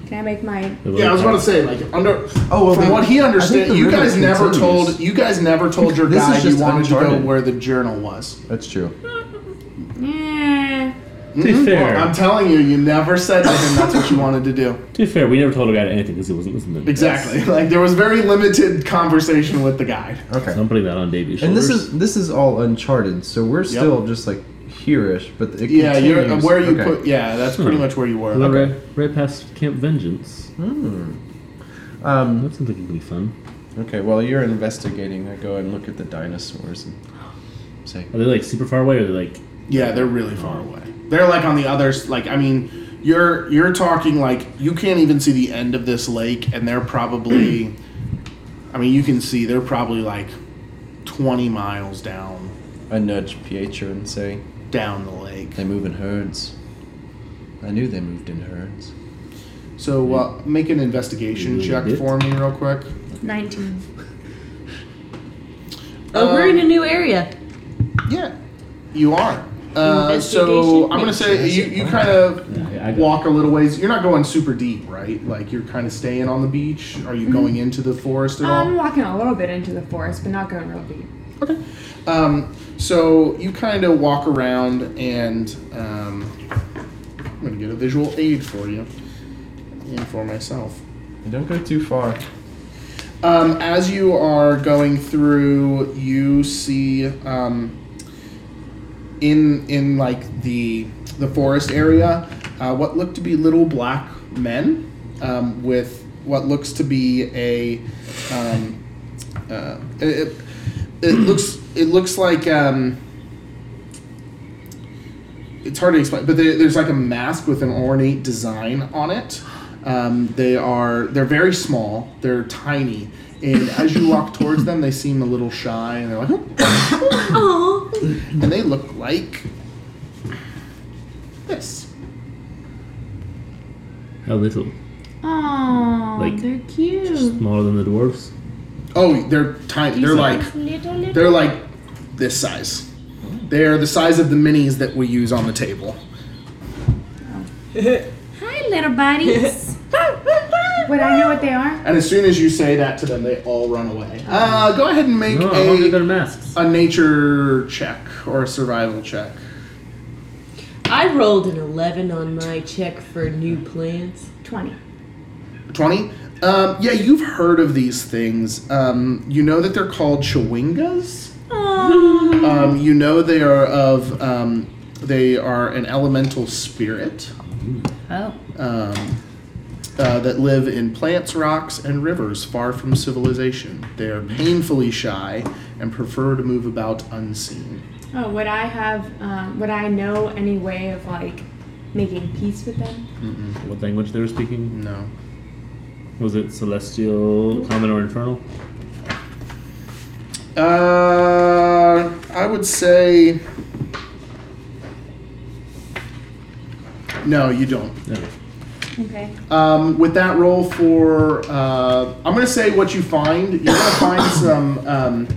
Can I make my? Yeah, I was gonna say like under. Oh, well, from then- what he I think understands, the you riddle guys never continues. told you guys never told your This is guy you just wanted to uncharted. go where the journal was. That's true. Eh, To be fair, Mm-hmm. I'm telling you, you never said to him that's what you wanted to do. to be fair, we never told a guy anything because he wasn't listening. Exactly. Like there was very limited conversation with the guy. Okay. So I'm putting that on Davey's And this shoulders. is this is all uncharted, so we're still just like here-ish, but it Yeah, you're uh, continues. where you Okay. put. Yeah, that's pretty Hmm. much where you were. We're right, right past Camp Vengeance. Hmm. Um, That seems like it could be fun. okay, while you're investigating, I go and look at the dinosaurs and say, Are they like super far away or are they like Yeah, they're really far away. They're like on the other. s- Like I mean, you're you're talking like you can't even see the end of this lake, and they're probably. I mean, you can see they're probably like twenty miles down I nudge Pietro and say, down the lake. they move in herds. I knew they moved in herds. So uh, make an investigation check for me real quick. nineteen. Oh, we're in a new area. Yeah, you are. Uh, so I'm gonna say you, you kind of Yeah, I got walk a little ways. You're not going super deep, right? Like you're kind of staying on the beach. Are you going into the forest at all? Um, I'm walking a little bit into the forest, but not going real deep. Um, so you kind of walk around, and um, I'm going to get a visual aid for you and for myself. They don't go too far. Um, as you are going through, you see um, in in like the the forest area uh, what look to be little black men um, with what looks to be a um, uh, it, it- it looks it looks like um, it's hard to explain, but there- there's like a mask with an ornate design on it. Um, they are they're very small, they're tiny, and as you walk towards them, they seem a little shy, and they're like, Oh, and they look like this. how little? Aww, Like- they're cute. Smaller than the dwarves? Oh, they're tiny. They're like little, little. they're like this size. They are the size of the minis that we use on the table. Hi, little buddies. [LAUGHS] Would I know what they are? And as soon as you say that to them, they all run away. Uh, go ahead and make No, I want their a, masks. a nature check or a survival check. I rolled an 11 on my check for new plants. Twenty. 20 um, yeah you've heard of these things um, you know that they're called chewingas um, you know they are of um, they are an elemental spirit Oh. um, uh, that live in plants rocks and rivers far from civilization they are painfully shy and prefer to move about unseen Oh, would I have? Um, would I know any way of like making peace with them? What language they were speaking? no Was it celestial, common, or infernal? Uh, I would say. No, you don't. Okay. Okay. Um, with that roll for, uh, I'm gonna say what you find. You're gonna find some um,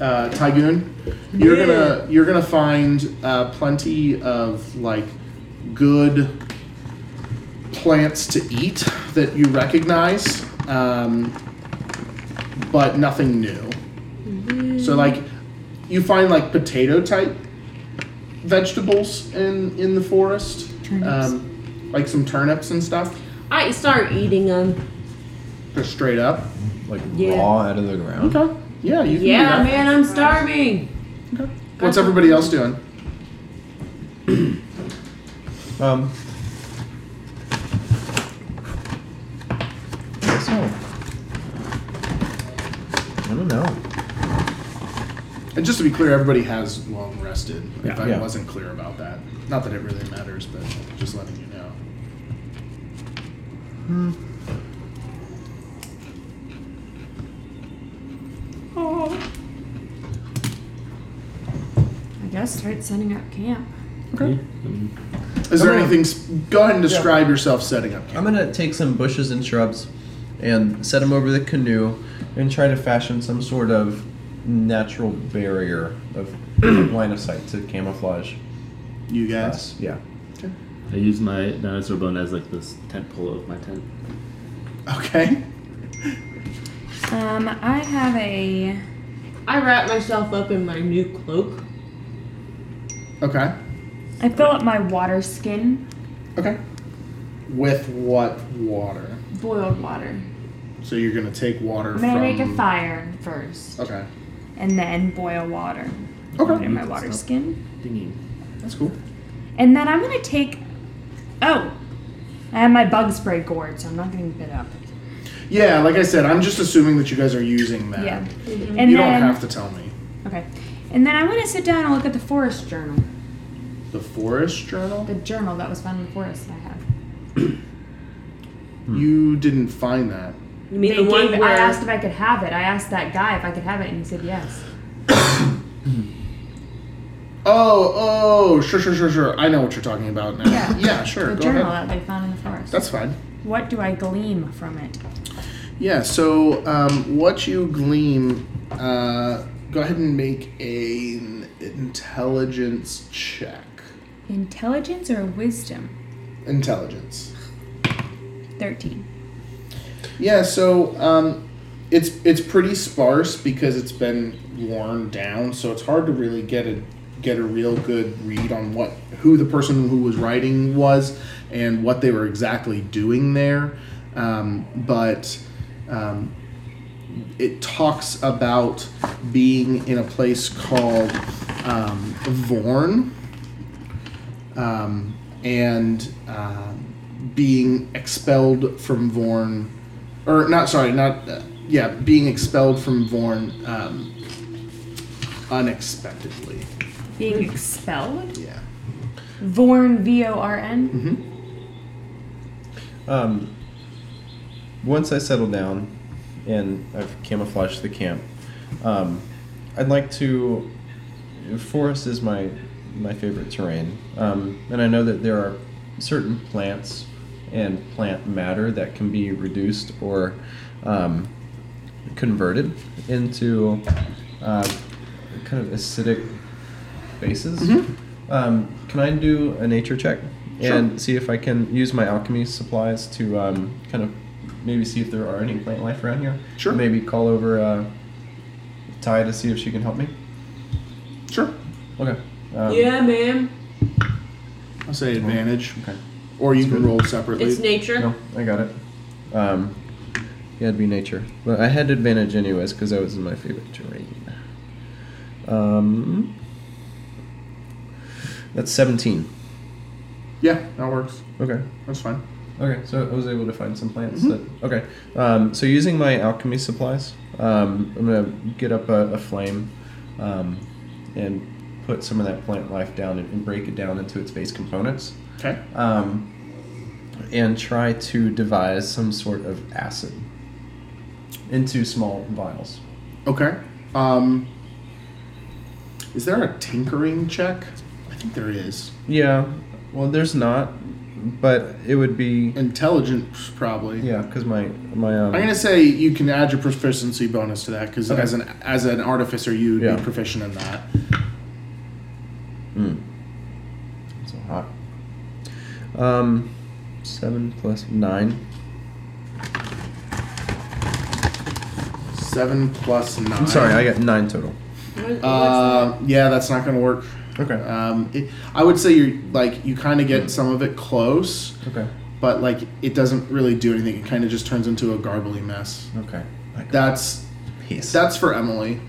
uh, Tygoon. You're gonna you're gonna find uh, plenty of like good plants to eat that you recognize, um, but nothing new. So like, you find like potato type vegetables in in the forest, um, like some turnips and stuff. I start eating them. Just straight up. Like Yeah. raw out of the ground. Okay. Yeah, you can Yeah, do that. man, I'm starving. What's everybody else doing? Um. So, I don't know. And just to be clear, everybody has long rested. if I Yeah. wasn't clear about that, not that it really matters, but just letting you know. I guess start setting up camp. Okay. I mean, Is there Come on. anything? s- Go ahead and describe yourself setting up. I'm gonna take some bushes and shrubs and set them over the canoe and try to fashion some sort of natural [CLEARS THROAT] barrier of line of sight to camouflage You guys. us. Yeah. I use my dinosaur bone as like this tent pole of my tent. Okay. Um, I have a. I wrap myself up in my new cloak. Okay. I fill up my water skin. Okay. With what water? Boiled water. So you're gonna take water I'm from. gonna make a fire first, Okay. and then boil water. Okay. In my water skin, Dinging. That's cool. and then I'm gonna take. Oh, I have my bug spray gourd, so I'm not gonna get up. Yeah, like I said, I'm just assuming that you guys are using that. Yeah. And you then don't have to tell me. okay, and then I'm gonna sit down and look at the forest journal, The forest journal? the journal that was found in the forest that I have. You didn't find that. You mean They the one gave- where I asked if I could have it. I asked that guy if I could have it, and he said yes. Oh, oh, sure, sure, sure, sure. I know what you're talking about now. Yeah. sure. the Go journal ahead. that they found in the forest. That's fine. what do I glean from it? Yeah. So, um, what you glean? Uh, go ahead and make a- an intelligence check. Intelligence or wisdom? Intelligence. Thirteen. Yeah. So, um, it's it's pretty sparse because it's been worn down, so it's hard to really get a get a real good read on what who the person who was writing was and what they were exactly doing there. Um, but um, it talks about being in a place called um, Vorn um, and um being expelled from Vorn, or not, sorry, not, uh, yeah, being expelled from Vorn um, unexpectedly. Being expelled? Yeah. Vorn, V O R N. Um, once I settle down and I've camouflaged the camp, um, I'd like to. Forest is my my favorite terrain, um, and I know that there are certain plants and plant matter that can be reduced or um, converted into uh, kind of acidic bases. Um, can I do a nature check and see if I can use my alchemy supplies to um, kind of maybe see if there are any plant life around here? Sure. Maybe call over uh, Ty to see if she can help me. Sure. Okay. Um, Yeah, ma'am. I'll say advantage. Okay. Or you can roll separately. It's nature. No, I got it. Um, yeah, it'd be nature, but I had advantage anyways because that was in my favorite terrain. Um, that's seventeen. yeah, that works. Okay. That's fine. Okay, so I was able to find some plants that. Okay, um, so using my alchemy supplies, um, I'm gonna get up a, a flame, um, and put some of that plant life down and, and break it down into its base components, Okay. um, and try to devise some sort of acid into small vials. Okay. Um, is there a tinkering check? I think there is. Yeah. Well, there's not, but it would be. Intelligence, probably. Yeah, because my my. Um, I'm gonna say you can add your proficiency bonus to that because as an as an artificer, you'd Yeah. be proficient in that. Mm. So hot. Um, seven plus nine. Seven plus nine. I'm sorry, I got nine total. Uh, yeah, that's not gonna work. Okay. Um, it, I would say you're like you kind of get some of it close, okay. but like it doesn't really do anything. It kind of just turns into a garbly mess. Okay. That's Peace. that's for Emily.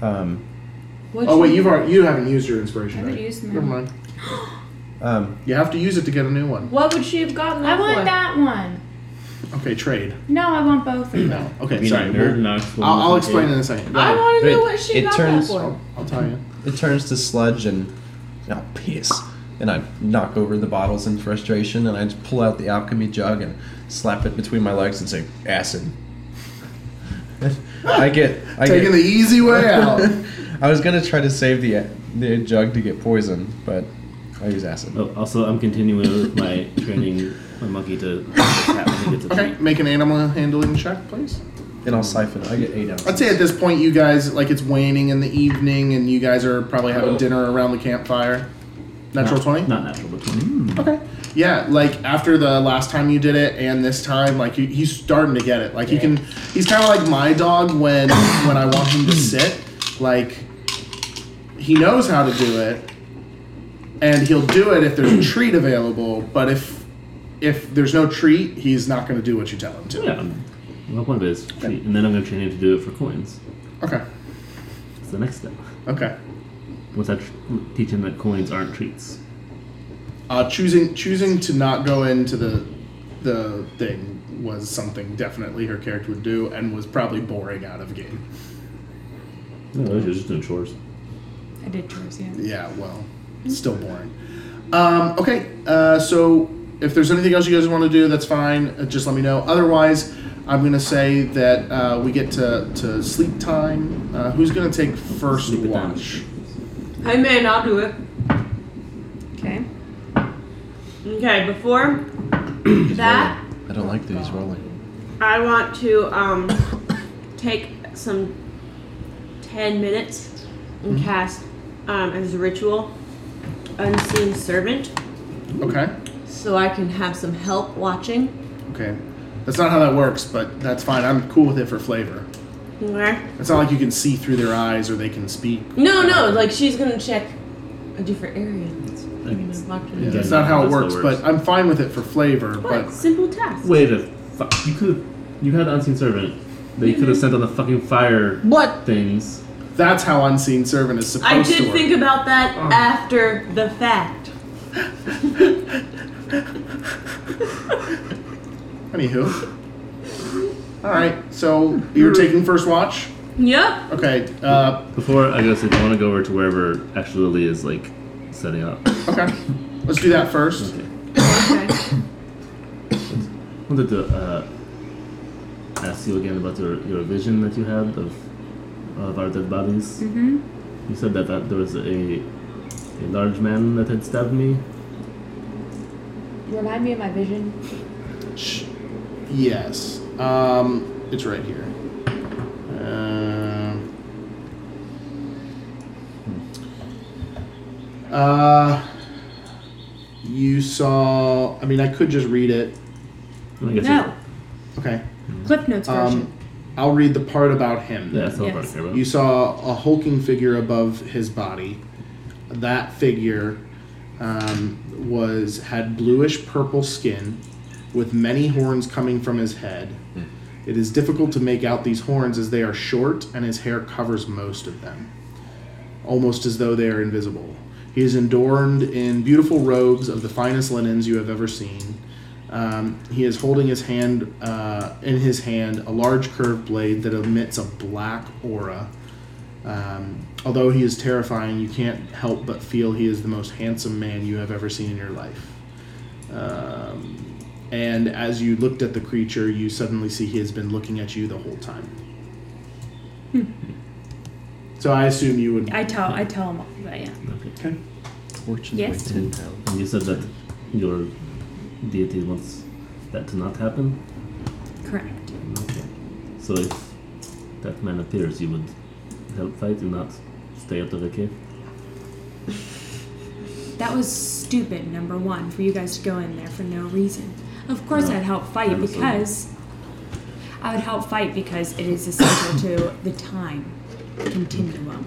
Um, Oh wait, you've already, you haven't used your inspiration. I haven't right? used mine. Never mind. um, You have to use it to get a new one. What would she have gotten I Hmm. that want for? that one. Okay, trade. No, I want both of them. No. Okay, Being a sorry. nerd we'll- knocks when I'll, I'll it's okay. explain in a second. Go I ahead. want to know But what she it got turns- Oh. that for. I'll tell you. it turns to sludge and oh, peace. And I knock over the bottles in frustration, and I just pull out the alchemy jug and slap it between my legs and say, "Acid." [LAUGHS] I get. I get, Taking the easy way [LAUGHS] out. I was gonna try to save the the jug to get poisoned, but I use acid. Oh, also, I'm continuing with my training my monkey to [COUGHS] tap. I think it's a Okay, three. make an animal handling check, please. And I'll siphon. I get eight ounces. I'd say at this point, you guys like it's waning in the evening, and you guys are probably having dinner around the campfire. Natural Not- 20? Not natural, but Mm-hmm. 20. Okay. Yeah, like after the last time you did it and this time, like he, he's starting to get it. Like he can, he's kind of like my dog when [COUGHS] when I want him to sit. Like he knows how to do it, and he'll do it if there's a treat available. But if if there's no treat, he's not going to do what you tell him to. Yeah. Well, one of it is treat, and then I'm going to train him to do it for coins. Okay. It's the next step. Okay. Once I tr- teach him that coins aren't treats. Uh, choosing choosing to not go into the the thing was something definitely her character would do, and was probably boring out of game. No, those are just doing chores. I did chores, yeah. Yeah, well, it's still boring. Um, okay, uh, so if there's anything else you guys want to do, that's fine. Uh, just let me know. Otherwise, I'm gonna say that uh, we get to, to sleep time. Uh, who's gonna take first Sleep time. watch? Hey man, I'll do it. Okay. Okay, before that, I don't like that he's rolling. I want to um take some ten minutes and Mm-hmm. cast um, as a ritual unseen servant, Okay, so I can have some help watching. okay. That's not how that works, but that's fine. I'm cool with it for flavor. Okay. It's not like you can see through their eyes or they can speak. No, no, like she's gonna check a different area. That's That's locked in. Yeah, Yeah, that's not how it that's how it works, works. but I'm fine with it for flavor. What? But Simple task. Wait a fu- You could. You had unseen servant. That you could have sent on the fucking fire what? things. That's how unseen servant is supposed I to did work. think about that Oh. after the fact. Anywho. All right, so you're taking first watch. Yep. Okay. Uh, Before I go to sleep, I want to go over to wherever actually Lily is like setting up. okay. Let's do that first. Okay. I wanted to uh, ask you again about your, your vision that you had of of our dead bodies. Mm-hmm. You said that, that there was a a large man that had stabbed me. Remind me of my vision. Sh- yes. Um, it's right here. Um. uh, you saw. I mean, I could just read it. I guess No. Okay. Clip notes version. Um, I'll read the part about him. it- yeah, that's not what I Yes. care about. You saw a hulking figure above his body. That figure um, was had bluish purple skin, with many horns coming from his head. It is difficult to make out these horns as they are short and his hair covers most of them, almost as though they are invisible. He is adorned in beautiful robes of the finest linens you have ever seen. Um, he is holding his hand uh, in his hand a large curved blade that emits a black aura. Um, although he is terrifying, you can't help but feel he is the most handsome man you have ever seen in your life. Um, and as you looked at the creature, you suddenly see he has been looking at you the whole time. So I assume you would. I tell I tell him all that, yeah. Okay. Fortune Yes. by ten thousand. And you said that your deity wants that to not happen. Correct. Okay. So if that man appears, you would help fight and not stay out of the cave. That was stupid, number one, for you guys to go in there for no reason. Of course, I'd help fight I'm a soldier. because. I would help fight because it is essential to the time continuum.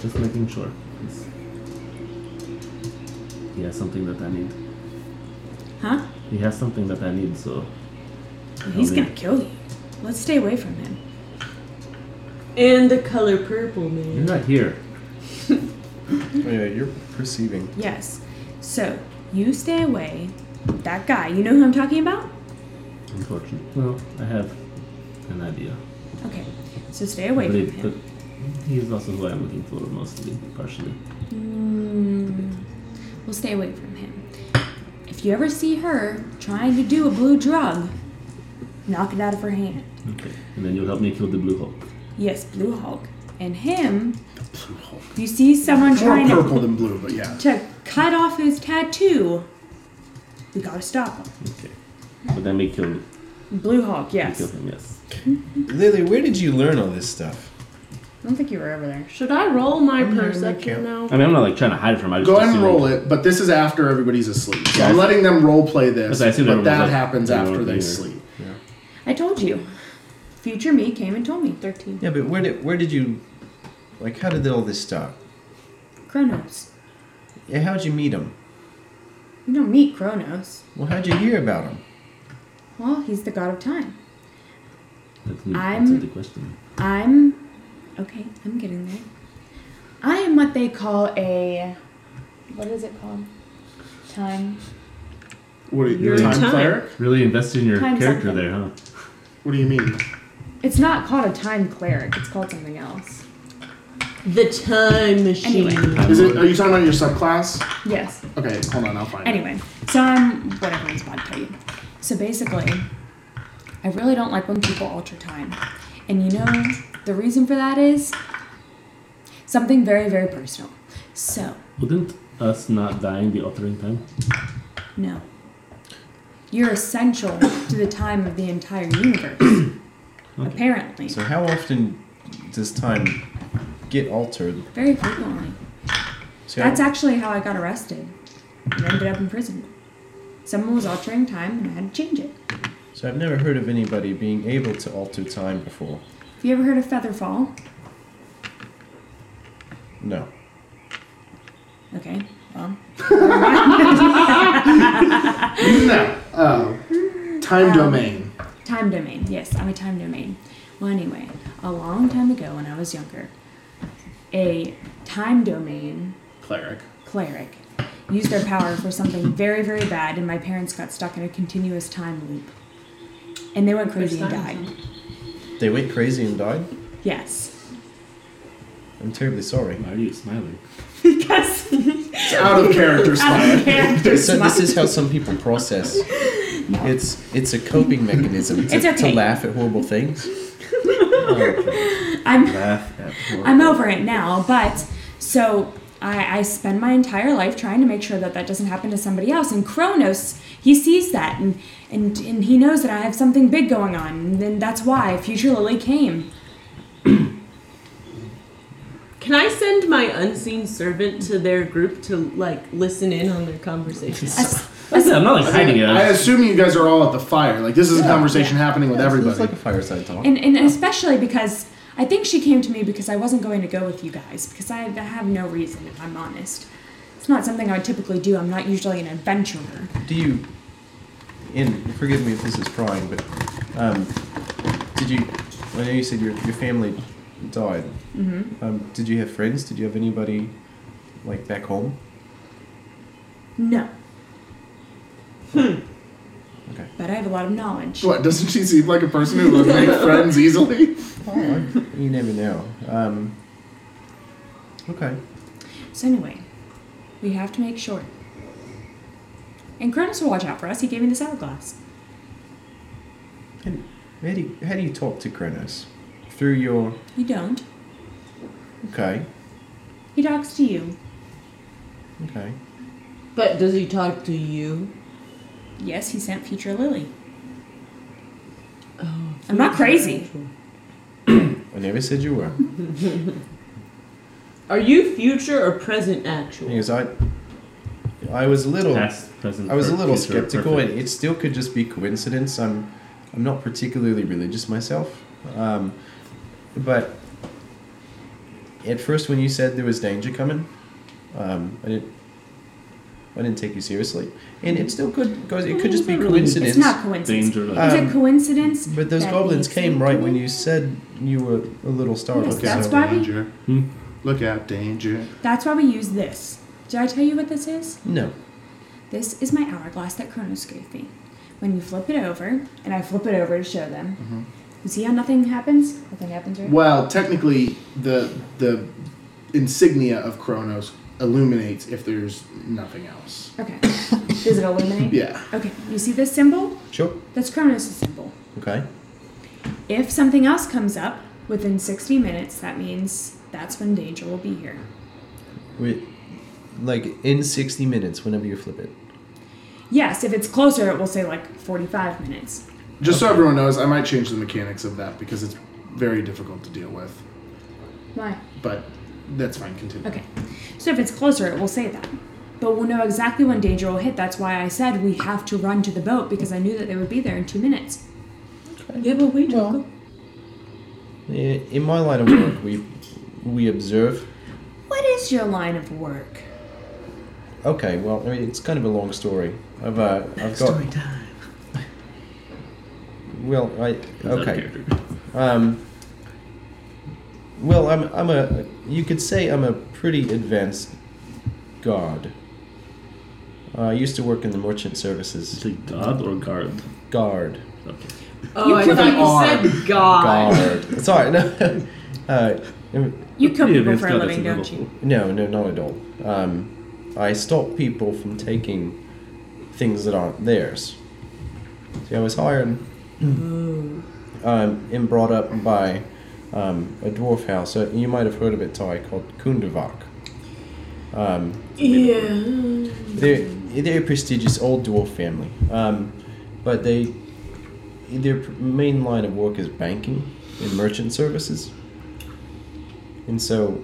Just making sure. It's- He has something that I need. Huh? He has something that I need, so. He's Help me. gonna kill you. Let's stay away from him. And the color purple, man. You're not here. Oh, yeah, you're perceiving. Yes. So, you stay away. That guy, you know who I'm talking about? Unfortunately. Well, I have an idea. Okay. So, stay away I from believe, but him. he's also who I'm looking for mostly, partially. Mm, we'll stay away from him. If you ever see her trying to do a blue drug, knock it out of her hand. Okay. And then you'll help me kill the Blue Hulk. Yes, Blue Hulk. And him, you see someone More trying to, purple than blue, but yeah. to cut off his tattoo. We gotta stop him. Okay. But then we kill, we Blue Hulk, kill yes. him, yes. Lily, where did you learn all this stuff? I don't think you were over there. Should I roll my perception now? I mean, I'm not like trying to hide it from. I just Go ahead and assume- roll it, but this is after everybody's asleep. So Yeah, I'm I- letting them role play this, Because I assume but everyone's that up- happens everyone after would be they here. sleep. I told you. Future me came and told me. 13. Yeah, but where did where did you, like, how did all this start? Kronos. Yeah, how'd you meet him? You don't meet Kronos. Well, how'd you hear about him? Well, he's the god of time. That's, that's I'm- the question. I'm. Okay, I'm getting there. I am what they call a. What is it called? Time. What are you, Your time, time. cleric? Really invested in your Time character something. there, huh? What do you mean? It's not called a time cleric, it's called something else. The time machine. Anyway. Is it? Are you talking about your subclass? Yes. Okay, hold on, I'll find it. Anyway, so I'm whatever he's about to tell you. So basically, I really don't like when people alter time. And you know, the reason for that is something very, very personal. So, Wouldn't us not dying be altering time? no. You're essential to the time of the entire universe. Apparently. So how often does time get altered? Very frequently. So That's actually how I got arrested and ended up in prison. Someone was altering time and I had to change it. So I've never heard of anybody being able to alter time before. Have you ever heard of Featherfall? No. Okay, well, No. Oh. Time Um, domain. Time domain. Yes, I'm a time domain. Well, anyway, a long time ago when I was younger, a time domain Cleric. cleric used their power for something very, very bad, and my parents got stuck in a continuous time loop. And they went crazy and died. They went crazy and died? Yes. [LAUGHS] I'm terribly sorry. Why are you smiling? [LAUGHS] Because It's out of [LAUGHS] character out style. of character. So smile. this is how some people [LAUGHS] process. It's it's a coping mechanism to, It's okay. to laugh at horrible things. I'm Laugh at horror. I'm over it now, but so I, I spend my entire life trying to make sure that that doesn't happen to somebody else. And Kronos, he sees that, and and and he knows that I have something big going on, and then that's why Future Lily came. Can I send my unseen servant to their group to like listen in on their conversations? That's- I'm not like hiding it. I assume you guys are all at the fire. Like this is a conversation happening with It's like everybody. a fireside talk. and and especially because I think she came to me because I wasn't going to go with you guys because I, I have no reason if I'm honest. It's not something I would typically do. I'm not usually an adventurer. Do you? And forgive me if this is prying, but um, did you? I know you said your your family died. Mm-hmm. Um, did you have friends? Did you have anybody like back home? No, Okay. but I have a lot of [LAUGHS] knowledge. What doesn't she seem like a person who would [LAUGHS] make friends easily? You never know. Um, okay. So anyway, we have to make sure. And Cronus will watch out for us. He gave me this hourglass. And how do you, how do you talk to Kronos? Through your You don't. okay, He talks to you. okay. but does he talk to you? Yes, he sent Future Lily. Oh, I'm not crazy. I never said you were. Are you future or present actual? Because I, I was a little. Past, present, I was a per- little future, skeptical, perfect. and it still could just be coincidence. I'm, I'm not particularly religious myself, um, but at first, when you said there was danger coming, um, I didn't, I didn't take you seriously, and it still could goes. It could just be coincidence. It's not coincidence. Danger, like- Is Um, it coincidence? But those that goblins these- came right when you said you were a little startled. Yes, that's so- why we- Danger. Hmm? Look out, danger. That's why we use this. Did I tell you what this is? No. This is my hourglass that Kronos gave me. When you flip it over, and I flip it over to show them, Mm-hmm. you see how nothing happens? Nothing happens, right? Well, technically, the the insignia of Kronos illuminates if there's nothing else. Okay. Does it illuminate? Yeah. Okay, you see this symbol? Sure. That's Kronos' symbol. Okay. If something else comes up within 60 minutes, that means that's when danger will be here. We, like in sixty minutes, whenever you flip it. Yes, if it's closer, it will say like 45 minutes. Just so everyone knows, I might change the mechanics of that because it's very difficult to deal with. Why? but that's fine. Continue. Okay. So if it's closer, it will say that. But we'll know exactly when danger will hit. That's why I said we have to run to the boat because I knew that they would be there in two minutes. Yeah, but we don't. go- I- In my line of work, we we observe. What is your line of work? Okay, well, I mean, it's kind of a long story. I've uh, I've got. Story time. Well, I Out of okay. character. Um, well, I'm I'm a you could say I'm a pretty advanced guard. Uh, I used to work in the merchant services Is it God or guard? guard. Okay. Oh, I thought you said God. Guard. Sorry, no. [LAUGHS] uh, You kill Yeah, people it's for a God, living, that's don't you? No, no, not at all. Um, I stop people from taking things that aren't theirs. See, I was hired um, and brought up by um, a dwarf house. Uh, you might have heard of it, Ty, called Kundavak. Um, Yeah. they're, they're a prestigious old dwarf family, um, but they their pr- main line of work is banking and merchant services, and so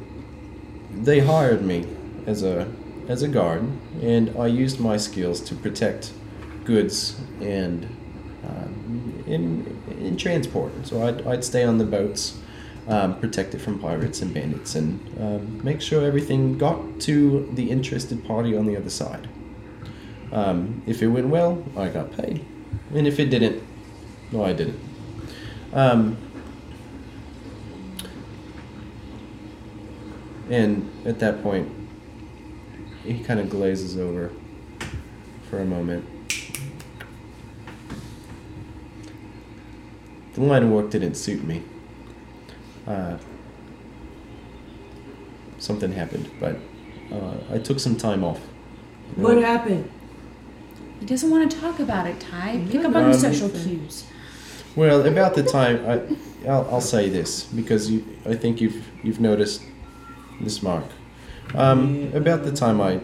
they hired me as a as a guard, and I used my skills to protect goods and um, in in transport. So I'd, I'd stay on the boats, um, protect it from pirates and bandits, and um, make sure everything got to the interested party on the other side. Um, if it went well, I got paid, and if it didn't, no, I didn't. Um, and at that point, he kind of glazes over for a moment. The line of work didn't suit me. Uh, something happened, but uh, I took some time off. What happened? He doesn't want to talk about it, Ty. Pick up know on the anything. social cues. Well, about the time I, I'll, I'll say this because you, I think you've you've noticed this mark. Um, about the time I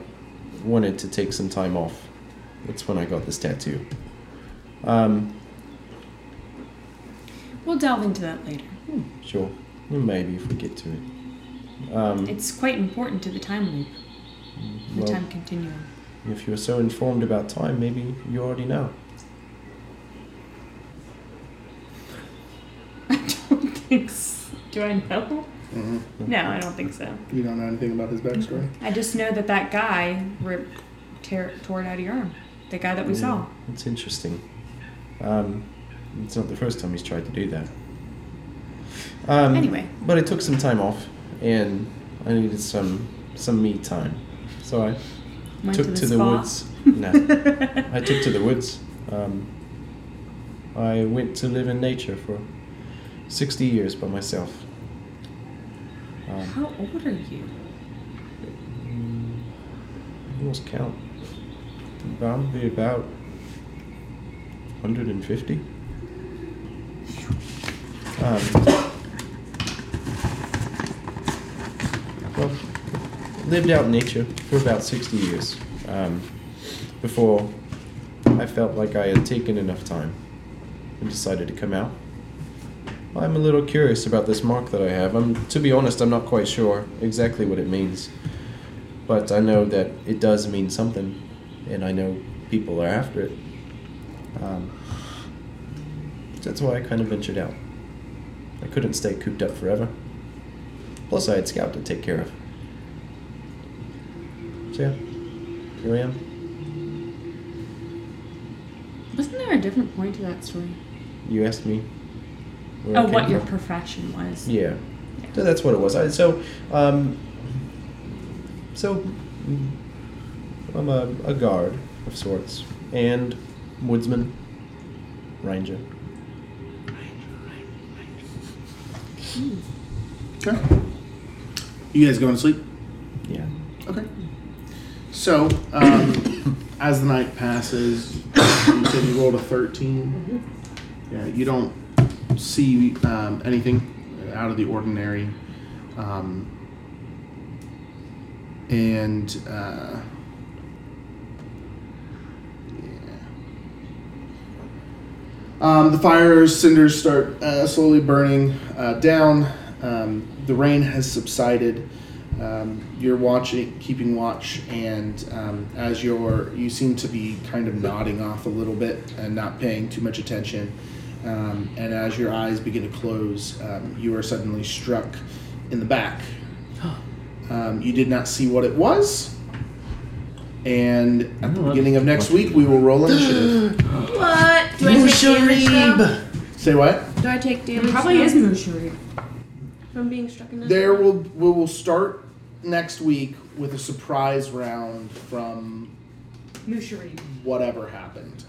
wanted to take some time off, that's when I got this tattoo. Um, We'll delve into that later. sure, maybe if we get to it. Um, It's quite important to the time loop, the well, time continuum. [LAUGHS] if you're so informed about time, maybe you already know. I don't think. So. Do I know? No, I don't think so. Mm-hmm. You don't know anything about his backstory. I just know that that guy ripped, tear, tore it out of your arm. The guy that we saw. It's Mm, interesting. Um, it's not the first time he's tried to do that. Um, Anyway. but I took some time off, and I needed some some me time, so I Went took to to the the, spa. woods. [LAUGHS] No, I took to the woods. Um, I went to live in nature for sixty years by myself. Um, How old are you? I lost count. Probably about hundred and fifty. Um, well, lived out in nature for about 60 years um, before I felt like I had taken enough time and decided to come out. I'm a little curious about this mark that I have. I'm, to be honest, I'm not quite sure exactly what it means, but I know that it does mean something, and I know people are after it. Um, that's why I kind of ventured out. I couldn't stay cooped up forever. Plus, I had Scout to take care of. So yeah, here I am. Wasn't there a different point to that story? You asked me. where I Oh, came what your from. profession was. Yeah. So that's what it was. I, so, um, so mm, I'm a, a guard of sorts and woodsman, ranger. Okay. You guys going to sleep? Yeah. Okay. So, um, [COUGHS] as the night passes, you said you rolled a 13. Yeah, you don't see um, anything out of the ordinary. Um, and, uh, yeah. Um, the fire cinders start uh, slowly burning uh, down. Um, the rain has subsided. Um, you're watching, keeping watch, and um, as you're, you seem to be kind of nodding off a little bit and not paying too much attention. Um, and as your eyes begin to close, um, you are suddenly struck in the back. Um, you did not see what it was. And at the No, beginning of that's- next week, we will roll initiative. What? Do I take damage though? Say what? Do I take damage? Probably though is Mushu. from being struck in the There will we will start next week with a surprise round from Mushu. whatever happened.